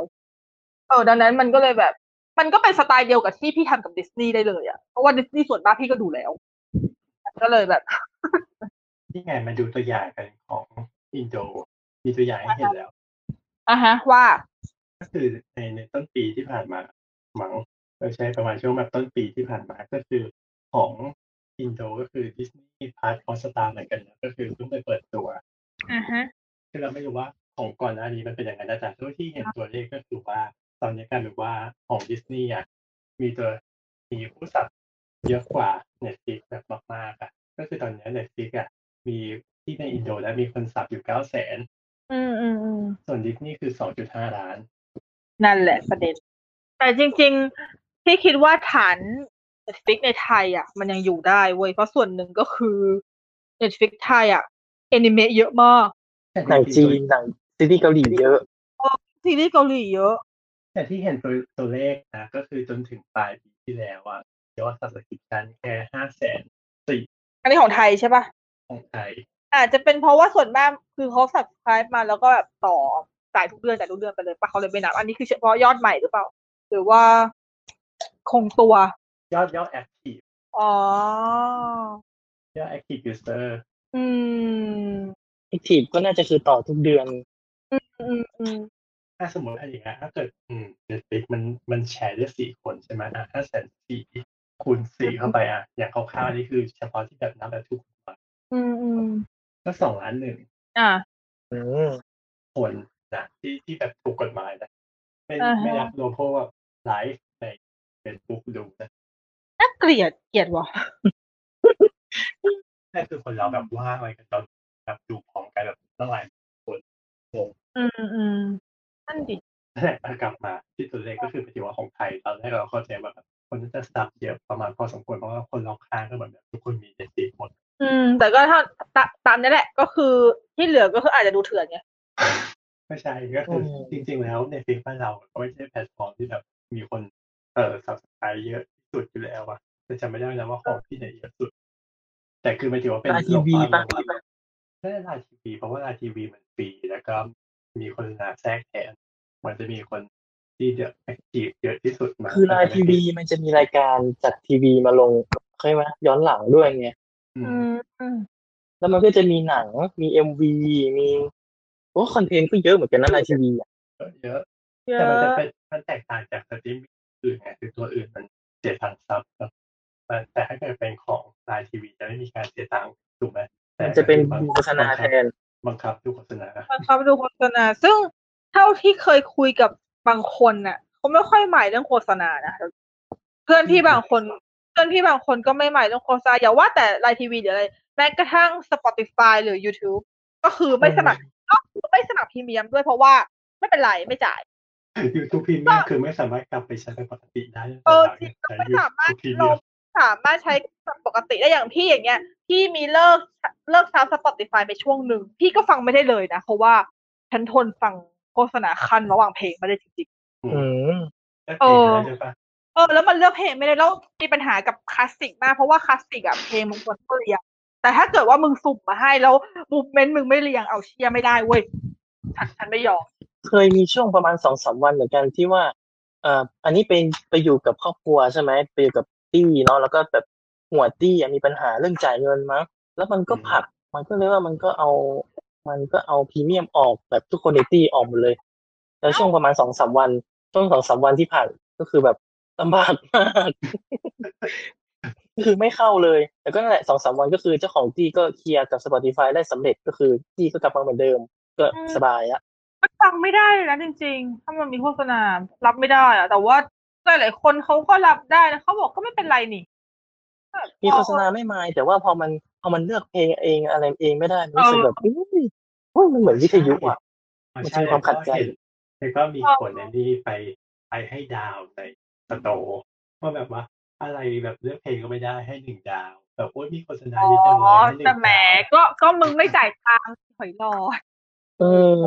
Speaker 4: เออดังนั้นมันก็เลยแบบ มันก็เป็นสไตล์เดียวกับที่พี่ทำกับดิสนีย์ได้เลยอะเพราะว่าดิสนีย์ส่วนมากพี่ก็ดูแล้ว ก็เลยแบบ
Speaker 2: ที่ไงมาดูตัวอย่างกันของอินโดมีตัวอย่างให้เห็นแล้ว
Speaker 4: อ่ะฮะ ว่า
Speaker 2: ก็คือในในต้นปีที่ผ่านมามั้งเราใช้ประมาณช่วงแบบต้นปีที่ผ่านมาก็คือของอินโดก็คือดิสนีย์พาร์ทออสตาเหมือนกันนะก็คือเพิ่งไปเปิดตัว
Speaker 4: อ่ะฮะ
Speaker 2: คือเราไม่รู้ว่าของก่อนหน้านี้มันเป็นยังไงนะแต่เท่าที่เห็นตัวเลขก็คือว่าตอนนี้กลายเป็นว่าของดิสนีย์อ่ะมีตัวมีผู้สับเยอะกว่าเน็ตฟิกแบบมากๆอ่ะก็คือตอนนี้เน็ตฟิกอ่ะมีที่ในอินโดนะมีคนสับอยู่เก้าแสน
Speaker 4: อืมอืมอืม
Speaker 2: ส่วนดิสนีย์คือสองจุดห้าล้าน
Speaker 4: นั่นแหละประเด็น แต่จริงๆ พี่คิดว่าฐานเน็ตฟิกในไทยอะมันยังอยู่ได้เว้ย เพราะส่วนหนึ่งก็คือเน็ตฟิกไทยอะแอนิเมะเยอะมาก
Speaker 3: หนังจีนหนังซีรีส์เกาหลีเยอะ
Speaker 4: ซีรีส์เกาหลีเยอะ
Speaker 2: แต่ที่เห็นตัวตัวเลขนะก็คือจนถึงปลายปีที่แล้วอ่ะยอดสับสกิปชันแค่ห้าแสน
Speaker 4: อันนี้ของไทยใช่ปะ
Speaker 2: ของไทย
Speaker 4: อาจจะเป็นเพราะว่าส่วนมากคือเขา subscribe มาแล้วก็แบบต่อจ่ายทุกเดือนจ่ายทุกเดือนไปเลยปะเขาเลยไม่นับอันนี้คือเฉพาะยอดใหม่หรือเปล่า หรือว่าคงตัวย
Speaker 2: อดยอดแอคทีฟ
Speaker 4: อ๋อย
Speaker 2: อดแอคทีฟยูเซอร์
Speaker 4: อืม
Speaker 3: Active ก็น่าจะคือต่อทุกเดือน
Speaker 4: อืมอืม
Speaker 2: ถ้าสมมติอะไรอย่างเงี้ยถ้าเกิดอืมเน็ตฟิกมันมันแชร์ได้สี่คนใช่ไหมอ่ะห้าแสนสี่คูณสี่เข้าไปอ่ะ อย่างคร่าวๆนี่คือเฉพาะที่แบบนับแบบทุกคน
Speaker 4: อืมอืม
Speaker 2: ก็สองล้านหนึ่ง
Speaker 4: อ่า
Speaker 3: อืม
Speaker 2: คนนะที่ที่แบบถูกกฎหมายนะไม่
Speaker 4: อ่าฮะ
Speaker 2: ไม่รับโลโก้แบบไลฟ์ในเฟซบุ๊กดูนะ
Speaker 4: น่าเกลียดเกลียดว่ะ
Speaker 2: ใช่คือคนเราแบบว่างอะไรกันตอนแบบดูพร้อมกันแบบตั้งหลาย
Speaker 4: อืมอืมนั่นดิ
Speaker 2: นั่นแหละกลับมาที่ตัวเลขก็คือปฏิวัติของไทยตอนแรกเราเข้าใจว่าแบบคนน่าจะสับเยอะประมาณพอสมควรเพราะว่าคนรอบข้างก็เหมือนแบบทุกคนมีเจ็ดสิบหมด
Speaker 4: อืม แต่ก็ถ้าตาตามนี้แหละ ก็คือที่เหลือก็คืออาจจะดูเถื่อนไง
Speaker 2: ไม่ใช่ก็คืออ
Speaker 3: ม
Speaker 2: จริง ๆ แล้วในฟิกบ้านเราก็ไม่ใช่แพลตฟอร์มที่แบบมีคนเอ่อสับสไครเยอะที่สุดอยู่แล้วอะแต่จำไม่ได้แล้วว่าของที่ไหนเยอะสุด แต่คือหมายถึงว่าเป็น
Speaker 3: ลาทีวี
Speaker 2: โลกล
Speaker 3: ป่ะ
Speaker 2: งมาไม่ได้ลาทีวีเพราะว่าลาทีวีมันฟรีแล้วก็มีคนมาแทรกแทนมันจะมีคนที่เดอะแอคทีฟเยอะที่สุดมา
Speaker 3: คือลาทีวีมันจะมีรายการจากทีวีมาลงใช่ไหมย้อนหลังด้วยไง
Speaker 2: อื
Speaker 4: อืม
Speaker 2: ม
Speaker 4: อืม
Speaker 3: แล้วมันก็จะมีหนัง มีเอ็มวีมีโอ้คอนเทนต์ก็เยอะเหมือนกันนะในทีวีอ่ะ
Speaker 2: เยอะ
Speaker 4: เยอ
Speaker 2: แต่มันจะ
Speaker 4: ะ
Speaker 2: เป็นมันแตกต่างจากสตรีมมิ่งอื่นไงคือตัวอื่นมันเสียตังค์ซับครับแต่แต่ถ้าเกิดเป็นของไลน์ทีวีจะไม่มีการเสียตังค์ถูกไหมแต่
Speaker 3: มันจะเป็น
Speaker 2: บัง
Speaker 3: โฆษณาแทน
Speaker 2: บังคับดูโฆษณา
Speaker 4: บังคับดูโฆษณาซึ่งเท่าที่เคยคุยกับบางคนน่ะเขาไม่ค่อยหมายเรื่องโฆษณานะเพื่อนพี่บางคน เพื่อนพี่บางคนก็ไม่หมายเรื่องโฆษณาอย่าว่าแต่ไลน์ทีวีหรืออะไรแม้กระทั่ง Spotify หรือ YouTube ก็คือไม่สมัครก็คือไม่สมัครพรีเมียมด้วยเพราะว่าไม่เป็นไรไม่จ่าย
Speaker 2: ยูทูปพรีเมียมคือไม่สามารถกลับไปใช้เป็นปกติได้
Speaker 4: เออจ
Speaker 2: จ
Speaker 4: ริ
Speaker 2: ริ
Speaker 4: ง
Speaker 2: ง
Speaker 4: ก็ไม่สามารถ
Speaker 2: พรี
Speaker 4: ล
Speaker 2: เมี
Speaker 4: ง
Speaker 2: ยม
Speaker 4: สามารถใช้ปกติได้อย่างพี่อย่างเงี้ยพี่มีเลิกเลิกซับ Spotify ไปช่วงหนึ่งพี่ก็ฟังไม่ได้เลยนะเพราะว่าฉันทนฟังโฆษณาคันระหว่างเพลงไม่ได้จริงๆ
Speaker 3: อืม
Speaker 2: แล้วเพลงอะไรใช่ปะ
Speaker 4: เออแล้วมันเลือกเพลงไม่ได้แล้วมีปัญหากับคลาสสิกมากเพราะว่าคลาสสิกอะเพลงมึงควรต้องเรียงแต่ถ้าเกิดว่ามึงสุ่มมาให้แล้วมูฟเมนต์มึงไม่เรียงเอาเชียร์ไม่ได้เว้ยฉันฉันไม่ยอม
Speaker 3: เคยมีช่วงประมาณสองสามวันเหมือนกันที่ว่า เอ่อ อันนี้เป็นไปอยู่กับครอบครัวใช่ไหมไปอยู่กับตี้เนาะแล้วก็แบบหัวตี้อะมีปัญหาเรื่องจ่ายเงินมั้งแล้วมันก็ผลักมันก็เลยว่ามันก็เอา มันก็เอาพรีเมียมออกแบบทุกคนในตี้ออกหมดเลย แล้วช่วงประมาณสองสามวันช่วงสองสามวันที่ผ่านก็คือแบบลำบากมาก [LAUGHS] ก็คือไม่เข้าเลยแต่ก็นั่นแหละสองสามวันก็คือเจ้าของตี้ก็เคลียร์กับ Spotify ได้สำเร็จก็คือตี้ก็กลับมาเหมือนเดิม ก็สบายละ
Speaker 4: มันฟังไม่ได้เลยนะจริง ๆ ถ้ามันมีโฆษณารับไม่ได้อะแต่ว่าหลายๆคนเขาก็รับได้นะเขาบอกก็ไม่เป็นไรนี่
Speaker 3: มีโฆษณาไม่มายแต่ว่าพอมันพอมันเลือกเพลงเองอะไรเองไม่ได้มันรู้สึกแบบเฮ้ยเฮ้ยมันเหมือนวิทยุอ่ะ
Speaker 2: อ๋อ
Speaker 3: มัน
Speaker 2: ใช่
Speaker 3: มีความขัดใจ
Speaker 2: แล้วก็มีคนในนี่ไปไปให้ดาวในสโตร์ว่าแบบว่าอะไรแบบเลือกเพลงก็ไม่ได้ให้หนึ่งดาวแบบโอ๊ยมีโฆษณา
Speaker 4: อ๋
Speaker 2: เยอะจังเลย
Speaker 4: อ
Speaker 2: ให้หนึ่ง
Speaker 4: แต่
Speaker 2: ดาว
Speaker 4: แหมก็ก็มึงไม่จ่ายตังค์หอยหลอด
Speaker 3: เออ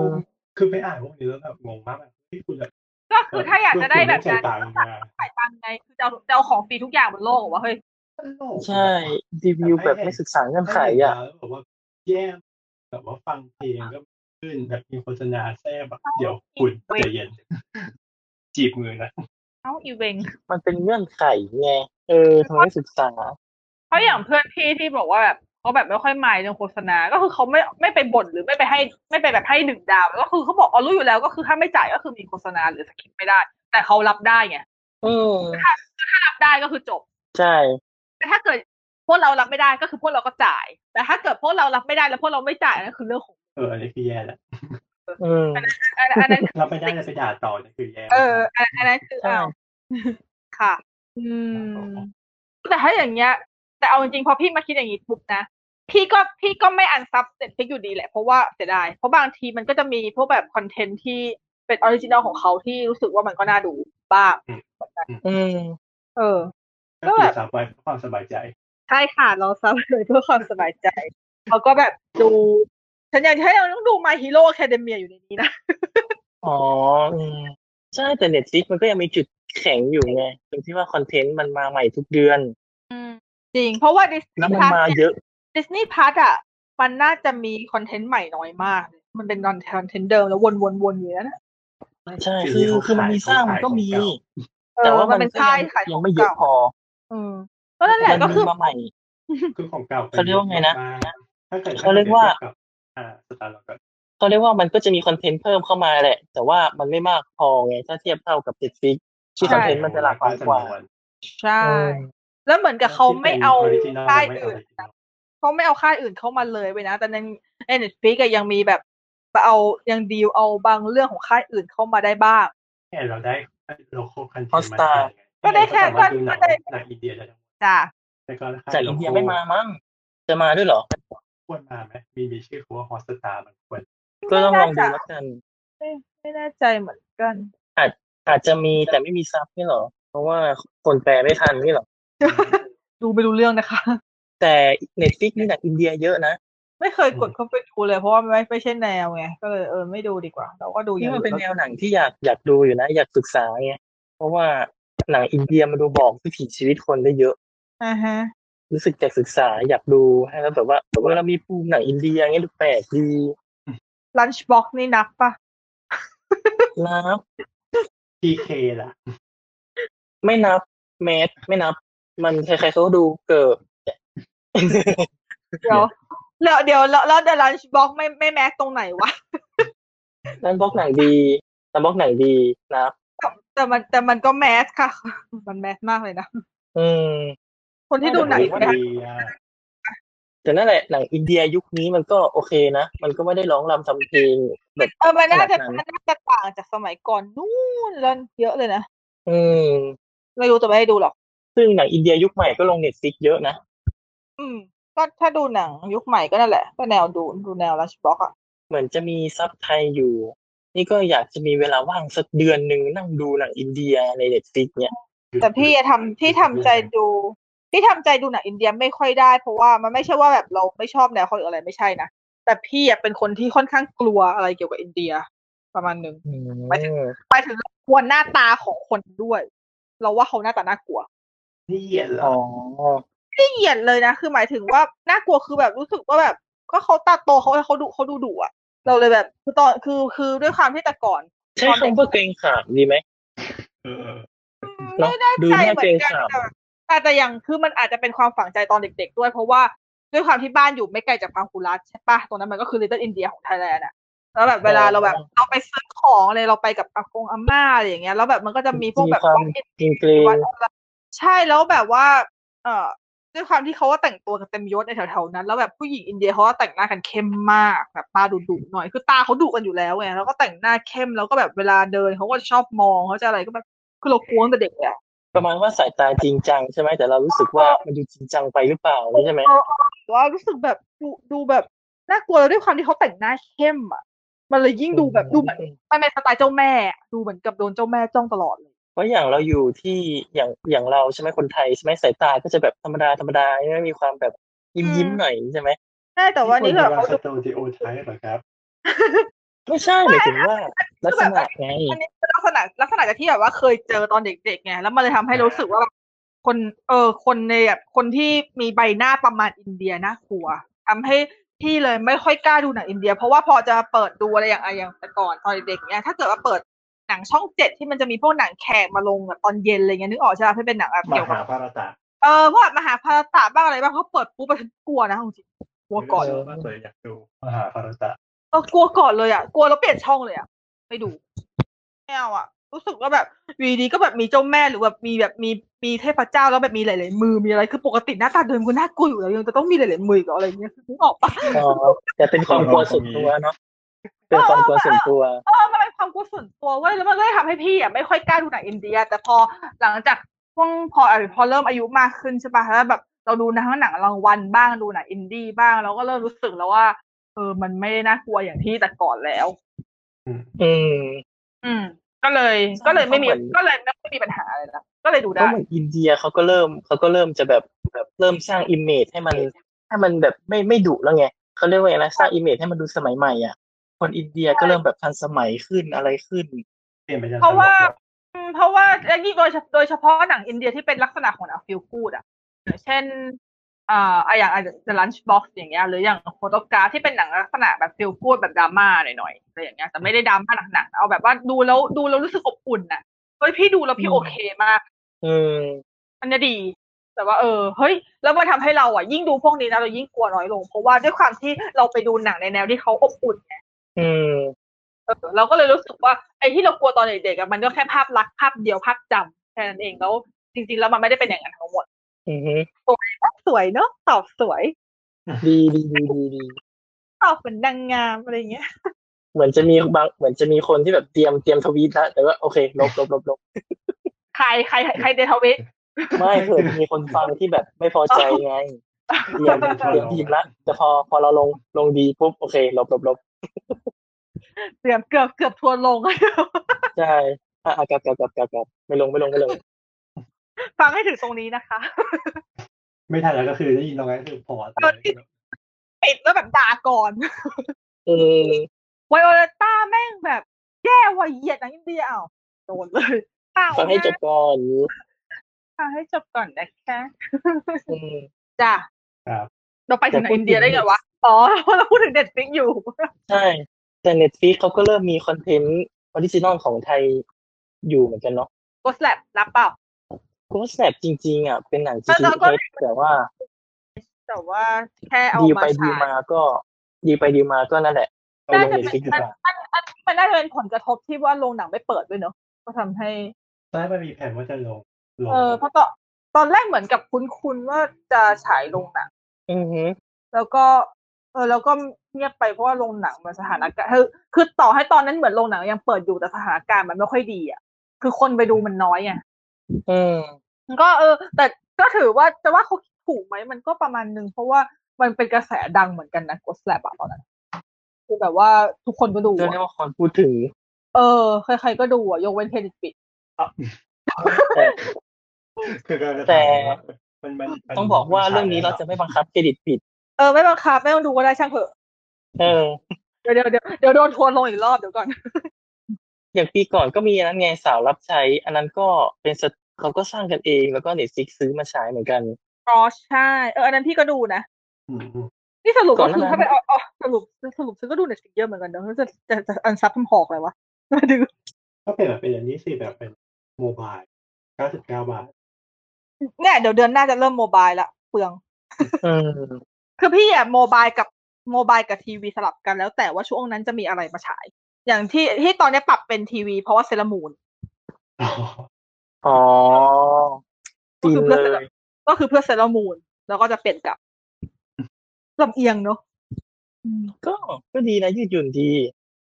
Speaker 2: คือไปอ่านพวกนี้แล้วแบบงงมากแบบที่คุณแบบ
Speaker 4: ก็คือถ้าอยากจะได้แบบ
Speaker 2: จ่า
Speaker 4: นั้
Speaker 2: ย
Speaker 4: น
Speaker 2: ตั
Speaker 4: ก็
Speaker 2: งค์มา
Speaker 4: จ่ายตังค์ไงคือจะเอาจะเอาของฟรีทุกอย่างบนโลกวะเฮ้ย
Speaker 2: ตลก
Speaker 3: ใช่รีวิวแบบไม่ศึกษาเงื่อนไขอ่ะ
Speaker 2: แล้วบอกว่าแย่แบบว่าฟังเพลงก็ขึ้นแบบมีโฆษณาแทรกแบบเดี๋ยวคุณใจ
Speaker 4: [LAUGHS]
Speaker 2: เย็น จีบมือนะ
Speaker 4: เอ้าอีเวง
Speaker 3: มันเป็นเงื่อนไขไงเออทำไมไม่ศึกษา
Speaker 4: เพราะอย่างเพื่อนพี่ที่บอกว่าแบบเขาแบบไม่ค่อยหมายเรื่องโฆษณา ก็คือเขาไม่ไม่ไปบ่นหรือไม่ไปให้ไม่ไปแบบให้หนึ่งดาว ก็คือเขาบอกอ๋อรู้อยู่แล้วก็คือถ้าไม่จ่ายก็คือมีโฆษณาหรือสคริปต์ไม่ได้ แต่เขารับได้ไง
Speaker 3: เออ
Speaker 4: ถ้ารับได้ก็คือจบ
Speaker 3: ใช่
Speaker 4: แต่ถ้าเกิดพวกเรารับไม่ได้ก็คือพวกเราก็จ่าย แต่ถ้าเกิดพวกเรารับไม่ได้แล้วพวกเราไม่จ่ายนั่นคือเรื่องของ
Speaker 2: เอออันนี้คือแย่แหละ
Speaker 3: อืม
Speaker 4: อันอันนั้น
Speaker 2: เราไปได้จะไปด่าต่อนี่คือแย่
Speaker 4: เอออันอันนั้นคือ
Speaker 3: ใช่
Speaker 4: อ้าว ค่ะ อืม แต่ถ้าอย่างเงี้ย แต่เอาจริงๆพอพี่มาคิดอย่างนี้ปุ๊บนะ พี่ก็พี่ก็ไม่อันซับเสร็จพิกอยู่ดีแหละ เพราะว่าเสียดาย เพราะบางทีมันก็จะมีพวกแบบคอนเทนต์ที่เป็นออริจินอลของเขาที่รู้สึกว่ามันก็น่าดูบ้าง
Speaker 3: อืม
Speaker 4: เออ
Speaker 2: ก็คือสบายความสบายใจ
Speaker 4: ใช่ค่ะเราซับเลยเพื่อความสบายใจ เราก็แบบดู ฉันอยากให้เราต้องดู My Hero Academia อยู่ในนี้นะ
Speaker 3: อ๋ออืมใช่แต่เน็ตฟิกมันก็ยังมีจุดแข็งอยู่ไงตรงที่ว่าคอนเทนต์มันมาใหม่ทุกเดือน
Speaker 4: อืม จริง เพราะว่าดิสนี
Speaker 3: แล้ว
Speaker 4: ย์
Speaker 3: มัน
Speaker 4: พาร์
Speaker 3: มา
Speaker 4: ท
Speaker 3: เยอะ
Speaker 4: ดิสนีย์พาร์ทอ่ะ มันน่าจะมีคอนเทนต์ใหม่น้อยมาก มันเป็นคอนเทนต์เดิมแล้ววนๆๆอยู่นั่นน่ะ
Speaker 3: ใช่
Speaker 2: ซีรี
Speaker 3: คื
Speaker 2: ส์
Speaker 3: อ
Speaker 2: เขา
Speaker 3: คือมัน
Speaker 2: ขาย
Speaker 3: มี
Speaker 2: เขา
Speaker 3: สร้างมั
Speaker 2: ขาน ย
Speaker 3: ก
Speaker 2: ของเก่า
Speaker 3: ็มีแต่ว่ามัน
Speaker 4: เป็น
Speaker 3: ก็
Speaker 4: ค่าย
Speaker 3: ยัง
Speaker 4: ขายข
Speaker 3: ยั
Speaker 4: อง
Speaker 3: งไม่เยอะ
Speaker 4: เก่า
Speaker 3: พอ
Speaker 4: อืมก็นั่นแหละก็
Speaker 3: มัมี
Speaker 4: คือ
Speaker 3: มาใหม่
Speaker 2: คือของเก่าป็น
Speaker 3: เขาเรียกว่าไงนะ
Speaker 2: มถ้าเกิด
Speaker 3: เขาเรียกว่า
Speaker 2: กับอ่าสตาร์ลก็
Speaker 3: ก็เรียกว่ามันก็จะมีคอนเทนต์เพิ่มเข้ามาแหละ แต่ว่ามันไม่มากพอไง ถ้าเทียบเท่ากับ Netflix ที่คอนเทนต์มันจะหลากหลายกว่า
Speaker 4: ใช่
Speaker 3: เออ
Speaker 4: แล้วเหมือนกับเขาไม่เอาค่ายอื่น
Speaker 2: ไม่เอา original
Speaker 4: เขาไม่เอาค่ายอื่นเข้ามาเลยไปนะ แต่ในเน็ตฟลิกยังมีแบบเอายังดีลเอาบางเรื่องของค่ายอื่นเข้ามาได้บ้าง
Speaker 2: แค่เราได้โลโก้คัน
Speaker 4: ก็ได้แค่
Speaker 2: ก็ดูหนัง
Speaker 4: ก็ได้
Speaker 2: หนังอินเดียได้ทั้งหมด
Speaker 4: จ้ะ
Speaker 2: แต่ก็ถ้
Speaker 3: จากอินเดียไม่มามั้งจะมาด้วยเหรอ
Speaker 2: ควรมาไหมมีมี
Speaker 4: [LAUGHS]
Speaker 2: ชื่อเขาว่าฮอสตามันควร
Speaker 3: ก็ต้องลองดูแล้วกัน
Speaker 4: ไม่แน่ใจเหมือนกัน
Speaker 3: อาจจะมีแต่ไม่มีซับนี่เหรอ เพราะว่าคนแปลไม่ทันนี่เหรอ
Speaker 4: ดูไม่รู้เรื่องนะคะ
Speaker 3: แต่เน็ตฟิกนี่หนังอินเดียเยอะนะ
Speaker 4: ไม่เคยกดเข้าไปดูเลยเพราะว่าไม่ไม่ใช่แนวไงก็เลยเออไม่ดูดีกว่า เราก็ดูอ
Speaker 3: นี่
Speaker 4: ย่าง
Speaker 3: มัน
Speaker 4: อื่
Speaker 3: เป็น น
Speaker 4: แล้ว
Speaker 3: แนวหนังที่อยากอยากดูอยู่นะ อยากศึกษาไงเพราะว่าหนังอินเดียมันดูบอกวิถีชีวิตคนได้เยอะ
Speaker 4: อ่าฮะ
Speaker 3: รู้สึกอยากศึกษาอยากดูให้แล้วแบบว่าแบบว่าเรามีภูมิหนังอินเดียเงี้ยดูแปลกดี
Speaker 4: lunch box นี่นับปะ
Speaker 3: นับ
Speaker 2: พีเคล่ะ
Speaker 3: ไม่นับแมสไม่นับ มันใครๆเขาก็ดูเกิด
Speaker 4: เดี๋ยวแล้วเดี๋ยวแล้วแล้วเดี๋ยว lunch box ไม่ไม่แม็กตรงไหนวะ
Speaker 3: นั่นบล็อกหนังดีนั่นบล็อกหนังดีนับ
Speaker 4: แต่มันแต่มันก็แมสค่ะ [LAUGHS] มันแมสมากเลยนะ
Speaker 3: อืม
Speaker 4: คนที่ดูหนัง
Speaker 2: อิ
Speaker 4: นะ
Speaker 2: เดีย
Speaker 3: แต่นั่นแหละหนังอินเดียยุคนี้มันก็โอเคนะ มันก็ไม่ได้ร้องรำทำเพลงแบบ
Speaker 4: เออมันน่าจะ
Speaker 3: ขนาดนั้น
Speaker 4: มันน่าจะต่างจากสมัยก่อนนู่นแล้วเยอะเลยนะ
Speaker 3: อืม
Speaker 4: ไม่รู้แต่ไม่ได้ดูหรอก
Speaker 3: ซึ่งหนังอินเดียยุคใหม่ก็ลงเน็ตฟิกเยอะนะ
Speaker 4: อืม ก็ถ้าดูหนังยุคใหม่ก็นั่นแหละ ก็แนวดูดูแนว lunch box อ่ะ
Speaker 3: เหมือนจะมีซับไทยอยู่ นี่ก็อยากจะมีเวลาว่างสักเดือนหนึ่งนั่งดูหนังอินเดียในเน็ตฟิกเนี่ย
Speaker 4: แต่พี่อะทำพี่ทำใจดูพี่ทำใจดูหนังอินเดียไม่ค่อยได้เพราะว่ามันไม่ใช่ว่าแบบเราไม่ชอบแนวเขาหรืออะไรไม่ใช่นะแต่พี่อะเป็นคนที่ค่อนข้างกลัวอะไรเกี่ยวกับอินเดีย ประมาณหนึ่ง
Speaker 3: อืม
Speaker 4: ไม่ ไปถึงกลัวหน้าตาของคนด้วย เราว่าเขาหน้าตาน่ากลัว
Speaker 2: นี่เหยียดเหร
Speaker 3: อ๋
Speaker 2: อ
Speaker 3: อ
Speaker 4: ไม่เหยียดเลยนะ คือหมายถึงว่าน่ากลัวคือแบบรู้สึกว่าแบบ ก็เขาตาโตเขาเขาดุเขาดูดุอะเราเลยแบบคือตอนคือคือด้วยความที่แต่ก่อน
Speaker 3: ใช้คำว่าเกรงขามดีไหม
Speaker 2: เออ
Speaker 4: อืม
Speaker 3: เนอะ
Speaker 4: ไม่ได้
Speaker 3: ดู
Speaker 4: ใจ
Speaker 3: น่า
Speaker 4: เหมื
Speaker 3: เกร
Speaker 4: อน
Speaker 3: ง
Speaker 4: กัน
Speaker 3: ขาม
Speaker 4: แต่แต่แต่อย่างคือมันอาจจะเป็นความฝังใจตอนเด็ก ๆ ด้วย เพราะว่าด้วยความที่บ้านอยู่ไม่ไกลจากพังคูรัสใช่ปะตรงนั้นมันก็คือลิตเติ้ลอินเดียของไทยแลนด์อะแล้วแบบเวลาเราแบบเราไปซื้อของอะไรเราไปกับอากงอาม่าอะไรอย่างเงี้ยแล้วแบบมันก็จะมีพวกแบบ
Speaker 3: มีความเกรงเกรง
Speaker 4: วัดอะไรใช่แล้วแบบว่า เอ่อด้วยความที่เขาว่าแต่งตัวกันเต็มยศในแถวๆนั้น แล้วแบบผู้หญิงอินเดียเขาว่าแต่งหน้ากันเข้มมากแบบตาดุดุๆหน่อยคือตาเขาดุกันอยู่แล้วไงแล้วก็แต่งหน้าเข้มแล้วก็แบบเวลาเดินเขาก็ชอบมองเขาจะอะไรก็แบบคือเรากลัวตั้งแต่เด็กเลยอะ
Speaker 3: ประมาณว่าสายตาจริงจังใช่ไหมแต่เรารู้สึกว่ามันดูจริงจังไปหรือเปล่าใช่ไหม
Speaker 4: เออแต่ว่ารู้สึกแบบดูดูแบบน่ากลัวแล้วด้วยความที่เขาแต่งหน้าเข้มอ่ะ มันเลยยิ่งดูแบบดูเหมือนมันเป็นสไตล์เจ้าแม่อะดูเหมือนกับโดนเจ้าแม่จ้องตลอดเลย
Speaker 3: เพราะอย่างเราอยู่ที่อย่างอย่างเราใช่ไหมคนไทยใช่ไหมสายตาก็จะแบบธรรมดาธรรมดาไม่มีความแบบยิ้มยิ้ม
Speaker 4: อืม
Speaker 3: หน่อยใช่ไหม
Speaker 4: ใช่แต่ว่านี่แบบเขา
Speaker 2: ส
Speaker 4: ดู
Speaker 2: โตดิโอไทป์เหรอครับ
Speaker 3: ไม่ใช่หมายถึงว่าลักษณะไง
Speaker 4: อันนี้เป็นลักษณะลักษณะที่แบบว่าเคยเจอตอนเด็กๆไงแล้วมันเลยทำให้รู้สึกว่าแบบคนเออคนในแบบคนที่มีใบหน้าประมาณอินเดียน่ากลัวทำให้พี่เลยไม่ค่อยกล้าดูหนังอินเดีย เพราะว่าพอจะเปิดดูอะไรอย่างอะไรอย่างแต่ก่อนตอนเด็กๆเนี่ยถ้าเกิดว่าเปิดหนังช่องเจ็ดที่มันจะมีพวกหนังแขกมาลงแบบตอนเย็นอะไรเงี้ยนึกออกใช่ไหมที่เป็นหนังแบบ
Speaker 2: มา
Speaker 4: เกี่ยวกับ
Speaker 2: หาปาราตะ
Speaker 4: เออพวกมหาภารตะบ้างอะไรบ้างเขาเปิดปุ๊บไปฉันกลัวนะเอาจริงกลัวก่อน
Speaker 2: เมากเลยอยากดูมาหาปาราตะ
Speaker 4: เออกลัวก่อนเลยอ่ะกลัวแล้วเปลี่ยนช่องเลยอ่ะไม่ดูไม่เอาอ่ะ รู้สึกว่าแบบวีดีก็แบบมีเจ้าแม่หรือแบบมีแบบมีมีเทพเจ้าแล้วแบบมีหลาย ๆ มือมีอะไรคือปกติหน้าตาเดิมก็น่ากลัวอยู่แล้วยังจะต้องมีหลาย ๆ มืออีกเหรออะไรเงี้ยคือนึกออกปะ
Speaker 3: อ๋อแต่เป็นความกลัวส่วนตัวเนาะเป็นความกลัวส่วนตัว
Speaker 4: เออมันเป็นความกลัวส่วนตัวเว้ยแล้วมันก็เลยทำให้พี่อ่ะไม่ค่อยกล้าดูหนังอินเดีย แต่พอหลังจากช่วงพอพอเริ่มอายุมากขึ้นใช่ปะแล้วแบบเราดูหนังหนังรางวัลบ้างดูหนังอินดี้บ้างเราก็เริ่มรู้สึกแล้วว่าเออมันไม่ได้น่ากลัวอย่างที่แต่ก่อนแล้ว
Speaker 3: อืม
Speaker 4: อืม ก็เลยก็เลยไม่มี
Speaker 3: พราะหอน
Speaker 4: ก็เลยไม่ไม่มีปัญหาอะไรละก็เลยดู
Speaker 3: เพ
Speaker 4: ได้
Speaker 3: ราะเหมือนอินเดียเขาก็เริ่มเขาก็เริ่มจะแบบแบบเริ่มสร้างอิมเมจให้มันให้มันแบบไม่ไม่ดุแล้วไงเขาเรียกว่าไงนะสร้างอิมเมจให้มันดูสมัยใหม่อ่ะ คนอินเดียก็เริ่มแบบทันสมัยขึ้นอะไรขึ้น
Speaker 2: เปลี่ยนไปจาก
Speaker 4: เพราะว่า อืมเพราะว่าและยิ่งโดยเฉโดยเฉพาะหนังอินเดียที่เป็นลักษณะของหนังฟิลกูดอ่ะอย่างเช่นอ่าอะอย่าง The Lunchbox อย่างเงี้ยหรืออย่างโฟโตการ์ที่เป็นหนังลักษณะแบบฟิลกูดแบบดราม่าหน่อยๆอะไรอย่างเงี้ยแต่ไม่ได้ดราม่าหนักๆเอาแบบว่าดูแล้วดูแล้วรู้สึกอบอุ่นน่ะเฮ้ยพี่ดูแล้วพี่
Speaker 3: อืม
Speaker 4: โอเคมาก
Speaker 3: อืม
Speaker 4: อันเนี้ยดี แต่ว่าเออเฮ้ย แล้วมันทำให้เราอ่ะยิ่งดูพวกนี้นะเรายิ่งกลัวน้อยลง เพราะว่าด้วยความที่เราไปดูหนังในแนวที่เขาอบอุ่นไง
Speaker 3: อืม
Speaker 4: เออเราก็เลยรู้สึกว่าไอ้ที่เรากลัวตอนเด็กๆอะมันก็แค่ภาพลักษณ์ภาพเดียวภาพจำแค่นั้นเองแล้ว จริง ๆ แล้วมันไม่ได้เป็นอย่างนั้นทั้งหมด
Speaker 3: อือฮึ
Speaker 4: สวยเนอะตอบสวย
Speaker 3: ดีดีดีดีดี
Speaker 4: ตอบเหมือนนางงามอะไรอย่างเงี้ย
Speaker 3: เหมือนจะมีบางเหมือนจะมีคนที่แบบเตรียมเตรียมทวีตแล้วแต่ว่าโอเคลบลบลบลบ
Speaker 4: ใครใครใครเดทเวท
Speaker 3: ไม่เผื่อมีคนฟังที่แบบไม่พอใจ
Speaker 4: [LAUGHS]
Speaker 3: ไงเตรียมเตรียมทีมละแต่พอพอเราลงลงดีปุ๊บโอเคลบลบลบ
Speaker 4: เกือบเกือบเกือบทัวร์ลง
Speaker 3: ใช่ อ่ะอ่ะกลับกลับกลับกลับกลับไม่ลงไม่ลงไม่ลง
Speaker 4: [LAUGHS] ฟังให้ถึงตรงนี้นะคะ
Speaker 2: ไม่ทันแล้วก็คือได้ยินตรงนั้นคือพอตายแล้ว
Speaker 4: ปิดแล้วแบบด่าก่อน
Speaker 3: อืม
Speaker 4: ไวโอเลต้าแม่งแบบ แย่ว่ะเหยียดหนังอินเดียอ้าวโดนเลยอ้าว
Speaker 3: ฟังให้จบก่อน
Speaker 4: ฟังให้จบก่อนนะคะ
Speaker 3: อืม
Speaker 4: จ้ะ
Speaker 2: ครับ
Speaker 4: เราไปถึงหนังอินเดียได้ไงวะ อ๋อ [LAUGHS] เราพูดถึงเด็ดฟิกอยู่
Speaker 3: ใช่ แต่เน็ตฟ i ิกเขาก็เริ่มมีคอนเทนต์ออริจินอลของไทยอยู่เหมือนกันเนาะ
Speaker 4: กดแลบรับเปล่า
Speaker 3: โกสแสบจริง ๆ อ่ะ เป็นหนัง
Speaker 4: แล้วเราก็
Speaker 3: GTH แต่ว่า
Speaker 4: แต่ว่าแค่เอา
Speaker 3: ดี
Speaker 4: มา
Speaker 3: ไปดี
Speaker 4: ฉาย
Speaker 3: มาก็ ดีไปดีมาก็นั่นแหละเอาลง
Speaker 4: น่าจะ
Speaker 3: เน็ต
Speaker 4: เป็น
Speaker 3: ฟิกดีกว่า
Speaker 4: อันอันมันน่าจะเป็นผลกระทบที่ว่าโรงหนังไม่เปิดด้วยเนอะก็ทำให้
Speaker 2: ตอนแรกมันมีแผนว่าจะลงลง
Speaker 4: เออเพราะตอนตอนแรกเหมือนกับคุ้นๆว่าจะฉายโรงหนัง
Speaker 3: อือฮึ
Speaker 4: แล้วก็ เออแล้วก็เงียบไปเพราะว่าโรงหนังมันสถานการณ์คือคือต่อให้ตอนนั้นเหมือนโรงหนังยังเปิดอยู่แต่สถานการณ์มันไม่ค่อยดีอ่ะคือคนไปดูมันน้อยไง
Speaker 3: อืม
Speaker 4: มันก็เออ แต่ก็ถือว่าจะว่าเขาคิดถูกไหมมันก็ประมาณนึงเพราะว่ามันเป็นกระแสดังเหมือนกันนะกดแสบอะตอนนั้นคือแบบว่าทุกคนก็ดู
Speaker 3: เรียก
Speaker 4: อะ
Speaker 3: ได้ว่าคนพูดถึง
Speaker 4: เออใครๆก็ดูอ่ะยกเว้นเครดิตปิด
Speaker 2: คือก็จะถาม
Speaker 3: แต่
Speaker 2: ว่ามันมันมัน
Speaker 3: ต้องบอกว่าเรื่องนี้เราจะ
Speaker 2: มันฉยแล้ว
Speaker 3: ไม่บังคับเครดิตผิด
Speaker 4: เออไม่บังคับไม่ต้องดูก็ได้ช่างเถอะ
Speaker 3: เออ
Speaker 4: เดี๋ยวเดี๋ยวเดี๋ยวเดี๋ยวโดนทัวร์ลงอีกรอบเดี๋ยวก่อน
Speaker 3: อย่างปีก่อนก็มีอันนั้นไงสาวรับใช้ อันนั้นก็เป็นสตเขาก็สร้างกันเองแล้วก็เน็ตฟิกซื้อมาฉายเหมือนกัน
Speaker 4: อ๋อใช่เอออันนั้นพี่ก็ดูนะ
Speaker 2: อืมอืม
Speaker 4: นี่สรุป
Speaker 3: ก่อ
Speaker 4: ก็
Speaker 3: นห
Speaker 4: คื
Speaker 3: น้า
Speaker 4: อ
Speaker 3: นั้น
Speaker 4: ถ้าไปเอาเอาสรุปสรุปฉันก็ดูเน็ตฟลิกเยอะเหมือนกันเนอะจะจะจะอันซับทำหอกเลยวะดึง
Speaker 2: ก็เป็นแบบเป็นอย่างนี้สิแบบเป็นโมบาย99 บาท
Speaker 4: เนี่ยเดี๋ยวเดือนหน้าจะเริ่มโมบายละเปลือง
Speaker 3: อืม
Speaker 4: คือพี่อะโมบายกับโมบายกับทีวีสลับกันแล้วแต่ว่าช่วงนั้นจะมีอะไรมาฉาย อย่างที่ที่ตอนเนี้ยปรับเป็นทีวี เพราะว่าเซรามูน
Speaker 3: อ๋อ
Speaker 4: ก็คือ
Speaker 3: ฟิน
Speaker 4: เพื่อ
Speaker 3: เลย
Speaker 4: ก็คือเพื่อเซรามูน แล้วก็จะเปลี่ยนกลับลำเอียงเนอะอืม
Speaker 3: ก็ก็ดีนะยืดหยุ่นดี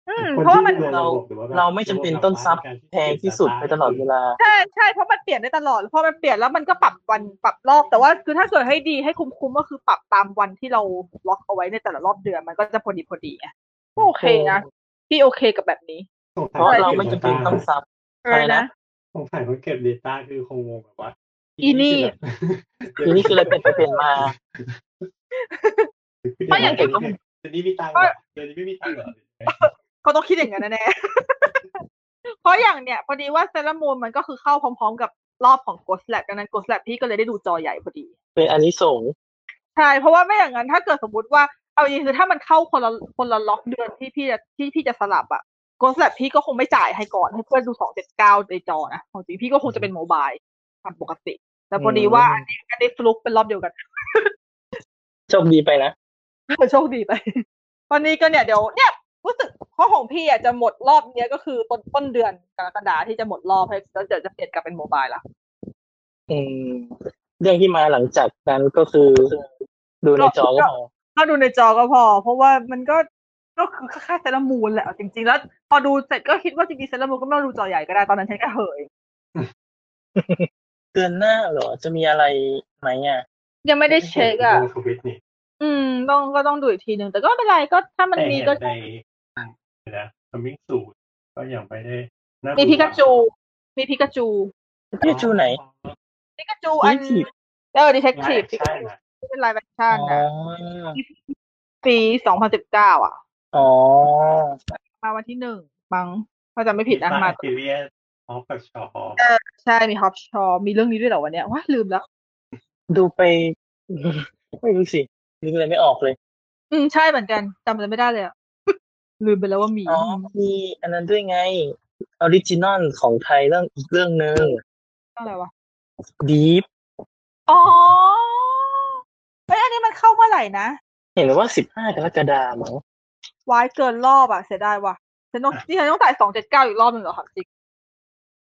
Speaker 4: อืม
Speaker 2: คน
Speaker 4: เพราะว่ามัน
Speaker 2: ที่ดูแล
Speaker 3: เรา
Speaker 2: ระบบหอว่แบบ
Speaker 3: เราไม่จำเป็นต้องซับ แพงที่สุดไปตลอดเวลา
Speaker 4: ใช่ใช่เพราะมันเปลี่ยนได้ตลอดเพอมันเปลี่ยนแล้วมันก็ปรับวันปรับรอบแต่ว่าคือถ้าเกิดให้ดีให้คุ้มๆก็คือปรับตามวันที่เราล็อกเอาไว้ในแต่ละรอบเดือนมันก็จะพอดีพอดีไงก็โอเคนะพี่โอเคกับแบบนี้
Speaker 3: เพราะเราไม่จำเป็นต้องซับ
Speaker 4: เออ
Speaker 3: อะไรนะ
Speaker 4: นะ
Speaker 2: สงสัยคนเก็บ Data คือคงงงแบบว่า
Speaker 4: อีนี่
Speaker 2: แบบ
Speaker 3: ทีนี้คืออะไรเป็นไปเป็นมา
Speaker 4: ไม่อย่างเก็บ
Speaker 2: เดี๋ยวนี้มีตังค์เหรอเดี๋ยวนี้ไม่มีตังค์เหรอ
Speaker 4: เขาต้องคิดอย่างนั้นแน่ๆ [LAUGHS] เพราะอย่างเนี้ยพอดีว่าเซรามูนมันก็คือเข้าพร้อมๆ กับรอบของโกสแลบดังนั้นโกสแลบพี่ก็เลยได้ดูจอใหญ่พอดี
Speaker 3: เป็นอันนี้ส่งส์
Speaker 4: ใช่ เพราะว่าไม่อย่างนั้นถ้าเกิดสมมติว่าเอาจริงๆคือถ้ามันเข้าคนละคนละล็อกเดือนที่พี่จะที่พี่จะสลับอะโกสแลบพี่ก็คงไม่จ่ายให้ก่อนให้เพื่อนดูสองเจ็ดเก้าในจอนะของจริงพี่ก็คงจะเป็นโมบายตามปกติ แต่พอดีว่าอันนี้อันนี้ฟลุกเป็นรอบเดียวกัน
Speaker 3: โชคดีไปนะ
Speaker 4: เออโชคดีไป [LAUGHS] วันนี้ก็เนี่ยเดี๋ยวเนี่ยรู้สึกข้อของพี่อ่ะจะหมดรอบเนี้ยก็คือต้นต้นเดือนกรกฎาที่จะหมดรอบให้แล้วเดี๋ยวจะเปลี่ยนกลับเป็นโมบายละ
Speaker 3: อืม เรื่องที่มาหลังจากนั้นก็คือ ดูในจอก็พอ
Speaker 4: ก็ดูในจอก็พอ เพราะว่ามันก็ก็คือค่ายๆเซรามูนแหละเอาจริง ๆ แล้ว พอดูเสร็จก็คิดว่าจริงๆเซรามูนก็ไม่ต้องดูจอใหญ่ก็ได้ตอนนั้นฉันก็เหย
Speaker 3: เดือนหน้าเหรอ จะมีอะไรไหมอ่ะ
Speaker 4: ยังไม่ได้เช็คอ่ะ
Speaker 2: ทวิตนี่
Speaker 4: อืม ต้องก็ต้องดูอีกทีหนึ่งแต่ก็ไม่เป็นไรก็ถ้ามันมีก็
Speaker 2: แต่เห็นในนะคอมมิ่งสูตรก็ยังไม่ได้น่
Speaker 4: มีพิกาจู
Speaker 2: ดู
Speaker 4: มีพิกาจู
Speaker 3: พิกาจูไหน
Speaker 4: พิกาจูอัน
Speaker 3: Detective
Speaker 4: เออดีเทค
Speaker 2: ใช่
Speaker 4: ทีฟพิกา
Speaker 2: ใช่
Speaker 4: จู
Speaker 2: นะ
Speaker 4: ที่เป็นไลฟ์แอคชั่น
Speaker 3: อ๋อ
Speaker 4: นะ ปีสองพันสิบเก้าอ่ะ
Speaker 3: อ๋อ
Speaker 4: มาวันที่หนึ่งมั้งถ้าจำไม่ผิดนะมา
Speaker 2: ซีเรียสออฟกับชอ
Speaker 4: ใช่มีฮอปชอมีเรื่องนี้ด้วยเหรอวันเนี้ยว้ายลืมแล้ว
Speaker 3: ดูไป [LAUGHS] ไม่รู้สินึกอะไรไม่ออกเลย
Speaker 4: อืมใช่เหมือนกันจำอะไรไม่ได้เลยอะ [LAUGHS] ลืมไปแล้วว่ามี
Speaker 3: อ๋อ มีอันนั้นด้วยไง ออริจินอลของไทยเรื่องอีกเรื่องหนึ่ง
Speaker 4: เรื่องอะไรวะ
Speaker 3: ดีฟ
Speaker 4: อ๋อเฮ้ยอันนี้มันเข้าเมื่อไหร่นะ
Speaker 3: เห็นว่าสิบห้ากรกฎาคมมั้ง
Speaker 4: วายเกินรอบอ่ะเสียดายว่ะฉันต้องที่ฉันต้องจ่ายสองเจ็ดเก้าอีกรอบหนึ่งเหรอครับจริง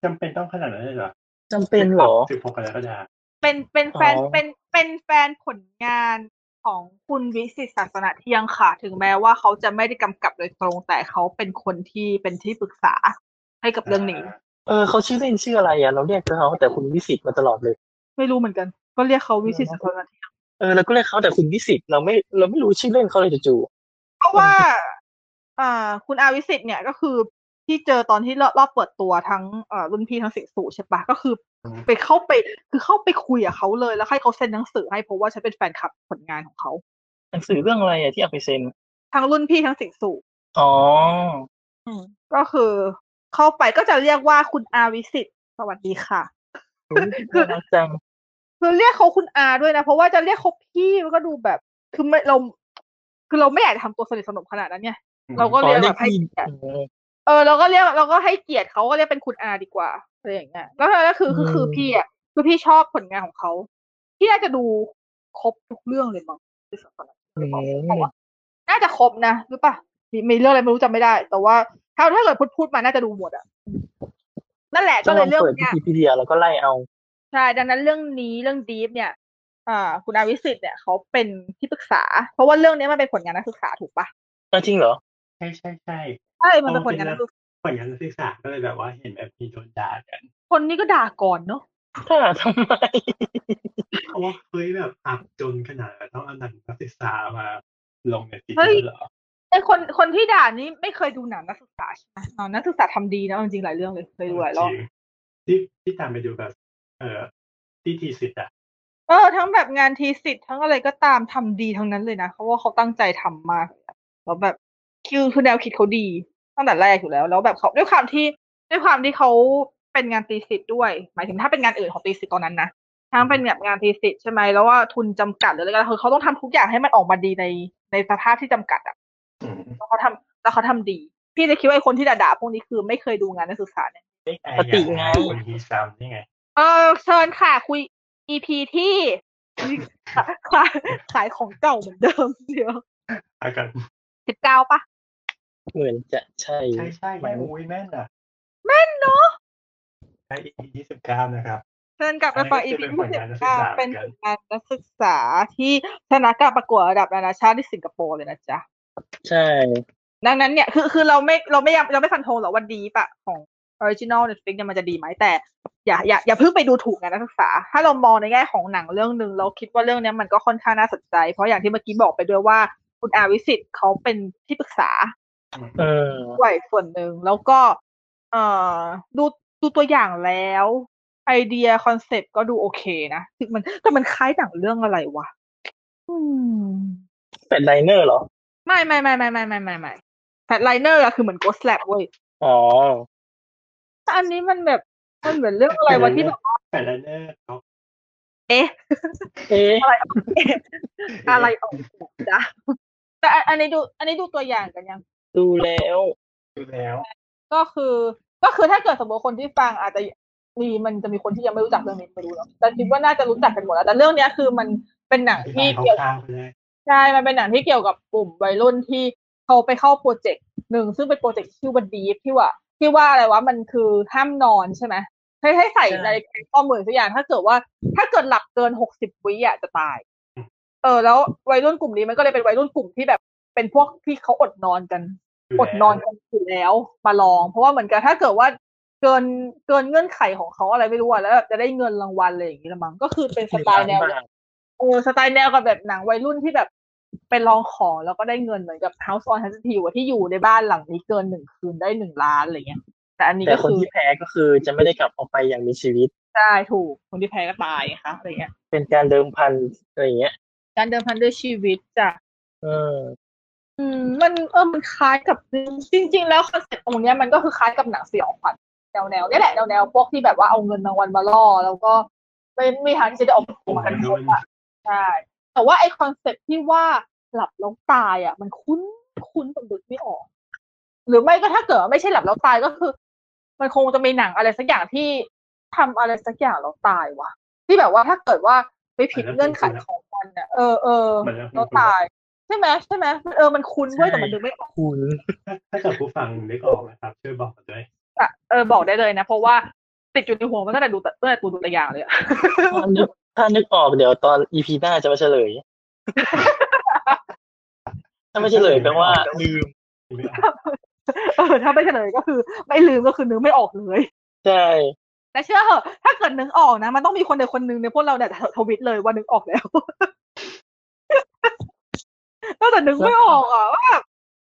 Speaker 2: จำเป็นต้องขนาดนั้นเลยเหรอ
Speaker 3: จำเป็นเหรอ
Speaker 2: สิบหกกรกฎาคม
Speaker 4: เป็นเป็นแฟน
Speaker 3: อ๋อ
Speaker 4: เป็นเป็นแฟนผลงานของคุณวิสิตศาสนาเที่ยงค่ะ ถึงแม้ว่าเขาจะไม่ได้กำกับโดยตรงแต่เขาเป็นคนที่เป็นที่ปรึกษาให้กับเรื่องนี้
Speaker 3: เออเขาชื่อเล่นชื่ออะไรอ่ะเราเรียกเขาแต่คุณวิสิตมาตลอดเลย
Speaker 4: ไม่รู้เหมือนกัน ก็เรียกเขาวิสิต
Speaker 3: เออ
Speaker 4: สุพรรณ
Speaker 3: เออเราก็เรียกเขาแต่คุณวิสิตเราไม่เราไม่รู้ชื่อเล่นเขาเลยจู่
Speaker 4: เพราะว่า อ่า คุณอาวิสิตเนี่ยก็คือ ที่เจอตอนที่รอบเปิดตัวทั้งเอ่อรุ่นพี่ทั้งสิสูใช่ปะก็คือไปเข้าไปคือเข้าไปคุยกับเขาเลยแล้วให้เขาเซ็นหนังสือให้เพราะว่าฉันเป็นแฟนคลับผลงานของเขา
Speaker 3: หนังสือเรื่องอะไรอะที่เอาไปเซ็น
Speaker 4: ทั้งรุ่นพี่ทั้งสิสู
Speaker 3: อ๋อ
Speaker 4: ก็คือเข้าไปก็จะเรียกว่าคุณอาวิสิตสวัสดีค่ะ
Speaker 3: อุ๊ยน่ารักจั
Speaker 4: [LAUGHS]
Speaker 3: ง
Speaker 4: คือเรียกเขาคุณอาด้วยนะ เพราะว่าจะเรียกเขาพี่มันก็ดูแบบคือไม่เราคือเราไม่อยากจะทำตัวสนิทสนมขนาดนั้นไงเราก็เรียกแบบให้เกียรติ เออเราก็เรียกเราก็ให้เกียรติเขาก็เรียกเป็นคุณอาดีกว่าอะไรอย่างเงี้ยแล้วก็คือคือคือ
Speaker 3: อืม
Speaker 4: พี่อ่ะคือพี่ชอบผลงานของเขาพี่น่าจะดูครบทุกเรื่องเลยมั้งที่สำคัญ
Speaker 3: อืม
Speaker 4: บอกว่าน่าจะครบนะหรือปะมีมีเรื่องอะไรไม่รู้จำไม่ได้ แต่ว่าถ้าถ้าเกิดพูดพูดมาน่าจะดูหมดอ่ะนั่นแหละก็เลยเรื่อง
Speaker 3: ปิด
Speaker 4: เนี้ย
Speaker 3: วิกิพีเดียแล้วก็ไล่เอา
Speaker 4: ใช่ ดังนั้นเรื่องนี้เรื่องดีฟเนี่ย อ่า คุณอาวิสิตเนี่ยเขาเป็นที่ปรึกษา เพราะว่าเรื่องนี้มันเป็นผลงานนักศึกษาถูกปะ
Speaker 3: เออจริงเหรอ
Speaker 2: ใช่ใช่ใช่
Speaker 4: ใช่มันเป็นผลงานนักศึกษา
Speaker 2: ผลงานนักศึกษาก็เลยแบบว่าเห็นแบบมีโดนด่ากัน
Speaker 4: คนนี้ก็ด่าก่อนเนาะ
Speaker 3: ถ้าทำไม [LAUGHS]
Speaker 2: เพราะว่าเฮ้ยแบบอับจนขนาดแบบต้องเอาหนังนักศึกษามาลงในติดเหรอ
Speaker 4: ไอคนคนที่ด่านี้ไม่เคยดูหนังนักศึกษาใช่ไหมอ๋อนักศึกษาทำดีนะเอาจริงๆหลายเรื่องเลยเคยดูหลายรอบ
Speaker 2: ที่ที่ตามไปดูแบบเออที่ทีสิทธ์อะ
Speaker 4: เออทั้งแบบงานทีสิทธ์ทั้งอะไรก็ตามทำดีทั้งนั้นเลยนะเพราะว่าเขาตั้งใจทำมากแล้วแบบคือคือแนวคิดเขาดีตั้งแต่แรกอยู่แล้ว แล้วแบบเขาด้วยความที่ด้วยความที่เขาเป็นงานตีสิทธ์ด้วย หมายถึงถ้าเป็นงานอื่นของตีสิทธ์ตอนนั้นนะ ทั้งเป็นแบบงานทีสิทธ์ใช่ไหมแล้วว่าทุนจำกัดหรืออะไรก็แล้วคือเขาต้องทำทุกอย่างให้มันออกมาดีในในสภาพที่จำกัดอ่ะ
Speaker 2: อืม
Speaker 4: แล้วเขาทำแล้วเขาทำดี พี่เลยคิดว่าไอ้คนที่ด่าๆพวกนี้คือไม่เคยดูงานนักศึกษาเนี่ย
Speaker 2: ไอ้ไอ้
Speaker 3: ปฏิไง
Speaker 2: คนฮีซัมนี่ไง
Speaker 4: เออเชิญค่ะคุย EP ที่ [LAUGHS] ขายขายของเก่าเหมือนเดิม [LAUGHS] เดียว
Speaker 2: อากัน
Speaker 4: สิบเก้าปะ
Speaker 3: เหมือนจะใช่
Speaker 2: ใช่ใช่แม่อุ้ยแม่นอ่ะ
Speaker 4: เนาะ
Speaker 2: ใช่ EP ที่สิบเก้านะครับ
Speaker 4: เชิญกลับไปฟัง EP
Speaker 2: อันนี้
Speaker 4: ที่สิ
Speaker 2: ก็จะ
Speaker 4: บ
Speaker 2: เป็นผลงานนักศึก
Speaker 4: เก้า
Speaker 2: ษาเห
Speaker 4: เป็ผลงานนัก
Speaker 2: มือน นกัน
Speaker 4: ศึกษาที่ชนะการประกวดระดับนานาชาติที่สิงคโปร์เลยนะจ๊ะ
Speaker 3: ใช่
Speaker 4: ดังนั้นเนี่ยคือคือเราไม่เราไม่ยังเราไม่ฟันธงหรอกว่าดีปะของออริจินอลเน็ตฟิกเนี่ยมันจะดีไหมแต่ อย่าอย่าอย่าเพิ่งไปดูถูกงานนักศึกษา ถ้าเรามองในแง่ของหนังเรื่องหนึ่งเราคิดว่าเรื่องเนี้ยมันก็ค่อนข้างน่าสนใจ เพราะอย่างที่เมื่อกี้บอกไปด้วยว่าคุณอาวิสิตเขาเป็นที่ปรึกษา
Speaker 3: เออ
Speaker 4: ด้วยส่วนหนึ่งแล้วก็ เอ่อดูดูตัวอย่างแล้ว ไอเดียคอนเซปต์ก็ดูโอเคนะถึงมันแต่มันคล้ายหนังเรื่องอะไรวะอืม
Speaker 3: เป็ดไลเนอร์เหรอ
Speaker 4: ไม่ไม่ไม่ไม่ไม่ไม่ไม่ไม่แฟลไลเนอร์อะคือเหมือนโกสแลบเว้ย
Speaker 3: อ๋อ
Speaker 4: แต่อันนี้มันแบบมันเหมือนเรื่องอะไรวะที่แบบว่า
Speaker 2: แต่ละเนอร์เขา
Speaker 4: เอ๊ะ
Speaker 3: เอ๊ะ
Speaker 4: อะไรออกแบบจ้ะแต่อันอันนี้ดู อันนี้ดูตัวอย่างกันยัง
Speaker 3: ดูแล้ว
Speaker 2: ดูแล้ว
Speaker 4: ก็คือ ก็คือถ้าเกิดสมมติคนที่ฟังอาจจะมีมันจะมีคนที่ยังไม่รู้จักเรื่องนี้ไม่รู้เนาะแต่คิดว่าน่าจะรู้จักกันหมดแล้วแต่เรื่องเนี้ยคือมันเป็นหนังที่
Speaker 2: ที่เขา
Speaker 4: เกี่ยว
Speaker 2: ข้ามไปเลย
Speaker 4: ใช่มันเป็นหนังที่เกี่ยวกับกลุ่มวัยรุ่นที่เขาไปเข้าโปรเจกต์หนึ่งซึ่งเป็นโปรเจกต์ที่ชื่อว่าดีฟที่ว่าที่ว่าอะไรวะมันคือห้ามนอนใช่ไหมให้ให้ใส่นาฬิกาข้อมือสักอย่างถ้าเกิดว่า ถ้าเกิดหลับเกินหกสิบวิอ่ะจะตาย เออ แล้ววัยรุ่นกลุ่มนี้มันก็เลยเป็นวัยรุ่นกลุ่มที่แบบเป็นพวกที่เขาอดนอนกัน อดนอนกันอยู่แล้วมาลอง เพราะว่าเหมือนกันถ้าเกิดว่าเกินเกินเงื่อนไขของเขาอะไรไม่รู้อะแล้วแบบจะได้เงินรางวัลอะไรอย่างนี้ละมั้งก็คือเป็นสไตล์แนว
Speaker 3: มีร้าบาท
Speaker 4: โอ้สไตล์แนวกับแบบหนังวัยรุ่นที่แบบไปลองของแล้วก็ได้เงินเหมือนกับ House on Haunted Hill อะที่อยู่ในบ้านหลังนี้เกินหนึ่งคืนได้หนึ่งล้านอะไรเงี้ย แต่อันนี้
Speaker 3: แต่
Speaker 4: ก็
Speaker 3: คน
Speaker 4: คือ
Speaker 3: ที่แพ้ก็คือจะไม่ได้กลับออกไปอย่างมีชีวิต
Speaker 4: ได้ถูกคนที่แพ้ก็ตายนะคะอะไรเงี้ย
Speaker 3: เป็นการเดิมพันอะไรอย่างเงี้ย
Speaker 4: การเดินพันด้วยชีวิตจ้ะ
Speaker 3: เออ
Speaker 4: อืมมันเออมันคล้ายกับจริง ๆ แล้วคอนเซ็ปต์ตรงเนี้ยมันก็คือคล้ายกับหนังสยองขวัญแนวแนวๆเนี่ยแหละแนวแนวๆพวกที่แบบว่าเอาเงินรางวัลมาล่อ แล้วก็ไม่ไม่มีทางที่จะได้ออก
Speaker 2: ก
Speaker 4: ตั
Speaker 2: ลุ่
Speaker 4: ว
Speaker 2: ม
Speaker 4: กั
Speaker 2: กัน น
Speaker 4: ค
Speaker 2: โด
Speaker 4: รบ
Speaker 2: น
Speaker 4: อ่ะใช่แต่ว่าไอคอนเซ็ปต์ที่ว่าหลับแล้วตายอ่ะ มันคุ้นคุ้นจนดึกไม่ออก หรือไม่ก็ถ้าเกิดว่าไม่ใช่หลับแล้วตายก็คือ มันคงจะมีหนังอะไรสักอย่างที่ทำอะไรสักอย่างแล้วตายวะที่แบบว่าถ้าเกิดว่าไปผิดเงื่อนไขของมันอ่ะเออเออ
Speaker 2: เหมือนแล้ว
Speaker 4: แล้วตาย ใช่ไหมใช่ไหมมันเออมันคุ้นเว้ย
Speaker 3: ใช่
Speaker 4: แต่มันดึงไม่ออก
Speaker 3: คุณ
Speaker 2: ถ้าถ้าเกิดผู้ฟังนึกออกนะครับช่วยบอกด้วย
Speaker 4: อะเออบอกได้เลยนะ เพราะว่าติดอยู่ในหัวมันตั้งแต่ดูตั้งแต่กูดูตัวอย่างเลยอะ [LAUGHS]
Speaker 3: ถ้านึกถ้านึกออกเดี๋ยวตอนอีพีหน้าจะมาเฉลย ถ้าไม่เฉลยแปลว่าลืม
Speaker 2: ไม่ออก
Speaker 4: เออถ้าไม่เฉลยก็คือ ไม่ลืมก็คือนึกไม่ออกเลย
Speaker 3: ใช่
Speaker 4: แต่เชื่อเหอะถ้าเกิดนึกออกนะ มันต้องมีคนใดคนหนึ่งในพวกเราเนี่ยทวิตเลยว่านึกออกแล้ว [LAUGHS] ก็แต่นึกไม่ออกอ่ะว่าแบบ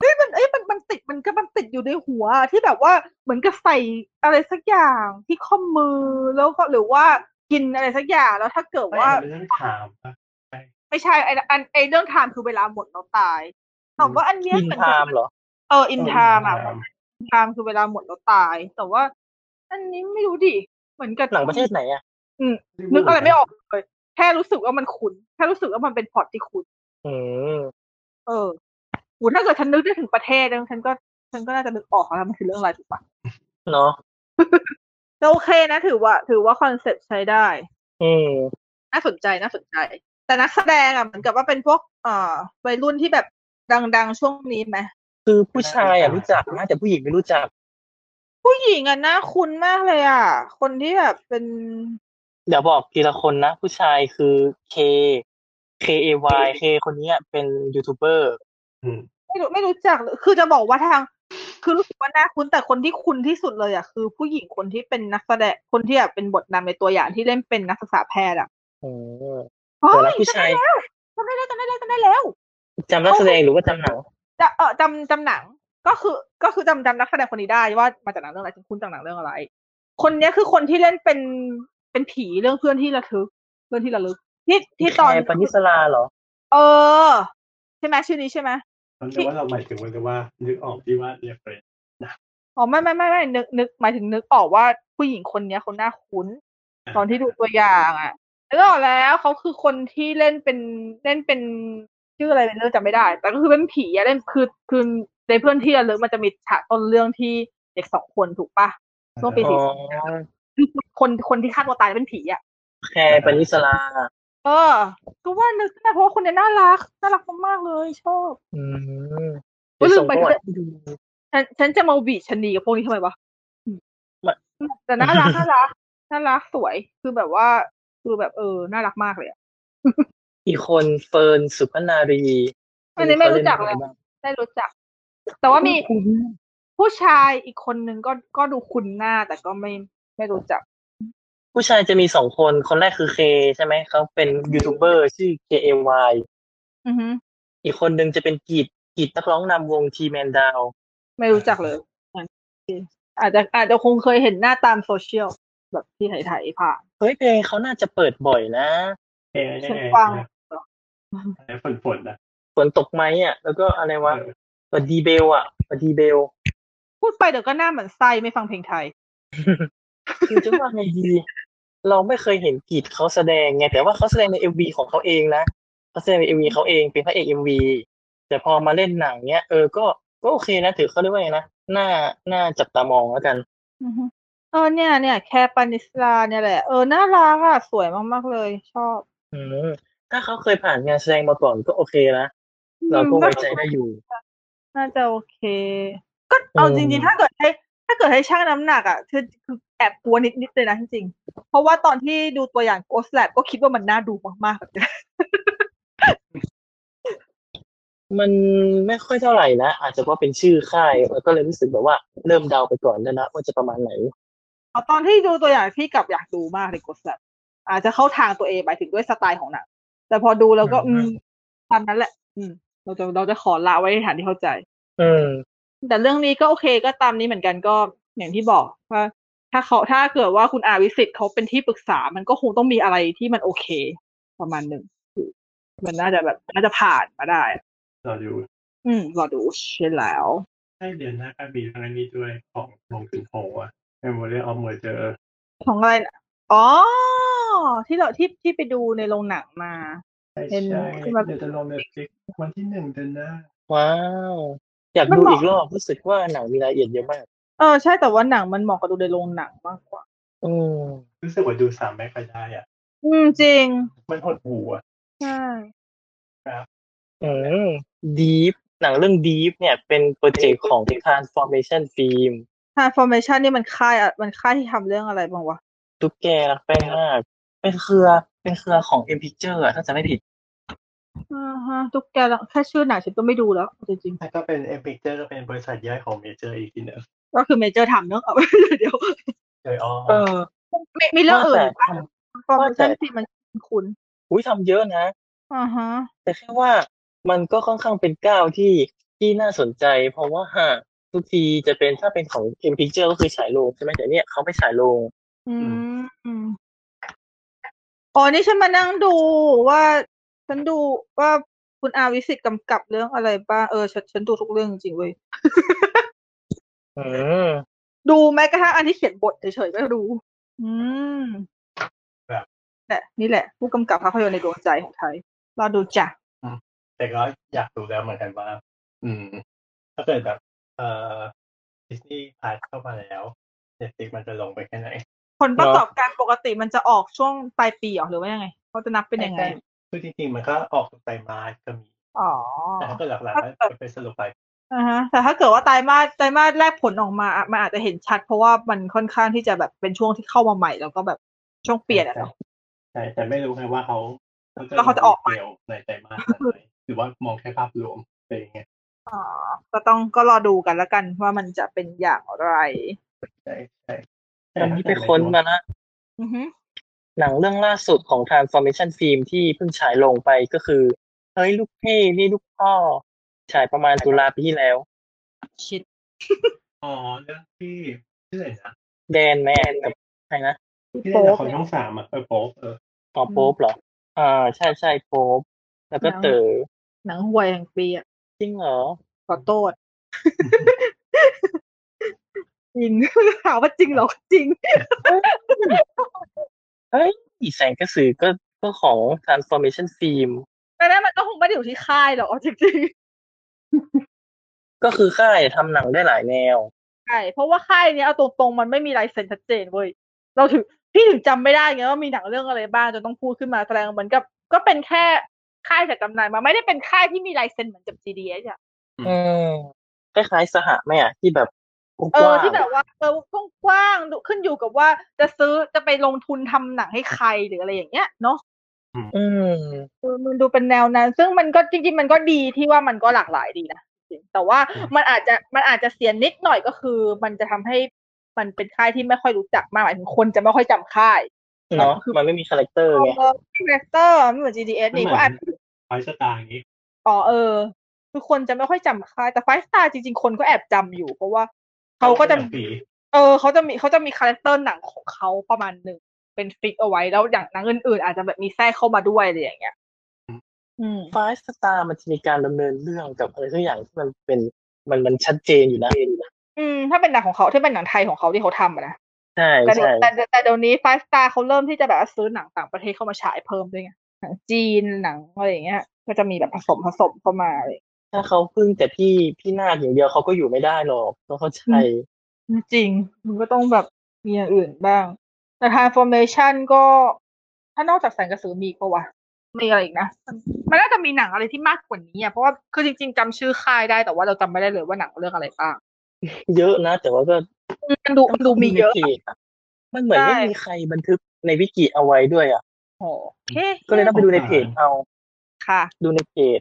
Speaker 4: เอ้ยมันเอ้ยมันมันติด มันก็มันติดอยู่ในหัวที่แบบว่าเหมือนกับใส่อะไรสักอย่างที่ข้อมือแล้วก็หรือว่ากินอะไรสักอย่างแล้วถ้าเกิดว่า
Speaker 2: ไม่อันนั้นเรื่องถามปะ
Speaker 4: ไม่ใช่ไอ้อันไอ้เรื่องไทม์คือเวลาหมดเราตายแต่ว่าอันเนี้ย
Speaker 3: อิน
Speaker 4: เหมือน
Speaker 3: ไท
Speaker 4: กับ
Speaker 3: ม์เหรอ
Speaker 4: เอออินไทม์อ่ะ
Speaker 2: เถาม
Speaker 4: อินไทม์คือเวลาหมดเราตาย แต่ว่า อันนี้ไม่รู้ดิเหมือนกับ
Speaker 3: หนังประเทศไหนอ่ะ
Speaker 4: นึกอะไรไม่ออกเลย แค่รู้สึกว่ามันขุนแค่รู้สึกว่ามันเป็นพล็อร์ตที่ขุน
Speaker 3: อืม
Speaker 4: เออหูถ้าเกิดฉันนึกได้ถึงประเทศนะฉันก็ฉันก็น่าจะนึกออกแล้วมันคือเรื่องอะไรถูกปะ
Speaker 3: เนาะ
Speaker 4: แต่โอเคนะถือว่า ถือว่าคอนเซ็ปต์ใช้ได้
Speaker 3: อืม
Speaker 4: น่าสนใจน่าสนใจ แต่นักแสดงอ่ะเหมือนกับว่าเป็นพวกเอ่อวัยรุ่นที่แบบดังๆช่วงนี้ไหม
Speaker 3: คือผู้ชายอ่ะรู้จักนะแต่ผู้หญิงไม่รู้จัก
Speaker 4: ผู้หญิงอ่ะน่าคุ้นมากเลยอ่ะ คนที่แบบเป็น
Speaker 3: เดี๋ยวบอกทีละคนนะ ผู้ชายคือ K K A Y K คนเนี้ยเป็นยูทูบเบอร์
Speaker 2: อืม
Speaker 4: ไม่รู้ไม่รู้จักเลยคือจะบอกว่าทาง คือรู้สึกว่าน่าคุ้นแต่คนที่คุ้นที่สุดเลยอ่ะคือผู้หญิงคนที่เป็นนักแสดงคนที่แบบเป็นบทนำในตัวอย่างที่เล่นเป็นนักศึกษาแพทย์อ่ะ
Speaker 3: อืม
Speaker 4: เฮ้
Speaker 3: แต่ละ
Speaker 4: ย
Speaker 3: ผู้ชาย
Speaker 4: จำได้แล้วจำได้แล้วจำได้แล้ว
Speaker 3: จำนักแสดงหรือว่าจำหนัง
Speaker 4: จะเออจำจำหนัง ก็คือก็คือจำจำนักแสดงคนนี้ได้ว่ามาจากหนังเรื่องอะไรฉันคุ้นจากหนังเรื่องอะไร คนเนี้ยคือคนที่เล่นเป็นเป็นผีเรื่องเพื่อนที่ระทึกเพื่อนที่ระลึกที่ที่ตอน
Speaker 3: แคร์ปณิสราเหรอ
Speaker 4: เออ ใช่ไหมชื่อนี้ใช่ไหม
Speaker 2: ตอนนี้ว่าเราหมายถึงว่าว่า นึกออกที่ว่าเรียกเฟรน
Speaker 4: อ๋อไม่ไม่ไม่ไม่นึกนึกหมายถึงนึกออกว่าผู้หญิงคนเนี้ยคนหน้าคุ้น ตอนที่ดูตัวอย่างอ่ะนึกออกแล้วเขาคือคนที่เล่นเป็นเล่นเป็นชื่ออะไรเป็นเรื่องจำไม่ได้ แต่ก็คือเป็นผีอะเล่นคือคือในเพื่อนที่ระลึกมันจะมีฉากต้นเรื่องที่เด็กสองคนถูกปะ [LAUGHS] ช่วงปี
Speaker 3: อ๋อ
Speaker 4: คนคนที่คาดว่าตายเป็นผีอ่ะ
Speaker 3: แคร์ปณิสรา
Speaker 4: เออก็ว่านึกขึ้นมาเพราะว่าคนเนี้ยน่ารักน่ารักมากๆเลยชอบ
Speaker 3: อืม
Speaker 4: อุ๊ยลืมไป
Speaker 3: เดี๋ยวส่งประวัติให้ดู
Speaker 4: ฉันฉันจะมาหวีดชะนีกับพวกนี้ทำไมวะ
Speaker 3: ไม่
Speaker 4: [LAUGHS] แต่น่ารักน่ารักน่ารักสวยคือแบบว่าคือแบบเออน่ารักมากเลยอะ
Speaker 3: อีกคนเฟิร์นสุพนารี
Speaker 4: อันนี้ไม่รู้จักเลย ได้รู้จัก แต่ว่ามีผู้ชายอีกคนนึงก็ก็ดูคุ้นหน้าแต่ก็ไม่ไม่รู้จัก
Speaker 3: ผู้ชายจะมีสองคน คนแรกคือเคใช่ไหม เขาเป็นยูทูบเบอร์ชื่อ K A Y
Speaker 4: อือฮึ
Speaker 3: อีกคนหนึ่งจะเป็นกีดกีดนักร้องนำวงทีแมนดาว
Speaker 4: ไม่รู้จักเลยอ่ะอาจจะอาจจะคงเคยเห็นหน้าตามโซเชียลแบบที่ไถ่ายๆผ่าน
Speaker 3: เฮ้ยเพลงเขาน่าจะเปิดบ่อยนะ
Speaker 2: เอ้ยเอ้ย
Speaker 4: ฉันฟัง
Speaker 2: เอ้ยฝนฝนนะ
Speaker 3: ฝนตกไหมอ่ะ แล้วก็อะไรวะ
Speaker 2: เออ
Speaker 3: สวัสดีเบลอ่ะสวัสดีเบล
Speaker 4: พูดไปเดี๋ยวก็หน้าเหมือนไส้ไม่ฟังเพลงไทย
Speaker 3: คือจะว่าไงดี เราไม่เคยเห็นกีดเขาแสดงไง แต่ว่าเขาแสดงในเอวีของเขาเองนะเขาแสดงในเอวีเขาเองเป็นพระเอกเอวีแต่พอมาเล่นหนังเนี้ยเออก็ก็โอเคนะถือเขาเรียกว่าไงนะหน้าหน้าจับตามองแล้วกัน
Speaker 4: อือฮึเออเนี่ยเนี่ยแค่ปานิสลาเนี่ยแหละ เออน่ารักอ่ะสวยมากๆเลยชอบ
Speaker 3: อืมถ้าเขาเคยผ่านงานแสดงมาก่อนก็โอเคนะเราก็ไว้ใจได้อยู่
Speaker 4: [LAUGHS] น่าจะโอเค ก็เอาจริงๆ ถ้าเกิดให้ถ้าเกิดให้ช่างน้ำหนักอ่ะคือคือแอบกลัวนิดๆเลยนะจริงๆ เพราะว่าตอนที่ดูตัวอย่างโกสแลบก็คิดว่ามันน่าดูมากๆแบบนี้
Speaker 3: มันไม่ค่อยเท่าไหร่นะอาจจะว่าเป็นชื่อค่ายแล้วก็เลยรู้สึกแบบว่าเริ่มเดาไปก่อนแล้วนะว่าจะประมาณไหน
Speaker 4: [LAUGHS] เอาตอนที่ดูตัวอย่างพี่กลับอยากดูมากเลยโกสแลบอาจจะเข้าทางตัวเองหมายถึงด้วยสไตล์ของหนังแต่พอดูแล้วก็
Speaker 3: อื
Speaker 4: อื
Speaker 3: ม
Speaker 4: มตามนั้นแหละ อืม เราจะเราจะขอละไว้ในฐานที่เข้าใจ
Speaker 3: อืม
Speaker 4: แต่เรื่องนี้ก็โอเคก็ตามนี้เหมือนกันก็อย่างที่บอกว่า ถ้าเขาถ้าเกิดว่าคุณอาวิสิทธิ์เขาเป็นที่ปรึกษา มันก็คงต้องมีอะไรที่มันโอเค ประมาณหนึ่งมันน่าจะแบบน่าจะผ่านมาได้
Speaker 2: เราดู
Speaker 4: อืมรอดูใช่แล้ว
Speaker 2: ใช่เดือนหน้าก็มีเรื่องนี้ด้วยของมงถึงโฮอ่ะ Memory of Murder
Speaker 4: ของอะไรนะอ๋อ ที่เราที่ที่ไปดูในโรงหนังมา
Speaker 2: ใช่
Speaker 4: เห็น
Speaker 2: ใช่
Speaker 4: ที่มา
Speaker 2: เดี๋ยวจะลง Netflix วันที่หนึ่งเดือนหน้า
Speaker 3: ว้าวอยาก
Speaker 4: มัน
Speaker 3: ดู
Speaker 4: เหมาะ
Speaker 3: อีกรอบรู้สึกว่าหนังมีรายละเอียดเยอะมาก
Speaker 4: เออใช่แต่ว่าหนังมันเหมาะกับดูในโรงหนังมากกว่า
Speaker 3: อืม
Speaker 2: รู้สึกว่าดูสามไม่ค่อยได้อ่ะ
Speaker 4: อืมจริง
Speaker 2: มันหดหูอ่ะ
Speaker 4: ใช่
Speaker 3: อืม Deep หนังเรื่อง Deep เนี่ยเป็นโปรเจกต์ของ Transformation Film
Speaker 4: transformation นี่มันค่ายอะมันค่ายที่ทำเรื่องอะไรบ้างวะ
Speaker 3: ทุกแกรักแป้งมาก เป็นเครือเป็นเครือของ M Picture อะถ้าจะไม่ผิด
Speaker 4: อ่าฮะทุกแกละแค่ชื่อหนังฉันก็ไม่ดูแล้วเอาจริงๆ
Speaker 2: แล้วก็เป็น e p i c t u r e ก็เป็นบริษัทย่อยของ Major อีกทีหนึง
Speaker 4: ก็คือเมเจอร์ทำเนอะ [LAUGHS] เอา เดี๋ยว
Speaker 2: โดยอ้อม
Speaker 3: เออ
Speaker 4: มีมีเรื่องอื่น
Speaker 3: ว่า
Speaker 4: อีกปะ
Speaker 3: แต่
Speaker 4: ฟอร์ม
Speaker 3: ว่าแต่
Speaker 4: ชั่นที่มันคุ้น
Speaker 3: อุ้ยทำเยอะนะ
Speaker 4: ๆอ่าฮะ
Speaker 3: แต่แค่ว่ามันก็ค่อนข้างเป็นก้าวที่ที่น่าสนใจ เพราะว่า ทุกทีจะเป็นถ้าเป็นของ M Picture ก็คือฉายโรงใช่ไหมแต่เนี่ยเขาไม่ฉายโรง
Speaker 4: อืมอืมอ๋อนี่ฉันมานั่งดูว่าฉันดูว่าคุณอาวิสิตกำกับเรื่องอะไรบ้างเออฉันฉันดูทุกเรื่องจริงๆเว้ย
Speaker 3: อืม
Speaker 4: ดูแม้กระทั่งอันที่เขียนบทเฉยๆก็ดู อืม
Speaker 2: ครับ
Speaker 4: แหละนี่แหละ ผู้กำกับภาพยนตร์ในดวงใจของไทยรอดูจ้ะ
Speaker 2: แต่ก็อยากดูแล้วเหมือนกันว่า อืม ถ้าเกิดแบบ เอ่อดิสนีย์พาร์ทเข้ามาแล้วเน็ตฟลิกมันจะลงไปแค่ไหน
Speaker 4: ผลประกอบการปกติมันจะออกช่วงปลายปีเหรอหรือว่ายังไงเขาจะนับเป็นยังไง
Speaker 2: คือจริงๆมันก็ออกทุกไตรมาสก็มี
Speaker 4: อ๋อ
Speaker 2: แต่ถ้าเกิดหลักๆแล้วมันเป็นสรุปไป
Speaker 4: อ่าฮะแต่ถ้าเกิดว่าไตรมาสไตรมาสแรกผลออกมาอ่ะมันอาจจะเห็นชัด เพราะว่ามันค่อนข้างที่จะแบบเป็นช่วงที่เข้ามาใหม่แล้วก็แบบช่วงเปลี่ยนอะเนาะ
Speaker 2: ใช่แต่ไม่รู้ไงว่าเขา
Speaker 4: แล้วเขาจะออกไหม
Speaker 2: ดีเทลในไตรมาสไหนหรือว่ามองแค่ภาพรวมเป็นยังไง
Speaker 4: อ๋อก็ต้องก็รอดูกันละกันว่ามันจะเป็นอย่างไร
Speaker 2: ใช่ใช่
Speaker 3: อันนี้ไปค้นมานะ
Speaker 4: อือฮึ
Speaker 3: หนังเรื่องล่าสุดของ Transformation Film ที่เพิ่งฉายลงไปก็คือ เฮ้ย ลูกเท่นี่ลูกพ่อ ฉายประมาณตุลาปีที่แล้ว
Speaker 4: ชิด
Speaker 2: อ๋อเรื่องที่ชื่ออะไรนะ
Speaker 3: แดนแมนกับใครนะ
Speaker 4: พี่
Speaker 2: ที่เล่น
Speaker 4: โป๊
Speaker 2: ละ
Speaker 4: ป
Speaker 2: คร
Speaker 4: เนี่ย
Speaker 2: ช่องสามอ่ะเออโป๊ปเออ
Speaker 3: ปอโป๊ปเหรอ อ่า ใช่ใช่โป๊ปแล้วก็
Speaker 4: หนัง
Speaker 3: เต๋อ
Speaker 4: หนังห่วยแห่งปีอ่ะ
Speaker 3: จริงเหรอ
Speaker 4: ขอโท [LAUGHS] ษ อินถามว่าจริ [LAUGHS] งเหรอจริง
Speaker 3: เฮ้ย อีแสงกระสือก็ก็ของ Transformation Film
Speaker 4: แต่นั้นมันก็คงไม่ได้อยู่ที่ค่ายหรอกเอาจริง
Speaker 3: ก็คือค่ายทำหนังได้หลายแนว
Speaker 4: ๆใช่เพราะว่าค่ายเนี้ยเอาตรงๆมันไม่มีลายเซ็นชัดเจนเว้ยเราถึงพี่ถึงจำไม่ได้ไงว่ามีหนังเรื่องอะไรบ้างจนต้องพูดขึ้นมาแสดงเหมือนกับ ก็เป็นแค่ค่ายจากกำนันมาไม่ได้เป็นค่ายที่มีลายเซ็นเหมือนกับ GDS อ่ะ
Speaker 3: อืมคล้ายๆสหะไหมอ่ะ ที่แบบก
Speaker 4: เออ
Speaker 3: ว้าง
Speaker 4: ที่แบบว่าเออกว้างๆดูขึ้นอยู่กับว่าจะซื้อจะไปลงทุนทำหนังให้ใครหรืออะไรอย่างเงี้ยเนาะ
Speaker 3: ๆอืม
Speaker 4: เออมันดูเป็นแนวนั้น ซึ่งมันก็จริงๆ มันก็ดีที่ว่ามันก็หลากหลายดีนะจริงๆแต่ว่ามันอาจจะมันอาจจะเสียนิดหน่อยก็คือ มันจะทำให้มันเป็นค่ายที่ไม่ค่อยรู้จักมากหมายถึงคนจะไม่ค่อยจำค่าย
Speaker 3: เนาะมันไม่มีคาแรคเตอร์ไง
Speaker 4: เออคาแรคเตอร์ไม่เหมือน GDS นี่ก็อาจจะ
Speaker 2: ไฟสตาร์อย่างงี้
Speaker 4: อ๋อเออ คือคนจะไม่ค่อยจำค่าย แต่ไฟสตาร์จริง ๆ คนก็แอบจำอยู่ เพราะว่าเขาก็จะ
Speaker 2: ป็นผี
Speaker 4: เออเขาจะมีเขาจะมีคาแรคเตอร์หนังของเขาประมาณหนึ่งเป็นฟิกเอาไว้แล้วอย่างหนังอื่นๆ อาจจะแบบมีแทรกเข้ามาด้วยอะไรอย่างเงี้ยอืม
Speaker 3: ฟสตาร์มันจะมีการดำเนินเรื่องกับอะไรทุกอย่างที่มันเป็นมันมันชัดเจนอยู่นะ
Speaker 4: อืมถ้าเป็นหนังของเขาที่เป็นหนังไทยของเขาที่เขาทำอะนะ
Speaker 3: ใช่
Speaker 4: แต่เดี๋ยวแต่
Speaker 3: ใช่
Speaker 4: แต่แต่เดี๋ยวนี้ไฟสตาร์เขาเริ่มที่จะแบบว่าซื้อหนังต่างประเทศเข้ามาฉายเพิ่มด้วยไงหนังจีนหนังอะไรอย่างเงี้ย ก็จะมีแบบผสมผสมเข้ามาอะไรอย่างเงี้ย
Speaker 3: ถ้าเขาพึ่งแต่พี่พี่นาคอย่างเดียวเขาก็อยู่ไม่ได้หรอกต้องเข้าใจ
Speaker 4: จริงมันก็ต้องแบบมีอย่างอื่นบ้าง แต่ transformation ก็ถ้านอกจากแสงกระสือมีอีก็วะมีอะไรอีกนะมันน่าจะมีหนังอะไรที่มากกว่านี้อ่ะเพราะว่าคือจริง ๆจำชื่อค่ายได้แต่ว่าเราจำไม่ได้เลยว่าหนังเรื่องอะไรบ้าง
Speaker 3: เยอะนะ แต่ว่าก็
Speaker 4: มันดูมันดูมีเยอะ
Speaker 3: วิกิอะมันเหมือน
Speaker 4: ใช่
Speaker 3: ไม่มีใครบันทึกในวิกิเอาไว้ด้วยอ่ะ
Speaker 4: โอ้โหโอเค
Speaker 3: ก็เลยต้องไปดูในเพจเอา
Speaker 4: ค่ะ
Speaker 3: ดูในเพจ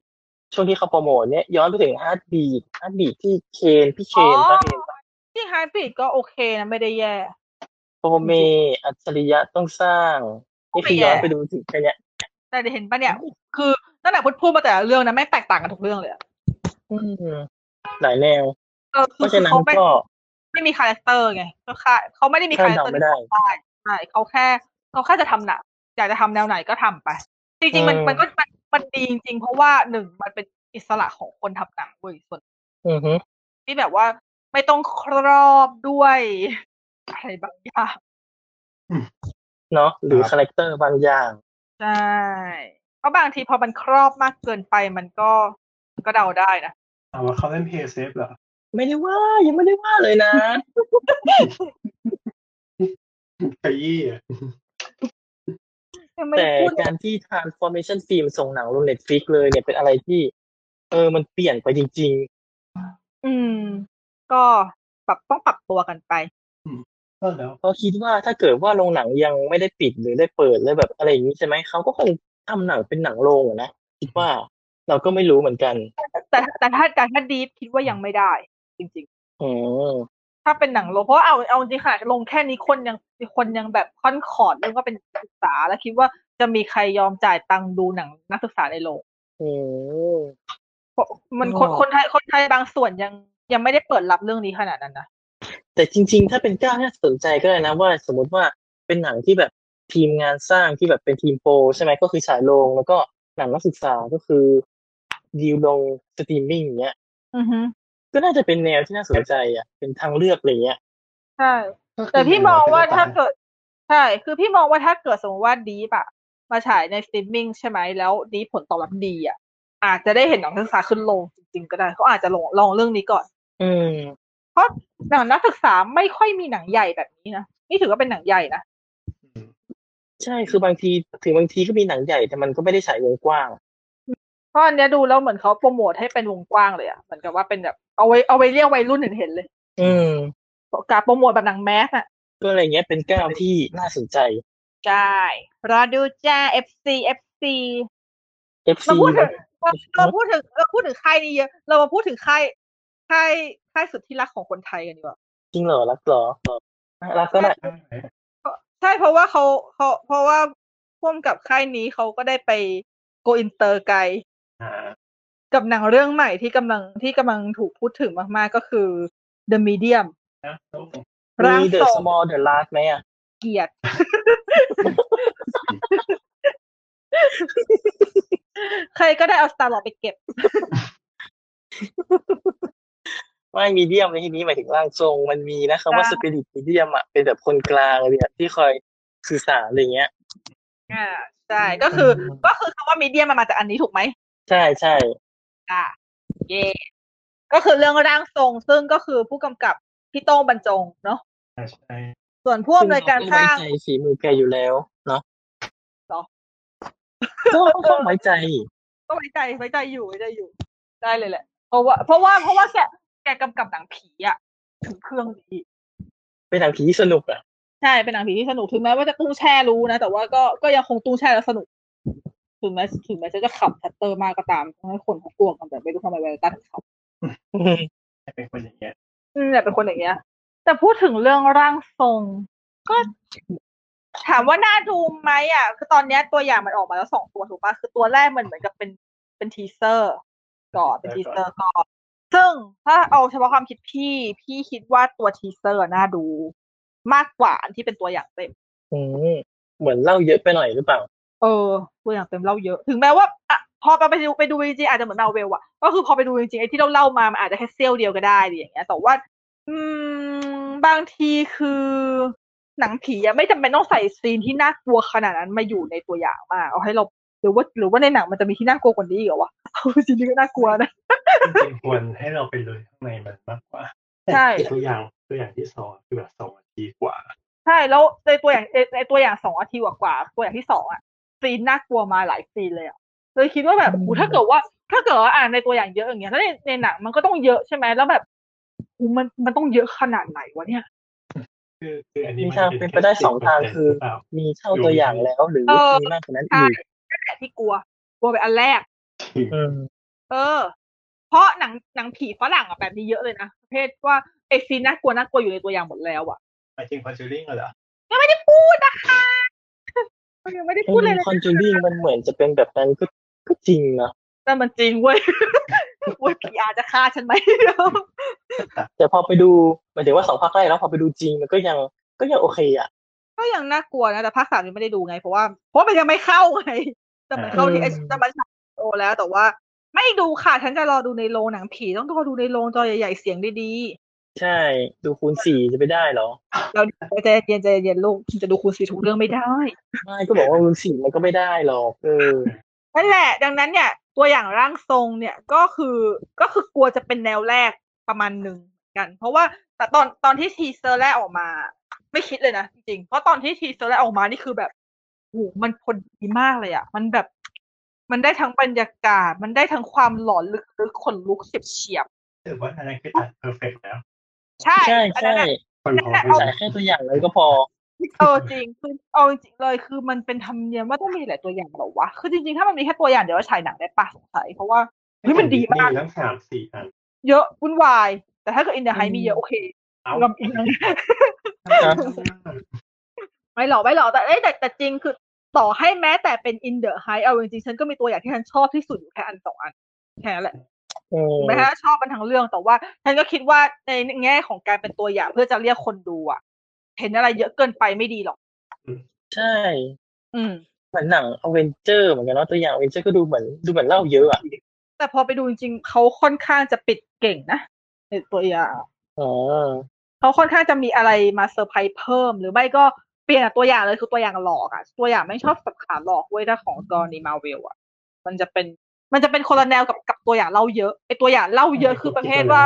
Speaker 3: ช่วงที่เขาโปรโมทเนี่ยย้อนไปถึงฮาร์ดบีดฮาร์ดบีดที่เคนพี่เคนปะ
Speaker 4: ที่ไฮบริดก็โอเคนะไม่ได้แย่
Speaker 3: โปรเมอัจฉริยะต้องสร้างนี่คือย้อนไปดูถึงแค่เนี้ย
Speaker 4: แต่เดี๋ยวเห็นปะเนี่ย คือตั้งแต่พูดพูดมาแต่ละเรื่องนะไม่งแตกต่างกันทุกเรื่องเลยอะ
Speaker 3: อืมหลายแนว
Speaker 4: เออ
Speaker 3: เพ
Speaker 4: คือ
Speaker 3: ราะฉะนั้น
Speaker 4: เขาไม่
Speaker 3: ก็
Speaker 4: ไม่มีคาแรคเตอร์ไงก็ค่ะเขาไม่ได้มี
Speaker 3: คา
Speaker 4: คาแร
Speaker 3: ด
Speaker 4: ค
Speaker 3: เดา
Speaker 4: เตอร์
Speaker 3: ไม่ได้
Speaker 4: ใช่ใช่เขาแค่เขาแค่จะทำหนังอยากจะทำแนวไหนก็ทำไป จริง ๆ มัน
Speaker 3: อืม
Speaker 4: มันก็มันมันดีจริงๆ เพราะว่าหนึ่งมันเป็นอิสระของคนทำหนังเว้ยส่วน
Speaker 3: อือฮึ
Speaker 4: ที่แบบว่าไม่ต้องครอบด้วย อะไรบางอย่าง
Speaker 3: เนาะหรือคาแรคเตอร์บางอย่าง
Speaker 4: ใช่เพราะบางทีพอมันครอบมากเกินไปมันก็มันก็เดาได้นะ
Speaker 2: ถามว่าเขาเล่นเพย์เซฟเหรอ
Speaker 3: ไม่ได้ว่ายังไม่ได้ว่าเลยนะ
Speaker 2: ขยี้อะ [LAUGHS]
Speaker 4: ยัง [LAUGHS] ไม่ได้
Speaker 3: แต่
Speaker 4: พูดเลย
Speaker 3: การที่ transformation film ส่งหนังลง Netflix เลยเนี่ยเป็นอะไรที่ เออมันเปลี่ยนไปจริง
Speaker 4: อืม ก็ปรับต้องปรับตัวกันไป
Speaker 2: ก็แล้ว
Speaker 3: ๆ เพราะคิดว่าถ้าเกิดว่าโรงหนังยังไม่ได้ปิดหรือได้เปิดแล้วแบบอะไรอย่างนี้ใช่ไหมเขาก็คงทำหนังเป็นหนังโรงอะนะคิดว่าเราก็ไม่รู้เหมือนกัน
Speaker 4: แต่แต่ถ้าแต่ถ้าดีฟคิดว่ายังไม่ได้ จริง
Speaker 3: อืม
Speaker 4: ๆ ถ้าเป็นหนังลงเพราะว่าเอาเอาจริงค่ะลงแค่นี้คนยังคนยังแบบค่อนขอดเรื่องว่าเป็นนักศึกษา แล้วคิดว่าจะมีใครยอมจ่ายตังค์ดูหนังนักศึกษาในโรง
Speaker 3: อืม
Speaker 4: เพราะมันคน
Speaker 3: อ๋อ
Speaker 4: คนไทยคนไทยบางส่วนยัง ยังไม่ได้เปิดรับเรื่องนี้ขนาดนั้นนะ
Speaker 3: แต่จริง ๆ ถ้าเป็นเก้าน่าสนใจก็ได้นะว่าสมมติว่าเป็นหนังที่แบบทีมงานสร้างที่แบบเป็นทีมโปรใช่ไหมก็คือฉายโรงแล้วก็หนังนักศึกษาก็คือดีลลงสตรีมมิ่งอย่างเงี้ย
Speaker 4: อือฮึ
Speaker 3: ก็น่าจะเป็นแนวที่น่าสนใจอ่ะ เป็นทางเลือกอะไรเงี้ย
Speaker 4: ใช่
Speaker 2: ก็คื
Speaker 4: แต่พี่มองว่าถ้า
Speaker 2: หนัง
Speaker 4: เกิด ใช่ คือพี่มองว่าถ้าเกิดสมมติว่าดีปะมาฉายในสตรีมมิ่งใช่ไหมแล้วดีผลตอบรับดีอ่ะ อาจจะได้เห็นหนังนักศึกษาขึ้นลงจริงๆก็ได้เขาอาจจะลองลองเรื่องนี้ก่อน
Speaker 3: อืม
Speaker 4: เพราะหนังนักศึกษาไม่ค่อยมีหนังใหญ่แบบนี้นะนี่ถือว่าเป็นหนังใหญ่นะ
Speaker 2: อืม
Speaker 3: ใช่คือบางทีถึงบางทีก็มีหนังใหญ่แต่มันก็ไม่ได้ฉายวงกว้าง
Speaker 4: เพราะอันเนี้ยดูแล้วเหมือนเขาโปรโมทให้เป็นวงกว้างเลยอะเหมือนกับว่าเป็นแบบเอาไว้เอาไว้เรียกวัยรุ่นเห็นๆเลย
Speaker 3: อืม
Speaker 4: การโปรโมทแบบหนังแมสอะ
Speaker 3: ก็อะไรเงี้ยเป็นก้าวที่น่าสนใจ
Speaker 4: ใช่รอดูจ้า FC FC เรา
Speaker 3: FC
Speaker 4: พูดถึงเราเราพูดถึงเราพูดถึงค่ายนี้เยอะเรามาพูดถึงค่ายค่ายค่ายสุดที่รักของคนไทยกันดีกว่า
Speaker 3: จริงเหรอรักเหรอรักก็ได้
Speaker 4: ใช่เพราะว่าเขาเขาเพราะว่าพ่วมกับค่ายนี้เขาก็ได้ไปโกอินเตอร์ไกล
Speaker 2: อ่า
Speaker 4: กับหนังเรื่องใหม่ที่กำลังที่กำลังถูกพูดถึงมากๆก็คือ The Medium
Speaker 2: แล้วต้อง
Speaker 4: ร่าง
Speaker 3: มี The
Speaker 4: ทรง
Speaker 3: Small The Large ไหมอ่ะ
Speaker 4: เกียรติ ใครก็ได้เอาสตาร์ลอไปเก็บ
Speaker 3: ไม่มีเดียมในที่นี้หมายถึงร่างทรงมันมีนะคำว่า
Speaker 4: ใช่
Speaker 3: สปิริตมีเดียมอ่ะเป็นแบบคนกลางเลยอะที่คอยสื่อสารอะไรเงี้ย
Speaker 4: อ่าใช่ก็คือ ก็คือคำว่ามีเดียมันมาจากอันนี้ถูกไหม
Speaker 3: ใช่ใช่
Speaker 4: อ่ะเย่ก็คือเรื่องร่างทรง ซึ่งก็คือผู้กำกับพี่โต้งบรรจงเนาะ
Speaker 2: อ่าใช่
Speaker 4: ส่วนผู้อำนวยการส
Speaker 3: ซึ่งเไว้
Speaker 4: ร้าง
Speaker 3: ใจฝีมือแกอยู่แล้วเนาะ
Speaker 4: หรอ
Speaker 3: ก็ก็ไว้ใจ
Speaker 4: ก็ไว้ใจไว้ใจอยู่ไว้ใจอยู่ ได้เลยแหละ เพราะว่า เพราะว่าเพราะว่าแกแกกำกับหนังผีอ่ะถึงเครื่องดี
Speaker 3: เป็นหนังผีที่สนุกอ่ะ [LAUGHS]
Speaker 4: ใช่เป็นหนังผีที่สนุกถึงแม้ว่าจะตุ้งแช่รู้นะ แต่ว่าก็ก็ยังคงตุ้งแช่แล้วสนุก ถึงแม้ถึงแม้จะจะขับชัตเตอร์มากก็ตามทำให้คนเขากลัวกันแต่ไม่รู้ทำไมเวลาตันขับ
Speaker 2: เป็นคนอย่างเงี้ย
Speaker 4: อืมเนี่ยเป็นคนอย่างเงี้ย แต่พูดถึงเรื่องร่างทรง ก็ ถามว่าน่าดูไหมอ่ะ คือตอนเนี้ยตัวอย่างมันออกมาแล้วสองตัวถูกปะคือตัวแรกมันเหมือนกับเป็นเป็นทีเซอร์ก่อนเป็นทีเซอร์ก่อนซึ่งถ้าเอาเฉพาะความคิดพี่ พี่คิดว่าตัวทีเซอร์น่าดูมากกว่าอันที่เป็นตัวอย่างเต็ม
Speaker 3: อืมเหมือนเล่าเยอะไปหน่อยหรือเปล่า
Speaker 4: เออตัวอย่างเต็มเล่าเยอะ ถึงแม้ว่าอะพอไปดูไปดูจริงๆอาจจะเหมือนมาเวลอะก็คือพอไปดูจริงๆไอ้ที่เราเล่ามามันอาจจะแค่เซี่ยวเดียวก็ได้อะไรอย่างเงี้ยแต่ว่า อืม บางทีคือ หนังผีอะไม่จำเป็นต้องใส่ซีนที่น่ากลัวขนาดนั้นมาอยู่ในตัวอย่างมากเอาให้เราหรือว่าหรือว่าในหนังมันจะมีที่น่ากลัวกว่านี้อีกเหรอวะ [LAUGHS] เอาจริงๆก็น่ากลัวนะ
Speaker 2: จริงๆควรให้เราไปลุยข้างในมันมากกว่า
Speaker 4: ใช่
Speaker 2: แต่ตัวอย่างตัวอย่างที่สองคือแบบสองนาทีกว่า
Speaker 4: ใช่แล้วในตัวอย่างในในตัวอย่างสองอาทิตย์กว่าๆตัวอย่างที่สองอะซีนน่ากลัวมาหลายซีนเลยอะเลยคิดว่าแบบ
Speaker 3: อืม
Speaker 4: อูถ้าเกิดว่า ถ้าเกิดว่าอ่านในตัวอย่างเยอะอย่างเงี้ยแล้วในในหนังมันก็ต้องเยอะใช่ไหมแล้วแบบอูมันมันต้องเยอะขนาดไหนวะเนี่ย
Speaker 2: คือคืออันนี้
Speaker 3: มีทางเป็นไปได้สองทางคือ
Speaker 2: หรือเปล่า
Speaker 3: มีเท่าตัวอย่างแล้วหรือ
Speaker 4: เออ
Speaker 3: มีมากกว่านั้น
Speaker 4: ใช่
Speaker 3: อีก
Speaker 4: นั่นแหละที่กลัวกลัวไปอันแรก
Speaker 3: อืม
Speaker 4: เออ เพราะหนังหนังผีฝรั่งอะแบบนี้เยอะเลยนะประเภทว่าไอซีนน่ากลัวน่ากลัวอยู่ในตัวอย่างหมดแล้วอะ
Speaker 2: หมายถึงคอนจูริงเหรอ
Speaker 4: ยังไม่ได้พูดนะคะยังไม่ได้พูดเลยเลย
Speaker 3: คอนจูริงมันเหมือนจะเป็นแบบนั้นก็ก็จริงนะ
Speaker 4: นั่นมันจริงเว้ย [LAUGHS] เว้ยผีอาจจะฆ่าฉันไหม [LAUGHS]
Speaker 3: แต่พอไปดูหมายถึงว่าสองภาคแรกแล้วพอไปดูจริงมันก็ยังก็ยังโอเคอ่ะ
Speaker 4: ก็ยังน่ากลัวนะ แต่ภาคสามยังไม่ได้ดูไง เพราะว่าเพราะมันยังไม่เข้าไง แต่มันเข้าที่
Speaker 3: อื
Speaker 4: ไอ
Speaker 3: ม
Speaker 4: แต่มันฉายโอแล้วแต่ว่า ไม่ดูค่ะ ฉันจะรอดูในโรงหนังผีต้องรอดูในโรงจอใหญ่ๆเสียงดี
Speaker 3: ใช่ ดูคูณสี่จะไปได้เหรอ
Speaker 4: ๆเราใจเย็นใจเย็นลูกจะดูคุณสีถูกเรื่องไม่ได้
Speaker 3: ไม่ก็บอกว่าคูณสี่มันก็ไม่ได้หรอกเออ
Speaker 4: นั่นแหละ ดังนั้นเนี่ย ตัวอย่างร่างทรงเนี่ยก็คือก็คือกลัวจะเป็นแนวแรกประมาณหนึ่งเหมือนกัน เพราะว่าแต่ตอนตอนที่ทีเซอร์แรกออกมา ไม่คิดเลยนะจริงๆเพราะตอนที่ทีเซอร์แรกออกมานี่คือแบบโอ้โหมันพอดีมากเลยอะมันแบบ มันได้ทั้งบรรยากาศ มันได้ทั้งความหลอนลึกๆขนลุกเฉียบ
Speaker 2: ถือว่าอันนั้นคือตัดเพอร์เฟกแล้ว
Speaker 4: ๆใช่
Speaker 3: ใช่
Speaker 4: อัน
Speaker 3: ใช่
Speaker 4: นั้นอะ
Speaker 2: คนพอ
Speaker 4: แต่เอา
Speaker 2: ไม่
Speaker 3: จ่าย
Speaker 2: ได้
Speaker 3: แค่ตัวอย่างเลยก็พอ
Speaker 4: เออจริงคือเอาจริงๆเลยคือมันเป็นธรรมเนียมว่าต้องมีหลายตัวอย่างเหรอวะคือจริงๆถ้ามันมีแค่ตัวอย่างเดี๋ยวว่าฉายหนังได้ปะสงสัยเพราะว่าเฮ้ยมันดีมาก
Speaker 2: ทั้งสามสี่อัน
Speaker 4: เยอะวุ่นวาย แต่ถ้าเกิดอินเด h ไฮ
Speaker 3: อืม
Speaker 4: มีเยอะโอเค
Speaker 2: เอา
Speaker 4: ลำอีกนะ
Speaker 3: นะ
Speaker 4: ไม่หรอกไม่หรอกแต่เอ้ยแต่แต่จริงคือต่อให้แม้แต่เป็นอินเด h ไฮเอาจริงๆฉันก็มีตัวอย่างที่ฉันชอบที่สุดอยู่แค่อันสองอันแค่นั้นแหละ
Speaker 3: อืม
Speaker 4: ถึงแม้ว่าชอบมันทั้งเรื่องแต่ว่าฉันก็คิดว่าในแง่ของการเป็นตัวอย่างเพื่อจะเรียกคนดูอะเห็นอะไรเยอะเกินไปไม่ดีหรอก
Speaker 3: ใช่
Speaker 4: อืม
Speaker 3: เหมือนหนังอเวนเจอร์เหมือนกันเนาะตัวอย่างอเวนเจอร์ก็ดูเหมือนดูเหมือนเล่าเยอะอ่ะ
Speaker 4: แต่พอไปดูจริงๆเขาค่อนข้างจะปิดเก่งนะในตัวอย่าง
Speaker 3: อ๋อ
Speaker 4: เขาค่อนข้างจะมีอะไรมาเซอร์ไพรส์เพิ่ม หรือไม่ก็เปลี่ยนตัวอย่างเลยคือตัวอย่างหลอกอะตัวอย่างไม่งชอบสับขาหลอกเว้ยถ้าของจอนีมาเวลอะมันจะเป็นมันจะเป็นคนละแนวกับกับตัวอย่างเล่าเยอะไอตัวอย่างเล่าเยอะคือประเภทว่า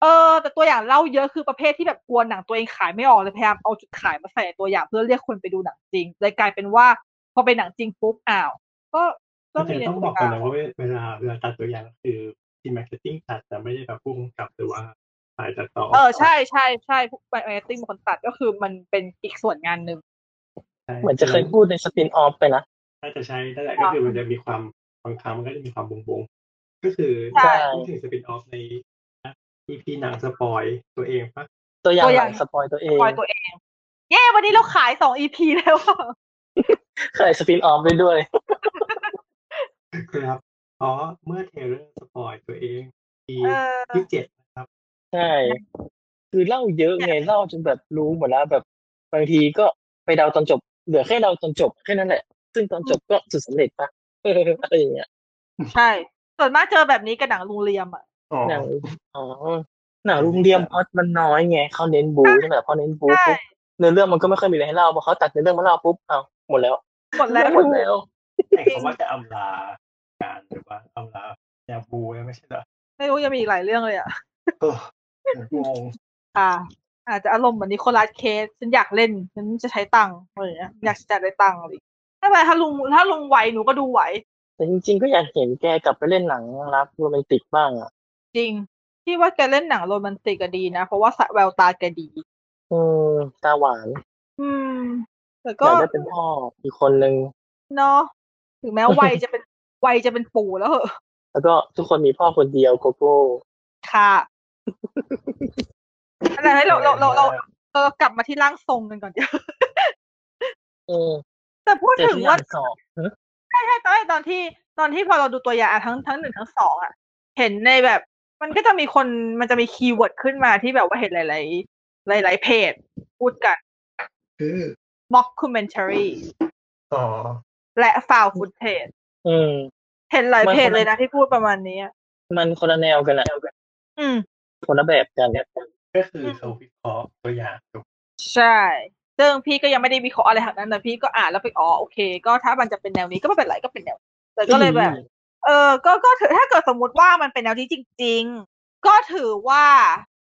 Speaker 4: เออแต่ตัวอย่างเล่าเยอะคือประเภทที่แบบกลัวหนังตัวเองขายไม่ออกเลยพยายามเอาจุดขายมาใส่ในตัวอย่างเพื่อเรียกคนไปดูหนังจริงเลยกลายเป็นว่าพอเป็นหนังจริงปุ๊บอ้าว ก็ก็
Speaker 2: ก็
Speaker 4: มี
Speaker 2: จะ
Speaker 4: ใน
Speaker 2: ต้อง
Speaker 4: ตัว
Speaker 2: บอก
Speaker 4: อ
Speaker 2: กัน
Speaker 4: ย่าง
Speaker 2: นะว่าเวลาเวลาตัดตัวอย่างคือทีมมาร์เก็ตติ้งตัดแต่ไม่ได้แบบพุ่งกับหรือว่าฝ่ายตัดต่อ
Speaker 4: เออใช่ใช่ใช่พวกไบโอเอติ้งคนตัดก็คือมันเป็นอีกส่วนงานหนึ่ง
Speaker 2: ใช่
Speaker 3: เหมือนจะเคยพูดในสปินออฟไปนะ
Speaker 2: น่าจะใช่นั่นแหละก็คือมันจะมีความบางครั้งมันก็จะมีความบงบงๆก็คือ
Speaker 4: ใช่
Speaker 2: พูดถึงสปินออฟใน EP หนังสปอยตัวเองปะ
Speaker 3: ตัวอย่าง
Speaker 4: ตัวอ
Speaker 3: ห
Speaker 4: ย่า
Speaker 3: นั
Speaker 4: ง
Speaker 3: งสปอยตัวเอ
Speaker 4: ค
Speaker 3: ง
Speaker 4: อยตัวเอง เย้วันนี้เราขายสองอีพี
Speaker 3: [LAUGHS]
Speaker 4: แล้วอะ
Speaker 3: เคยสปินออฟไปด้วย
Speaker 2: ครับอ๋อเมื่อเทเลอร์สปอยตัวเองปี
Speaker 4: เออ
Speaker 2: ที่เจ็ดนะครับ
Speaker 3: ใช่ คือเล่าเยอะไงเล่าจนแบบรู้หมดแล้วแบบบางทีก็ไปเดาตอนจบ เหลือแค่เดาตอนจบแค่นั้นแหละ ซึ่งตอนจบก็สุดสำเร็จปะ [LAUGHS] อะไรอย่างเงี้ย
Speaker 4: ใช่ส่วนมากเจอแบบนี้กับหนังลุงเลียมอะ
Speaker 2: อ๋อ
Speaker 3: หนังอ๋อหนังลุงเรียมพล็อดมันน้อยไงเขาเน้นบูใช่ไหมพอเน้นบู
Speaker 4: ใช่
Speaker 3: ปุ๊บเนื้อเรื่องมันก็ไม่ค่อยมีอะไรให้เล่าพอเขาตัดเนื้อเรื่องมาเล่าปุ๊บเอาหมดแล้ว
Speaker 4: หมดแล้ว
Speaker 3: [LAUGHS] หมดแล้ว
Speaker 2: แต่เขาว่าจะอำลาการหรือว่าอำลาแนวบูเนี่ยไม่ใช่เหรอ
Speaker 4: ไม่รู้ยังมีอีกหลายเรื่องเลยอะ
Speaker 2: เอองง
Speaker 4: อ่าอาจจะอารมณ์เหมือนนิโคลัสเคสฉันอยากเล่นฉันจะใช้ตังค์อะไรอย่างเงี้ยอยากจะได้ตังค์อะไรอย่างเงี้ยไม่เป็นไรถ้าลุงถ้าลุงไหวหนูก็ดูไหว
Speaker 3: แต่จริงๆก็อยากเห็นแกกลับไปเล่นหนังรักโรแมนติกบ้างอ่ะ
Speaker 4: จริง ที่ว่าแกเล่นหนังโรแมนติกก็ดีนะ เพราะว่าสะแววตาแกดี
Speaker 3: อืมตาหวาน
Speaker 4: อืม แต่
Speaker 3: อ
Speaker 4: ก็
Speaker 3: ยากได้เป็นพ่ออีกคนนึง
Speaker 4: เนาะถึงแม้วัยจะเป็น วัยจะเป็นปู่แล้วเหอะ
Speaker 3: แล้วก็ทุกคนมีพ่อคนเดียวโกโก้
Speaker 4: [LAUGHS] ค่ะอะไรให้เราเราเราเราเรากลับมาที่ร่างทรงกันก่ [LAUGHS] อนเดี๋ยว
Speaker 3: เออ
Speaker 4: แต่พูด
Speaker 3: เจอ
Speaker 4: ถึง
Speaker 3: ที่
Speaker 4: ว่า
Speaker 3: ยานสอบ
Speaker 4: ใช่ตอนแรกตอนที่ตอนที่พอเราดูตัวอย่างอ่ะทั้งทั้งหนึ่งทั้งสองอ่ะ เห็นในแบบ มันก็จะมีคนมันจะมีคีย์เวิร์ดขึ้นมาที่แบบว่าเห็นหลาย ๆ หลาย ๆ เพจ พูดกัน
Speaker 2: คือ
Speaker 4: mockumentary
Speaker 2: อ๋อ
Speaker 4: และ found footage
Speaker 3: อืม
Speaker 4: เห็นหลาย
Speaker 3: มัน
Speaker 4: เพจ
Speaker 3: คนละ
Speaker 4: เลยนะที่พูดประมาณนี้อะ
Speaker 3: มันคนละแนวกันแหละ
Speaker 4: อืม
Speaker 3: คนละแบบกัน
Speaker 2: ก็คือเขาวิเคราะห์ตัวอย่างถูก
Speaker 4: ใช่ ซึ่งพี่ก็ยังไม่ได้วิเคราะห์อะไรขนาดนั้นแต่พี่ก็อ่านแล้วไปอ๋อโอเค ก็ถ้ามันจะเป็นแนวนี้ก็ไม่เป็นไรก็เป็นแนวนี้แต่ก็เลยแบบ เออก็ก็ถือถ้าเกิดสมมติว่ามันเป็นแนวนี้จริง ๆ ก็ถือว่า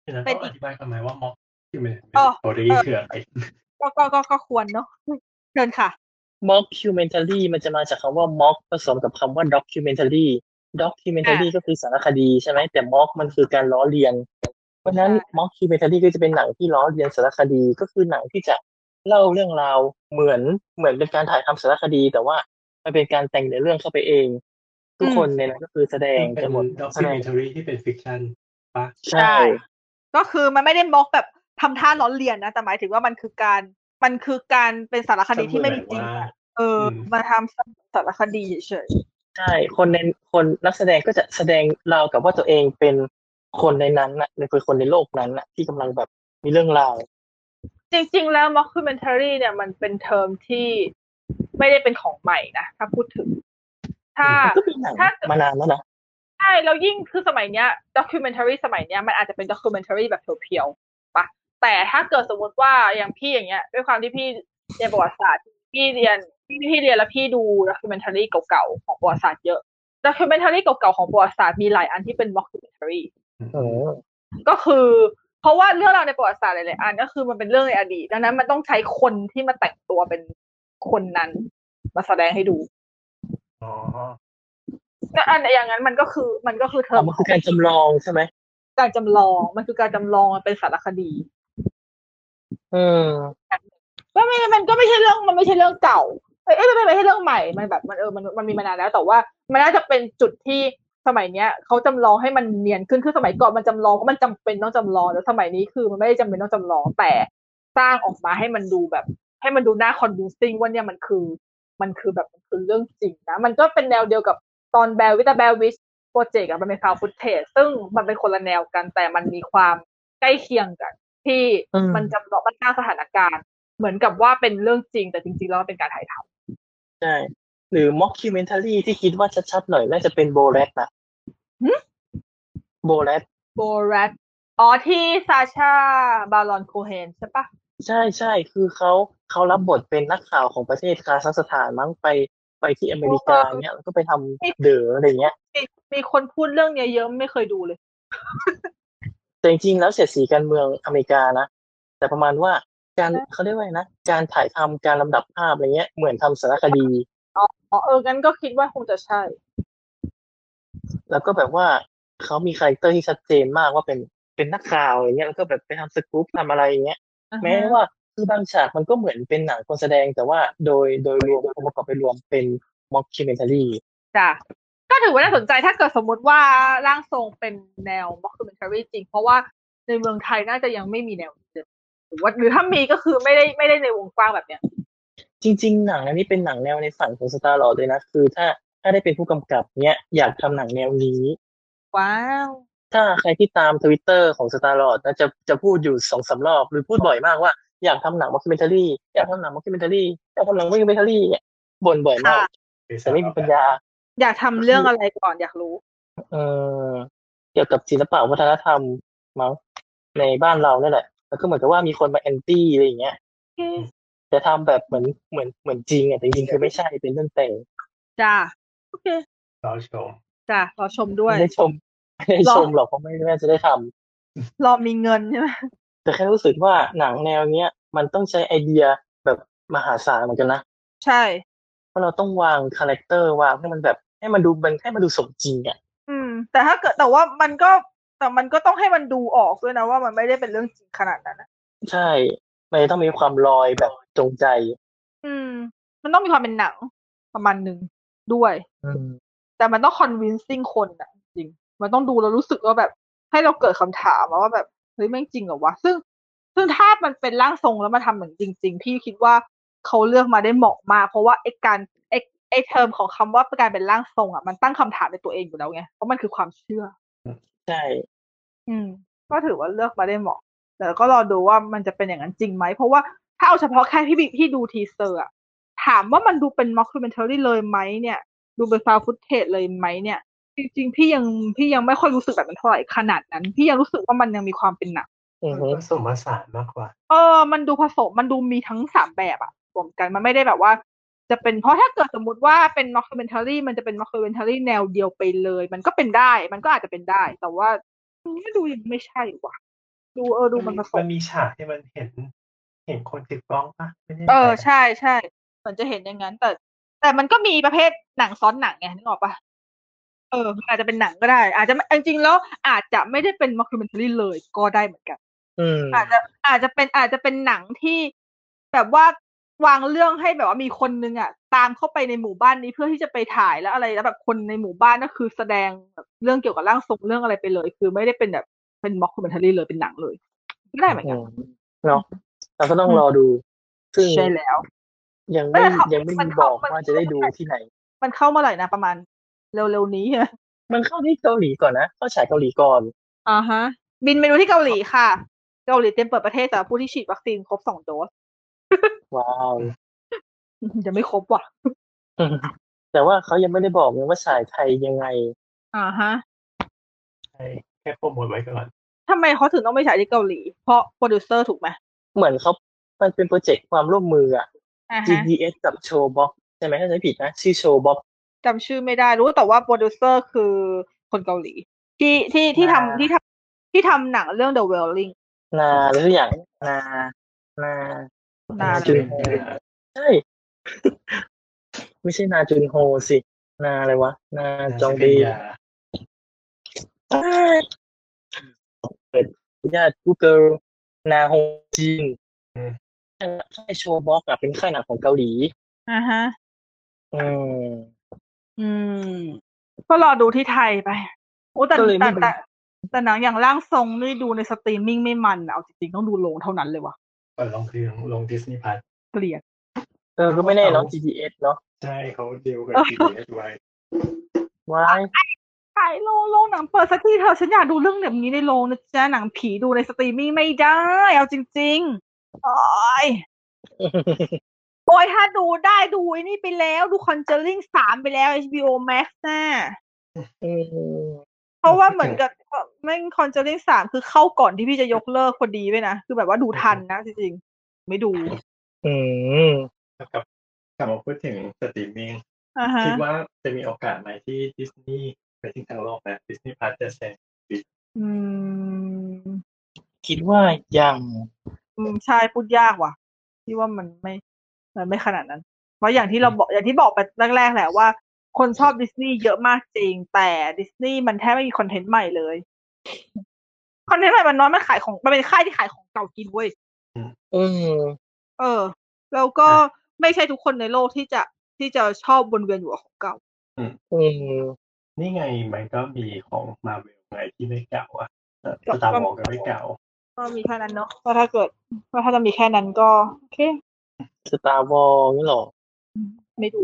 Speaker 2: ฉะนั้น
Speaker 4: เป็น
Speaker 2: ต้อง
Speaker 4: อี
Speaker 2: อก ธิบายความหมายว่ามอกที่มันเป็น
Speaker 4: อ๋อ
Speaker 2: สตอรี่คืออะไร
Speaker 4: ก็ก็ก็ก็ควรเนาะเชิญค่ะ
Speaker 3: mockumentary มันจะมาจากคำว่า mock ผสมกับคำว่า documentary documentary ก็คือสารคดีใช่ไหมแต่ mock มันคือการล้อเลียน เพราะฉะนั้น
Speaker 4: ใช่
Speaker 3: mockumentary ก็จะเป็นหนังที่ล้อเลียนสารคดีก็คือหนังที่จะเล่าเรื่องราวเหมือนเหมือนเป็นการถ่ายทำสารคดี แต่ว่ามันเป็นการแต่งเนื้อเรื่องเข้าไปเอง ทุกคนในนั้นก็คือแสดง
Speaker 2: เป็
Speaker 3: กันนหมด
Speaker 2: ด็อก
Speaker 3: แส
Speaker 2: ซิ
Speaker 3: ดง
Speaker 2: เมนทารีที่เป็นฟิกชันปะ
Speaker 4: ใช่ ก็คือมันไม่ได้ม็อกแบบทำท่าล้อเลียนนะ แต่หมายถึงว่ามันคือการมันคือการเป็นสารคดีที่ไม่มีจริง
Speaker 2: ว่า
Speaker 4: อะเอออ
Speaker 2: ม
Speaker 4: มาทำสารคดีเฉย
Speaker 3: ใช่ คนในคนนักแสดงก็จะแสดงราวกับว่าตัวเองเป็นคนในนั้นน่ะเป็นคนในโลกนั้นน่ะ ที่กำลังแบบมีเรื่องราว
Speaker 4: ๆจริง ๆ แล้ว mockumentary เนี่ยมันเป็นเทอมที่ไม่ได้เป็นของใหม่นะ ถ้าพูดถึง ถ้า
Speaker 3: มันก็เป็นหนัง
Speaker 4: ถ้า
Speaker 3: มานานแล้วนะ
Speaker 4: ใช่แล้วยิ่งคือสมัยเนี้ย documentary สมัยเนี้ยมันอาจจะเป็น documentary แบบเพียวๆปะแต่ถ้าเกิดสมมติว่าอย่างพี่อย่างเงี้ย ด้วยความที่พี่เรียนประวัติศาสตร์พี่เรียนพี่พี่เรียนแล้วพี่ดู documentary เก่าๆของประวัติศาสตร์เยอะ documentary เก่าๆของประวัติศาสตร์มีหลายอันที่เป็น mockumentary
Speaker 3: เออ
Speaker 4: ก็คือ เพราะว่าเรื่องราวในประวัติศาสตร์หลายๆอันก็คือมันเป็นเรื่องในอดีตดังนั้นมันต้องใช้คนที่มาแต่งตัวเป็นคนนั้น มาแสดงให้ดู
Speaker 2: อ๋อ
Speaker 4: ก็อันอย่างนั้นมันก็คือมันก็คือเทอ
Speaker 3: เอา
Speaker 4: ม
Speaker 3: มันคือการจำลองใช่ไหม
Speaker 4: การจำลองมันคือการจำลองมันเป็นสารคดี
Speaker 3: อืม
Speaker 4: ก็ไม่มันก็ไม่ใช่เรื่องมันไม่ใช่เรื่องเก่าเอ้ยเอ้ยมันไม่ใช่เรื่องใหม่มันแบบมันเออมันมันมีมานานแล้วแต่ว่า มันน่าจะเป็นจุดที่สมัยเนี้ยเขาจำลองให้มันเนียนขึ้นคือสมัยก่อนมันจำลองเพราะมันจำเป็นต้องจำลองแล้วสมัยนี้คือมันไม่ได้จำเป็นต้องจำลองแต่สร้างออกมาให้มันดูแบบ ให้มันดูน่า convincing ว่าเนี่ยมันคือ มันคือแบบมันคือเรื่องจริงนะมันก็เป็นแนวเดียวกับตอนแบลวิตาแบลวิช โปรเจกต์อะมันเป็นฟาวฟุตเทจซึ่งมันเป็นคนละแนวกัน แต่มันมีความใกล้เคียงกัน ที่
Speaker 3: อืม
Speaker 4: มันจำลองมันสร้างสถานการณ์ เหมือนกับว่าเป็นเรื่องจริง แต่จริงๆแล้วมันเป็นการถ่ายท
Speaker 3: ใช่ หรือม็อกคิวเมนท r รีที่คิดว่าชัดๆหน่อยน่าจะเป็นโบแรตนะโบแรต
Speaker 4: ำโบรัสอ๋อที่ซาชาบารอนโคเฮนใช่ปะ
Speaker 3: ใช่ใช่คือเขาเขารับบทเป็นนักข่าวของประเทศคาซัคสถานมั้งไปไปที่อเมริกาเนี้ยแล้วก็ไปทำเด๋ออะไรเงี้ย
Speaker 4: มีมีคนพูดเรื่องเนี้ยเยอะไม่เคยดูเลย
Speaker 3: แต่จริงๆแล้วเสียดสีการเมืองอเมริกานะ แต่ประมาณว่าการเขาเรียกว่าไงนะ การถ่ายทำการลำดับภาพอะไรเงี้ยเหมือนทำสารคดี
Speaker 4: อ๋อเอองั้นก็คิดว่าคงจะใช่
Speaker 3: แล้วก็แบบว่าเขามีคาแรคเตอร์ที่ชัดเจนมากว่าเป็นเป็นนักข่าวอะไรเงี้ยแล้วก็แบบไปทำสกู๊ปทำอะไรอย่างเงี้ย แม้ว่าคือบางฉากมันก็เหมือนเป็นหนังคนแสดง แต่ว่าโดยโดยรวมองค์ประกอบไปรวมเป็นม็อกคิเมนทารี
Speaker 4: จ้ะก็ถือว่าน่าสนใจถ้าเกิดสมมติว่าร่างทรงเป็นแนว mockumentary จริง เพราะว่าในเมืองไทยน่าจะยังไม่มีแนวนี้เลยหรือว่าหรือถ้ามีก็คือไม่ได้ไม่ได้ในวงกว้างแบบเนี้ย
Speaker 3: จริง ๆ หนังอันนี้เป็นหนังแนวในฝันของสตาร์ลอดเลยนะ คือถ้าถ้าได้เป็นผู้กำกับเนี้ยอยากทำหนังแนวนี้
Speaker 4: ว้าว
Speaker 3: ถ้าใครที่ตามทวิตเตอร์ของสตาร์ลอดนะจะจะพูดอยู่สองสามรอบ หรือพูดบ่อยมากว่าอยากทำหนังม็อกคิเมนทารีอยากทำหนังม็อกคิเมนทารีอยากทำหนังม็อกคิเมนทารีเนี่ยบ่นบ่อยมากแต่ไม่มีปัญญา
Speaker 4: อยากทำเรื่องอะไรก่อนอยากรู้
Speaker 3: เออเกี่ยวกับศิลปะวัฒนธรรมมั้งในบ้านเราเนี่ยแหละ แล้วก็เหมือนกับว่ามีคนมาแอนตี้อะไรอย่างเงี้ยจะทำแบบเหมือนเหมือนเหมือนจริงอ่ะแต่จริงๆคือไม่ใช่เป็นเรื่องแต่ง
Speaker 4: จ้ะโอเค
Speaker 2: รอชม
Speaker 4: จ้ะรอชมด้วย
Speaker 3: ไม่ได้ชมไม่ได้
Speaker 4: หรอ
Speaker 3: ชมหรอกเพราะไม่น่าจะได้ทำ
Speaker 4: รอมีเงินใช่ไหม
Speaker 3: แต่แค่รู้สึกว่าหนังแนวเนี้ยมันต้องใช้ไอเดียแบบมหาศาลเหมือนกันนะ
Speaker 4: ใช่
Speaker 3: เพราะเราต้องวางคาแรคเตอร์วางให้มันแบบให้มันดูมันให้มันดูสมจริงอ่ะ
Speaker 4: อืม แต่ถ้าเกิดแต่ว่ามันก็แต่มันก็ต้องให้มันดูออกด้วยนะว่ามันไม่ได้เป็นเรื่องจริงขนาดนั้นนะ
Speaker 3: ใช่มันจะต้องมีความลอยแบบจงใจ
Speaker 4: อืม มันต้องมีความเป็นหนังประมาณหนึ่งด้วย
Speaker 3: อืม
Speaker 4: แต่มันต้อง convincing คนอะจริง มันต้องดูแล้วรู้สึกว่าแบบ ให้เราเกิดคำถามอะว่าแบบเฮ้ยแม่งจริงเหรอวะซึ่ง ซึ่งถ้ามันเป็นร่างทรงแล้วมาทำเหมือนจริง ๆ พี่คิดว่าเขาเลือกมาได้เหมาะมากเพราะว่าไอ้การไอ้ไอ้เทอมของคำว่าการเป็นร่างทรงอะมันตั้งคำถามในตัวเองอยู่แล้วไงเพราะมันคือความเชื่อ
Speaker 3: ใช่
Speaker 4: อืมก็ถือว่าเลือกมาได้เหมาะ แต่ก็รอดูว่ามันจะเป็นอย่างนั้นจริงไหม เพราะว่าถ้าเอาเฉพาะแค่ที่บิที่ดูทีเซอร์อะถามว่ามันดูเป็นม็อกคิวเมนทรี่เลยไหมเนี่ย ดูเป็นฟาวฟุตเทจเลยไหมเนี่ย จริงๆ พี่ยังพี่ยังไม่ค่อยรู้สึกแบบนั้นเท่าไหร่ขนาดนั้น พี่ยังรู้สึกว่ามันยังมีความเป็นหนัง
Speaker 3: อือฮึ
Speaker 2: ผสมผสานมากกว่า
Speaker 4: เออ มันดูผสม มันดูมีทั้งสามแบบอะรวมกัน มันไม่ได้แบบว่า จะเป็น เพราะถ้าเกิดสมมติว่าเป็น m o c k u m e n t a r y มันจะเป็น m o c k u m e n t a r y แนวเดียวไปเลย มันก็เป็นได้ มันก็อาจจะเป็นได้ แต่ว่าไม่ดูยังไม่ใช่ว่ะ ดูเออดูมันผส
Speaker 2: มั
Speaker 4: ม
Speaker 2: นมีฉากที่มันเห็น เห็นคนถือกล้องปะไม่แน่
Speaker 4: เออ
Speaker 2: ใจนะ
Speaker 4: ใช่ใช่เหมือนจะเห็นอย่างนั้น แต่ แต่มันก็มีประเภทหนังซ้อนหนังไงนึกออกปะเออมันอาจจะเป็นหนังก็ได้ อาจจะไม่จริงๆแล้วอาจจะไม่ได้เป็น m o c k u m e n t a r y เลยก็ได้เหมือนกัน
Speaker 3: อืม
Speaker 4: อาจจะอาจจะเป็นอาจจะเป็นหนังที่แบบว่าวางเรื่องให้แบบว่ามีคนนึงอ่ะ ตามเข้าไปในหมู่บ้านนี้เพื่อที่จะไปถ่ายแล้วอะไรแล้วแบบคนในหมู่บ้านก็คือแสดงแบบเรื่องเกี่ยวกับร่างทรงเรื่องอะไรไปเลย คือไม่ได้เป็นแบบเป็นม็อกคูเมนทารีเลยเป็นหนังเลยก็ได้เหมือนกัน
Speaker 3: เนาะเราก็ต้อง
Speaker 4: อืม
Speaker 3: รอดู ซึ่ง
Speaker 4: ใช่แล้ว
Speaker 3: ยังไม่
Speaker 4: เอ้ยเขายั
Speaker 3: ยังไม่
Speaker 4: มั
Speaker 3: มี
Speaker 4: น
Speaker 3: บ
Speaker 4: เข้า
Speaker 3: อก
Speaker 4: มัน
Speaker 3: ว่าจะได้ดูที่ไหน
Speaker 4: มันเข้าเมื่อไหร่นะประมาณเร็วๆนี้อะ
Speaker 3: มันเข้าที่เกาหลีก่อนนะเข้าฉายเกาหลีก่อน
Speaker 4: อ่าฮะ บินไปดูที่เกาหลีค่ะ เกาหลีเต็มเปิดประเทศแต่ผู้ที่ฉีดวัคซีนครบสองโดส [LAUGHS]
Speaker 3: ว้าว
Speaker 4: จะไม่ครบว่ะ
Speaker 3: แต่ว่าเขายังไม่ได้บอกเลยว่าฉายไทยยังไง
Speaker 4: อ่าฮะ
Speaker 2: ใช่แค่โปรโมทไว้ก่อน
Speaker 4: ทำไมเขาถึงต้องไปฉายที่เกาหลี เพราะโปรดิวเซอร์ถูกไหม
Speaker 3: เหมือนเขามันเป็นโปรเจกต์ความร่วมมืออะ
Speaker 4: อ่าฮะ
Speaker 3: GDS กับ Showbox ใช่ไหมถ้าจำไม่ผิดนะ ชื่อ Showbox
Speaker 4: จำชื่อไม่ได้รู้แต่ว่าโปรดิวเซอร์คือคนเกาหลี ที่ที่ที่
Speaker 3: อ่า
Speaker 4: ทำที่ทำที่ทำหนังเรื่อง The Wailing
Speaker 3: นาหรืออย่างนานา
Speaker 4: นา
Speaker 3: จุนโฮใช่ [LAUGHS] ไม่ใช่นาจุนโฮสิ นาอะไรวะ นาจองบี เปิดญาติ Google นาโฮจิน
Speaker 2: อืม
Speaker 3: ค่ายโชว์บ็อกอะเป็นค่ายหนังของเกาหลี
Speaker 4: อ่าฮะ
Speaker 3: อืม
Speaker 4: อืม ก็รอดูที่ไทยไปโอ้แต่
Speaker 3: ก็เลยไม่
Speaker 4: แต่
Speaker 3: เป็น
Speaker 4: แต่แต่หนังอย่างร่างทรงนี่ดูในสตรีมมิ่งไม่มันอะเอาจริงๆ ต้องดูโรงเท่านั้นเลยว่ะ
Speaker 2: ก่อนลงคือลงดิสนีย์พัท
Speaker 4: เกลียด
Speaker 3: เออก็ไม่แน่เนาะ GDS เนาะ
Speaker 2: ใช่เขาเดียวกับ
Speaker 4: เออ
Speaker 2: GPS ไว้
Speaker 3: ว้าย
Speaker 4: ขายโรงโรงหนังเปิดสักทีเถอะฉันอยากดูเรื่องแบบนี้ในโรงนะจ๊ะหนังผีดูในสตรีมมิ่งไม่ได้ เอาจริงๆโอ้ยโอ้ยถ้าดูได้ดูไอ้นี่ไปแล้วดูคอนเจอริงสามไปแล้ว HBO Max น่ะ
Speaker 3: อืม
Speaker 4: เพราะว่าเหมือนกับแม่งคอนเจอริงสามคือเข้าก่อนที่พี่จะยกเลิกพอดีด้วยนะ คือแบบว่าดูทันนะจริงๆ ไม่ดู
Speaker 3: อืม
Speaker 2: กลับกลับมาพูดถึงสตรีมมิ่ง
Speaker 4: อ่าฮะ
Speaker 2: คิดว่าจะมีโอกาสไหมที่ดิสนีย์ไปถึงทางโลกนะดิสนีย์พาร์ทจะแซง
Speaker 4: อืม
Speaker 3: คิดว่ายัง
Speaker 4: อืมใช่พูดยากว่ะ ที่ว่ามันไม่ มันไม่ขนาดนั้น เพราะอย่างที่เราบอกอย่างที่บอกไปแรกๆแหละว่า คนชอบดิสนีย์เยอะมากจริง แต่ดิสนีย์มันแทบไม่มีคอนเทนต์ใหม่เลยคอนเทนต์ใหม่มันน้อยมันขายของมันเป็นค่ายที่ขายของเก่ากินเว้ย
Speaker 3: อืม
Speaker 4: เออ แล้วก็ไม่ใช่ทุกคนในโลกที่จะที่จะชอบวนเวียนอยู่กับของเก่า
Speaker 3: อืม
Speaker 2: นี่ไงมันก็มีของมาเวลไงที่ไม่เก่าอ่ะ
Speaker 4: ก็
Speaker 2: ตาร์วอลก็ไม่เก่า
Speaker 4: ก็มีแค่นั้นเนาะก็ถ้าเกิดก็ถ้าจะมีแค่นั้นก็โอเค
Speaker 3: สตาร์วอลนี่หรอ
Speaker 4: ไม่ดู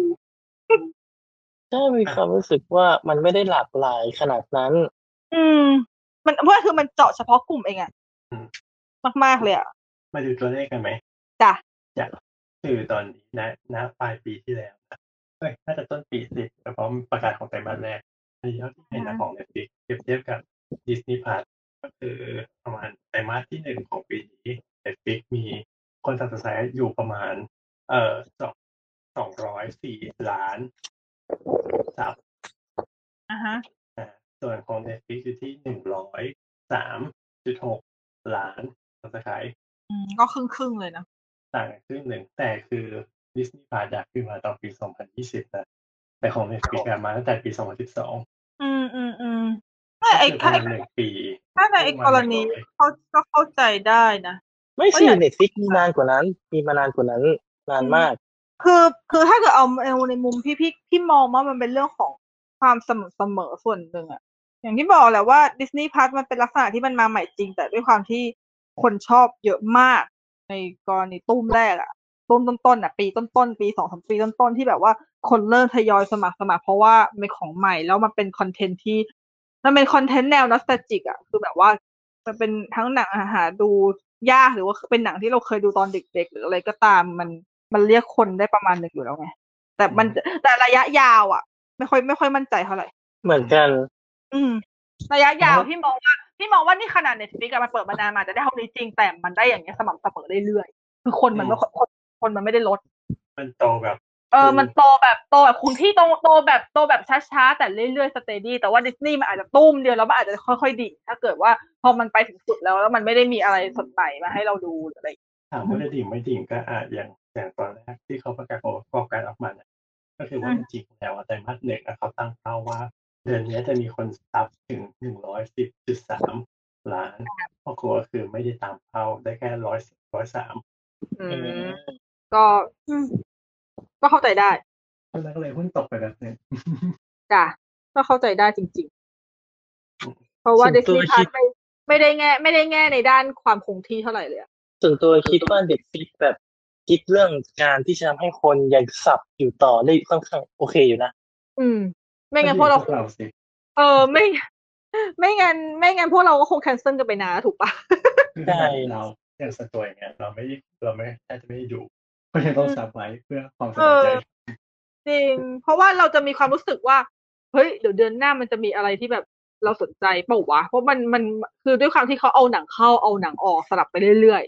Speaker 3: ถ้ามีความรู้สึกว่ามันไม่ได้หลากหลายขนาดนั้น
Speaker 4: อืม มันเพราะว่าคือมันเจาะเฉพาะกลุ่มเองอะ
Speaker 2: อืม
Speaker 4: มากๆเลยอะ
Speaker 2: มาดูตัวเลขกันไหม
Speaker 4: จ้ะ
Speaker 2: จ้ะคือตอนนี้นะนะปลายปีที่แล้วนะเอ้ยน่าจะต้นปีสิแต่เพราะมันประกาศของไตรมาสแรกอันนี้เท่าที่เห็นนะของ Netflix เปรียบเทียบกับดิสนีย์พาร์ก็คือประมาณไตรมาสที่หนึ่งของปีนี้ Netflix มีคนสับสายอยู่ประมาณ เอ่อสองสองร้อยสี่ล้านสับ
Speaker 4: อ่าฮะ
Speaker 2: นะ ส่วนของ Netflix อยู่ที่หนึ่งร้อยสามจุดหกล้านสับสาย
Speaker 4: อืมก็ครึ่งครึ่งๆเลยนะ
Speaker 2: ต่างกันครึ่งหนึ่งแต่คือดิสนีย์พาดักขึ้นมาตอนปี 2020 นะ แต่ของ Netflix อะมาตั้งแต่ปี 2012
Speaker 4: อืมอืมอืมไม่ไอ้
Speaker 2: ก็
Speaker 4: ถ้า
Speaker 2: คือประมาณหนึ่งปี
Speaker 4: ถ้าในไอ้กรณีเขาก็เข้าใจได้นะ
Speaker 3: ไม่
Speaker 4: ก็อ
Speaker 3: ใช่
Speaker 4: ย่าง
Speaker 3: เน็ตฟิกมีนานกว่านั้น มีมานานกว่านั้น นานมาก
Speaker 4: คือคือถ้าเกิดเอาในมุมพี่พี่พี่มองว่ามันเป็นเรื่องของความสม่ำเสมอส่วนหนึ่งอะอย่างที่บอกแหละว่าดิสนีย์พาร์มันเป็นลักษณะที่มันมาใหม่จริง แต่ด้วยความที่คนชอบเยอะมาก ในกรณีตุ้มแรกอะตุ้มต้นๆอะปีต้นๆปีสองสามปีต้นๆที่แบบว่าคนเริ่มทยอยสมัครสมัคร เพราะว่าเป็นของใหม่แล้วมันเป็นคอนเทนต์ที่ มันเป็นคอนเทนต์แนวนอสตาจิกอะคือแบบว่า มันเป็นทั้งหนังอาหารดูยากหรือว่าเป็นหนังที่เราเคยดูตอนเด็ก ๆ หรืออะไรก็ตามมันมันเรียกคนได้ประมาณหนึ่งอยู่แล้วไงแต่มันแต่ระยะยาวอ่ะ ไม่ค่อยไม่ค่อยมั่นใจเท่าไหร่
Speaker 3: เหมือนกัน
Speaker 4: อืม ระยะยาว
Speaker 2: แล้ว
Speaker 4: ที่มองว่าที่มองว่านี่ขนาดเน็ตฟิกมันเปิดมานานมาจะได้เท่านี้จริงแต่มันได้อย่างเงี้ยสม่ำเสมอเรื่อยๆคือคนมันไม่ค่อยคนคนมันไม่ได้ลด
Speaker 2: มันโตแบบ
Speaker 4: เออ มันโตแบบโตแบบคงที่โตโตแบบโตแบบช้าๆ แต่เรื่อยๆ สเตดี้ แต่ว่าดิสนีย์มันอาจจะตุ้มเดียวแล้วมันอาจจะค่อยๆ ดิ่งถ้าเกิดว่าพอมันไปถึงจุดแล้วแล้วมันไม่ได้มีอะไรสดใหม่มาให้เราดูหรืออะไรอย่างเงี้ย
Speaker 2: ถามว่าจะดิ่งไม่ดิ่งก็อาจอย่างอย่างตอนแรกที่เขาประกาศผลประกอบการออกมาเนี่ยก็คือว่าจริงๆแล้วอะไตรมาสหนึ่งอะเขาตั้งเป้าว่า เดือนนี้จะมีคนซับถึง 110.3 ล้านปรากฏว่าคือไม่ได้ตามเป้าได้แค่ร้อยร้อยสาม
Speaker 4: อืมก็อืมก็เข้าใจได้
Speaker 2: แล้วก็เลยหุ้นตกไปแบบนึง
Speaker 4: จ้ะก็เข้าใจได้จริง ๆ เพราะว่า
Speaker 3: ส่
Speaker 4: ดิ
Speaker 3: วน
Speaker 4: ส
Speaker 3: ตัว
Speaker 4: นีย์พา
Speaker 3: คิ
Speaker 4: ร์
Speaker 3: ด
Speaker 4: ไม่ไม่ได้แง่ไม่ได้แง่ในด้านความคงที่เท่าไหร่เลยอะ
Speaker 3: ส่วนตัวคิดว่าเน็ตฟิกแบบคิดเรื่องการที่จะทำให้คนยังสับอยู่ต่อได้ค่อนข้างโอเคอยู่นะ
Speaker 4: อืม ไม่งั้นพวกเราคง
Speaker 2: เราสิ
Speaker 4: เออไม่ ไม่งั้นไม่งั้นพวกเราก็คงแคนเซิลกันไปนานแล้วถูกปะ [LAUGHS]
Speaker 2: คือ
Speaker 3: ใช่
Speaker 2: เราอย่างสวนตัวอย่างเงี้ยเราไม่เราไม่แทบจะไม่ได้ดูเพราะฉะนั้นต้องซับไว้เพื่อความสบาย
Speaker 4: เออ
Speaker 2: ใจ
Speaker 4: จริง เพราะว่าเราจะมีความรู้สึกว่า เฮ้ย เดี๋ยวเดือนหน้ามันจะมีอะไรที่แบบเราสนใจเปล่าวะ เพราะมันมันคือด้วยความที่เขาเอาหนังเข้าเอาหนังออกสลับไปเรื่อย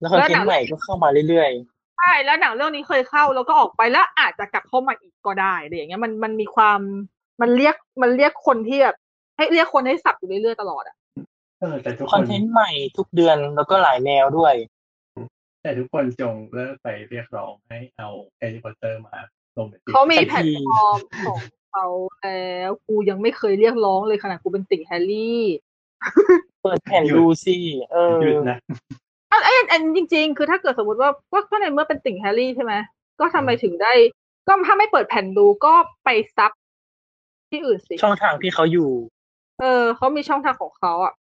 Speaker 3: แล้วคอนเทนต์ใหม่ก็เข้ามาเรื่อย
Speaker 4: ๆ ใช่ แล้วหนังเรื่องนี้เคยเข้าแล้วก็ออกไปแล้วอาจจะกลับเข้ามาอีกก็ได้อะไรอย่างเงี้ย มันมันมีความมันเรียกมันเรียกคนที่แบบให้เรียกคนให้สับอยู่เรื่อยๆตลอดอ่ะ
Speaker 2: เออแต่ทุก
Speaker 3: ๆ ค
Speaker 2: ค
Speaker 3: อน
Speaker 2: น
Speaker 3: เทนต์ใหม่ทุกเดือนแล้วก็หลายแนวด้วย
Speaker 2: แต่ทุกคนจงเลิกไปเรียกร้องให้เอาแฮร์รี่พอตเตอร์มาลงเป็นติ๊ก
Speaker 4: เขามี
Speaker 3: แต่
Speaker 4: แพลต
Speaker 3: ที่
Speaker 4: ฟอร์มของเขาแล้วกูยังไม่เคยเรียกร้องเลยขนาดกูเป็นติ่งแฮร์รี่
Speaker 3: เปิดแผ่นดูสิเออ
Speaker 2: หยุดนะ
Speaker 4: อันอันอันจริงๆ คือถ้าเกิดสมมติว่าก็ก็ในเมื่อเป็นติ่งแฮร์รี่ใช่ไหมก็ทำไมถึงได้ ก็ถ้าไม่เปิดแผ่นดูก็ไปซับที่อื่นสิ
Speaker 3: ช่องทางที่เขาอยู่
Speaker 4: เออเขามีช่องทางของเขาอ่ะ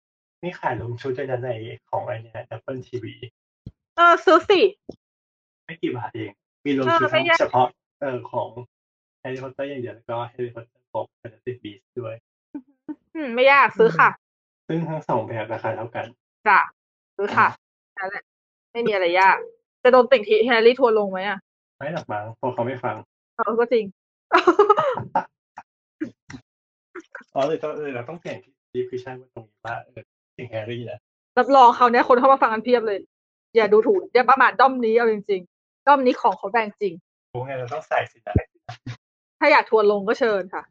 Speaker 2: นี่ขายลงชุดด้วยนะในของไอเนี่ย Apple TV
Speaker 4: เออซื้อสิ
Speaker 2: ไม่กี่บาทเอง มีลง
Speaker 4: เออ
Speaker 2: ชุด
Speaker 4: ไม่
Speaker 2: ทั้ง
Speaker 4: ยาก
Speaker 2: เฉพาะเออของแฮร์รี่พอตเตอร์อย่างเดียวแล้วก็แฮร์รี่พอตเตอร์โก ของ Fantastic Beasts ด้วย
Speaker 4: อืมไม่ยากซื้อค่ะ
Speaker 2: ซึ่งทั้งสองแบบราคาเท่ากัน
Speaker 4: จ้ะซื้อค่ะนั่นแหละไม่มีอะไรยาก จะโดนติ่งทีแฮร์รี่ทัวร์ลงไหมอ่ะ
Speaker 2: ไม่หลักมั้งเพราะเขาไม่ฟัง
Speaker 4: เออก็จริง [LAUGHS]
Speaker 2: อ๋อเลยต้องเลยเราต้องเปลี่ยนดีพิชันว่าตรงนี้ว่าเออสิ่งแฮร์รี่นะ
Speaker 4: รับรองเขาวเนี้ยคนเข้ามาฟังกันเพียบเลย อย่าดูถูกอย่าประมาทด้อมนี้เอาจริงๆด้อมนี้ของเขาแรงจริง
Speaker 2: รู้ไงเราต้องใส่สินะ
Speaker 4: ถ้าอยากทัวร์ลงก็เชิญค่ะ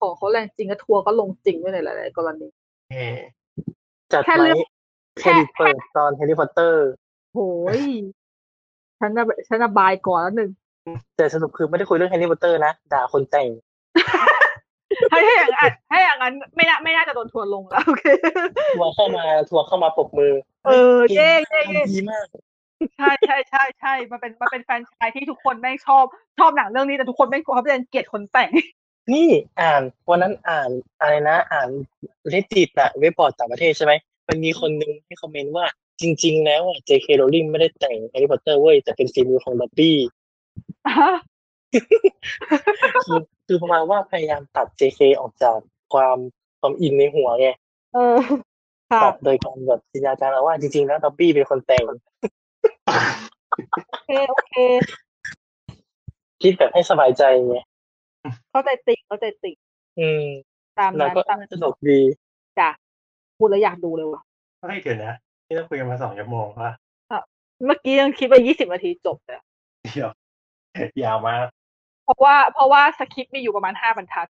Speaker 4: ของเขาแรงจริงก็ทัวร์ก็ลงจริงด้วยในหลาย ๆ กรณี
Speaker 2: เฮ้
Speaker 3: จัด
Speaker 4: แค่
Speaker 3: ไหม
Speaker 4: เรื่อง
Speaker 3: เฮ
Speaker 4: แค่
Speaker 3: ลิเปิดตอนเฮลิพอตเตอร์
Speaker 4: โอ้ย [LAUGHS] ฉันน่ะฉันน่ะบายก่อนแล้วหนึ่ง [LAUGHS]
Speaker 3: แต่สรุปคือไม่ได้คุยเรื่องแฮร์รี่พอตเตอร์นะด่าคนแต่ง
Speaker 4: ให้ให้อย่างนั้นให้อย่างนั้นไม่น่าไม่น่าจะโดนทัวร์ลงแล้ว [LAUGHS] โอเค
Speaker 3: ทัวร์เข้ามาทัวร์เข้ามาปรบมือ
Speaker 4: เออเย่เย่เย่
Speaker 3: ทำดีมาก
Speaker 4: ใช่ใช่ใช่ใช่มันเป็นมันเป็นแฟรนไชายที่ทุกคนแม่งชอบ ชอบหนังเรื่องนี้แต่ทุกคนแม่งกลัวเขาเป็นเกลียดคนแต่ง
Speaker 3: นี่อ่านวันนั้นอ่านอะไรนะ อ่านเลจิตอะเว็บบอร์ดต่างประเทศใช่ไหมมันมีคนนึงให้คอมเมนต์ว่าจริง ๆ แล้วอะ J.K. Rowling ไม่ได้แต่งแฮร์รี่พอตเตอร์เว้ย แต่เป็นฝีมือของล็อบบี้ คือคือประมาณว่าพยายามตัด J.K. ออกจากความความอินในหัวไง
Speaker 4: เออค่ะ
Speaker 3: ตัดโดยการแบบจินตนาการเอาว่าจริง ๆ แล้วล็อบบี้เป็นคนแต่ง
Speaker 4: โอเคโอเค
Speaker 3: คิดแบบให้สบายใจไง
Speaker 4: เข้าใจติเข้าใจติ
Speaker 3: อืม
Speaker 4: ตาม
Speaker 3: แล้ว
Speaker 4: นั้น
Speaker 3: ก็
Speaker 4: ตาม
Speaker 3: สนุกดี
Speaker 4: จ้ะพูดแล้วอยากดูเลยว่ะ
Speaker 2: [COUGHS] เฮ้ยเดี๋ยวนะนี่เราคุยกันมาสองชั่วโมงว่า
Speaker 4: เมื่อกี้ยังคิดไปยี่สิบนาทีจบเลยอะ
Speaker 2: เดี๋ยวยาวมาก
Speaker 4: เพราะว่าเพราะว่าสคริปต์มีอยู่ประมาณห้าบรรทัด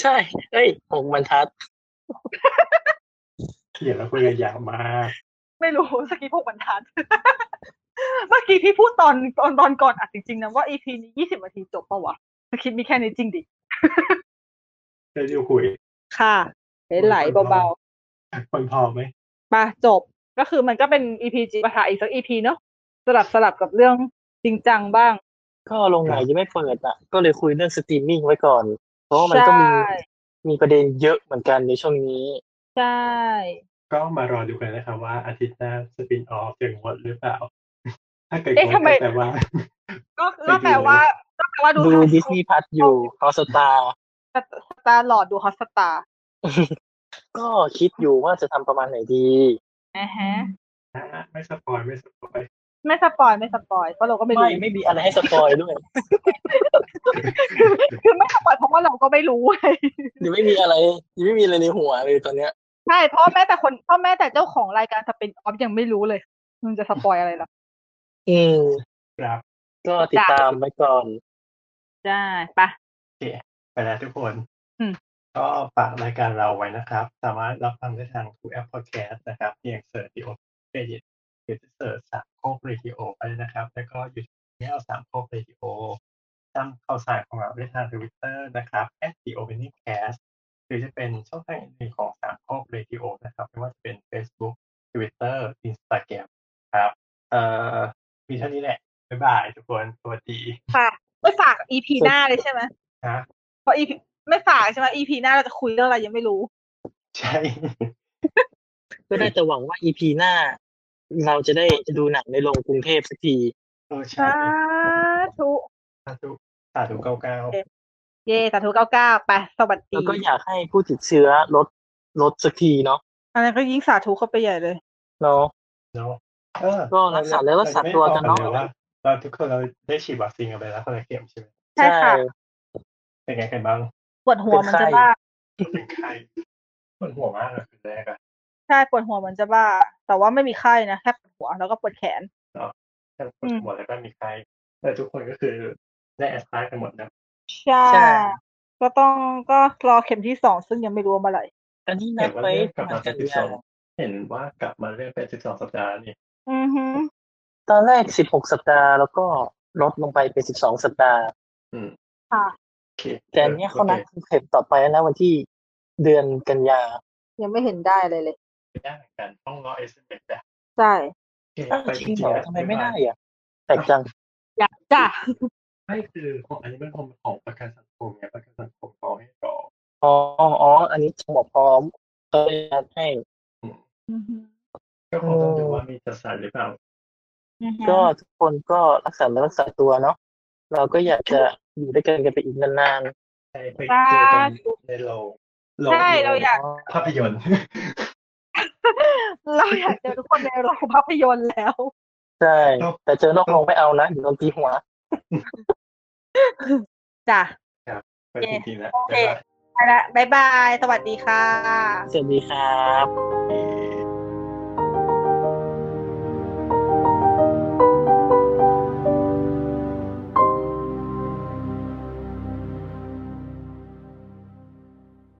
Speaker 3: ใช่เอ้ยหกบรรทัด
Speaker 2: เดี๋ยวเราคุยกันยาวมาก
Speaker 4: ไม่รู้ สคริปต์หกบรรทัด [LAUGHS] เมื่อกี้พี่พูดตอนตอนตอนก่อนอัดจริงๆนะว่าอีพีนี้ยี่สิบนาทีจบปะวะสคริปต์มีแค่นี้จริงดิ
Speaker 2: เดี๋ยวเราคุย
Speaker 4: ค่ะ
Speaker 2: เห็นไหลเบา คนพอไหม
Speaker 4: ๆมาจบ ก็คือมันก็เป็นอีพีจีปะทะอีกสักอีพีเนาะสลับสลับกับเรื่องจริงจังบ้าง
Speaker 3: ก็โรงหนังยังไม่เปิดอ่ะ ก็เลยคุยเรื่องสตรีมมิ่งไว้ก่อน เพราะว่ามันก็มี
Speaker 4: ใช่
Speaker 3: มีประเด็นเยอะเหมือนกันในช่วงนี้
Speaker 4: ใช่
Speaker 2: ก็มารอดูกันนะครับว่าอาทิตย์หน้าสปินออฟจะงดหรือเปล่า [LAUGHS] ถ้าเกิดง
Speaker 4: เอ๊ะ
Speaker 2: ด
Speaker 4: ทำไม
Speaker 2: ก็แปลว่า [LAUGHS]
Speaker 4: ก็ก็แปลว่าก็แปลว่าดู
Speaker 3: ดู
Speaker 4: ทาง
Speaker 3: ดิสนีย์พัทอยู่ฮอสตา
Speaker 4: สตาร์หลอดดูฮอตสตาร์
Speaker 3: [LAUGHS] ก็คิดอยู่ว่าจะทำประมาณไหนดี
Speaker 4: นะฮะ
Speaker 2: ไม่สปอยไม่สปอย
Speaker 4: ไม่สปอยไม่สปอยเพราะเราก็ไม่รู้
Speaker 3: ไม่ไม่มีอะไรให้สปอยด้วย
Speaker 4: [LAUGHS] คือไม่สปอยเพราะว่าเราก็ไม่รู้ไง [LAUGHS]
Speaker 3: หรือไม่มีอะไรยังไม่มีอะไรในหัวเลยตอนเนี้ย
Speaker 4: ใช่เพราะแม้แต่คนเพราะแม้แต่เจ้าของรายการสเปนออฟยังไม่รู้เลยมึงจะสปอยอะไรล่ะ
Speaker 3: อืม
Speaker 2: ครับ
Speaker 3: ก็ติดตามไว้ก่อน
Speaker 4: ได้ปะ
Speaker 2: ไปแล้วทุกคน
Speaker 4: อืม
Speaker 2: ก็ฝากรายการเราไว้นะครับ สามารถรับฟังได้ทางทุกแอปพอดแคสต์นะครับเพียงเสิร์ชดีโอเรดิตหรือจะเสิร์ชสามโคกเรดิโอไปเลยนะครับ แล้วก็อยู่ที่เอาสามโคกเรดิโอตามข่าวสารของเราได้ทางทวิตเตอร์นะครับ at the opening cast หรือจะเป็นช่องทางอื่นๆของสามโคกเรดิโอนะครับไม่ว่าจะเป็น Facebook Twitter Instagram ครับเอ่อมีเท่านี้แหละบ๊ายบายทุกคนสวัสดี
Speaker 4: ค่ะไม่ฝากอีพีหน้าเลยใช่ไหม
Speaker 2: นะ [LAUGHS]
Speaker 4: เพราะอีพีไม่ฝากใช่ไหมอีพีหน้าเราจะคุยเรื่องอะไรยังไม่รู้
Speaker 2: ใช่
Speaker 3: ก็ได้แต่หวังว่าอีพีหน้า เราจะได้ดูหนังในโรงกรุงเทพสักที
Speaker 2: เออใช่
Speaker 4: ธุ
Speaker 2: สาธุสาธุเก้าเก้า
Speaker 4: เย่สาธุเก้าเก้าไปสวัสดี
Speaker 3: แล้วก็อยากให้ผู้ติดเชื้อลดลดสักทีเนาะ
Speaker 4: อันนั้นก็ยิ่งสาธุเข้าไปใหญ่เลย
Speaker 3: เนาะ
Speaker 2: เนาะเออ
Speaker 3: ก็รักษาแล้วรักษาตัวกันเนาะ
Speaker 2: รไม่ได้บอกเลยว่าเราทุกคนเราได้ฉีดวัคซีนกันไปแล้วคนละเข็มใช่ไหม
Speaker 4: ใช่ค่ะ
Speaker 2: เป็นไงกันบ้าง
Speaker 4: ปวดหัวเหมัน
Speaker 3: เป็
Speaker 4: จะ
Speaker 3: นไข้
Speaker 4: บ้า
Speaker 2: เป็นไข้ปวดหัวมากเลยคืนแรกอะ
Speaker 4: ใช่ปวดหัวเหมันจะบ้า แต่ว่าไม่มีไข้นะแค่ปวดหัวแล้วก็ปวดแขน
Speaker 2: ทั้งปวดหัวแล้วก็มีไข้แต่ทุกคนก็คือได้แอสไพร์กันหมดนะ
Speaker 4: ใช่
Speaker 3: ใช่
Speaker 4: ก็ต้องก็รอเข็มที่สองซึ่งยังไม่รู้ว่าเมื่อไหร่
Speaker 3: อันนี้นั
Speaker 2: เห็
Speaker 3: ด
Speaker 2: นว่า
Speaker 3: ไว้
Speaker 2: เลื่อนก
Speaker 3: ประ
Speaker 2: ลับมาเป็สิบสอง
Speaker 3: มาณกัน นยา
Speaker 2: เห็นว่ากลับมาเลื่อนเป็นสิบสองสัปดาห์นี่
Speaker 4: อือหือ
Speaker 3: ตอนแรกสิบหกสัปดาห์แล้วก็ลดลงไปเป็นสิบสองสัปดาห์
Speaker 4: ค่ะ
Speaker 2: โอเค
Speaker 3: แต่อันเนี้ยเขานัดเข็มต่อไปแล้วนะวันที่เดือนกันยา
Speaker 4: ยังไม่เห็นได้เลยเลย
Speaker 2: ไม่ได้เหมือนกันต้องรอเอสเอ็มเอสอะ
Speaker 4: ใช่
Speaker 2: โอเค
Speaker 3: อ้าว
Speaker 2: ป
Speaker 3: จริงเหรอ
Speaker 2: นะ
Speaker 3: ทำไมไม่ได้อ่ะแปลกจัง
Speaker 4: อยากจ้ะ
Speaker 2: ไม่คือของอันนี้เป็นของของประกันสังคมไงประกันสังคมเขาให้รอ
Speaker 3: อ๋ออ๋อ อันนี้จะบอกพร้อมก็เลยนัดให้
Speaker 4: อือหือ
Speaker 2: ก็คงต้องดูว่ามีจัดสรรหรือเปล่า
Speaker 4: อือหือ
Speaker 3: ก็ทุกคนก็รักษาและรักษาตัวเนาะเราก็อยากจะอยู่ด้วยกันกันไปอีกนาน
Speaker 2: ใช่ไปเจอกันในโรงโรง
Speaker 4: ใช่เราอยาก
Speaker 2: ภาพยนตร์ [LAUGHS]
Speaker 4: เราอยากเจอทุกคนในโรงภาพยนตร์แล้ว
Speaker 3: ใช่
Speaker 2: ครับ
Speaker 3: แต่เจอนอกโรงไม่เอานะเดี๋ยวโดนตีหัว
Speaker 4: จ้ะ
Speaker 2: ไปจริงๆนะ
Speaker 4: โอเค
Speaker 2: บ๊าย
Speaker 4: ไป
Speaker 2: บาย
Speaker 4: ละบ๊ายบาย สวัสดีค่ะ
Speaker 3: สวัสดีครับ
Speaker 2: Yeah.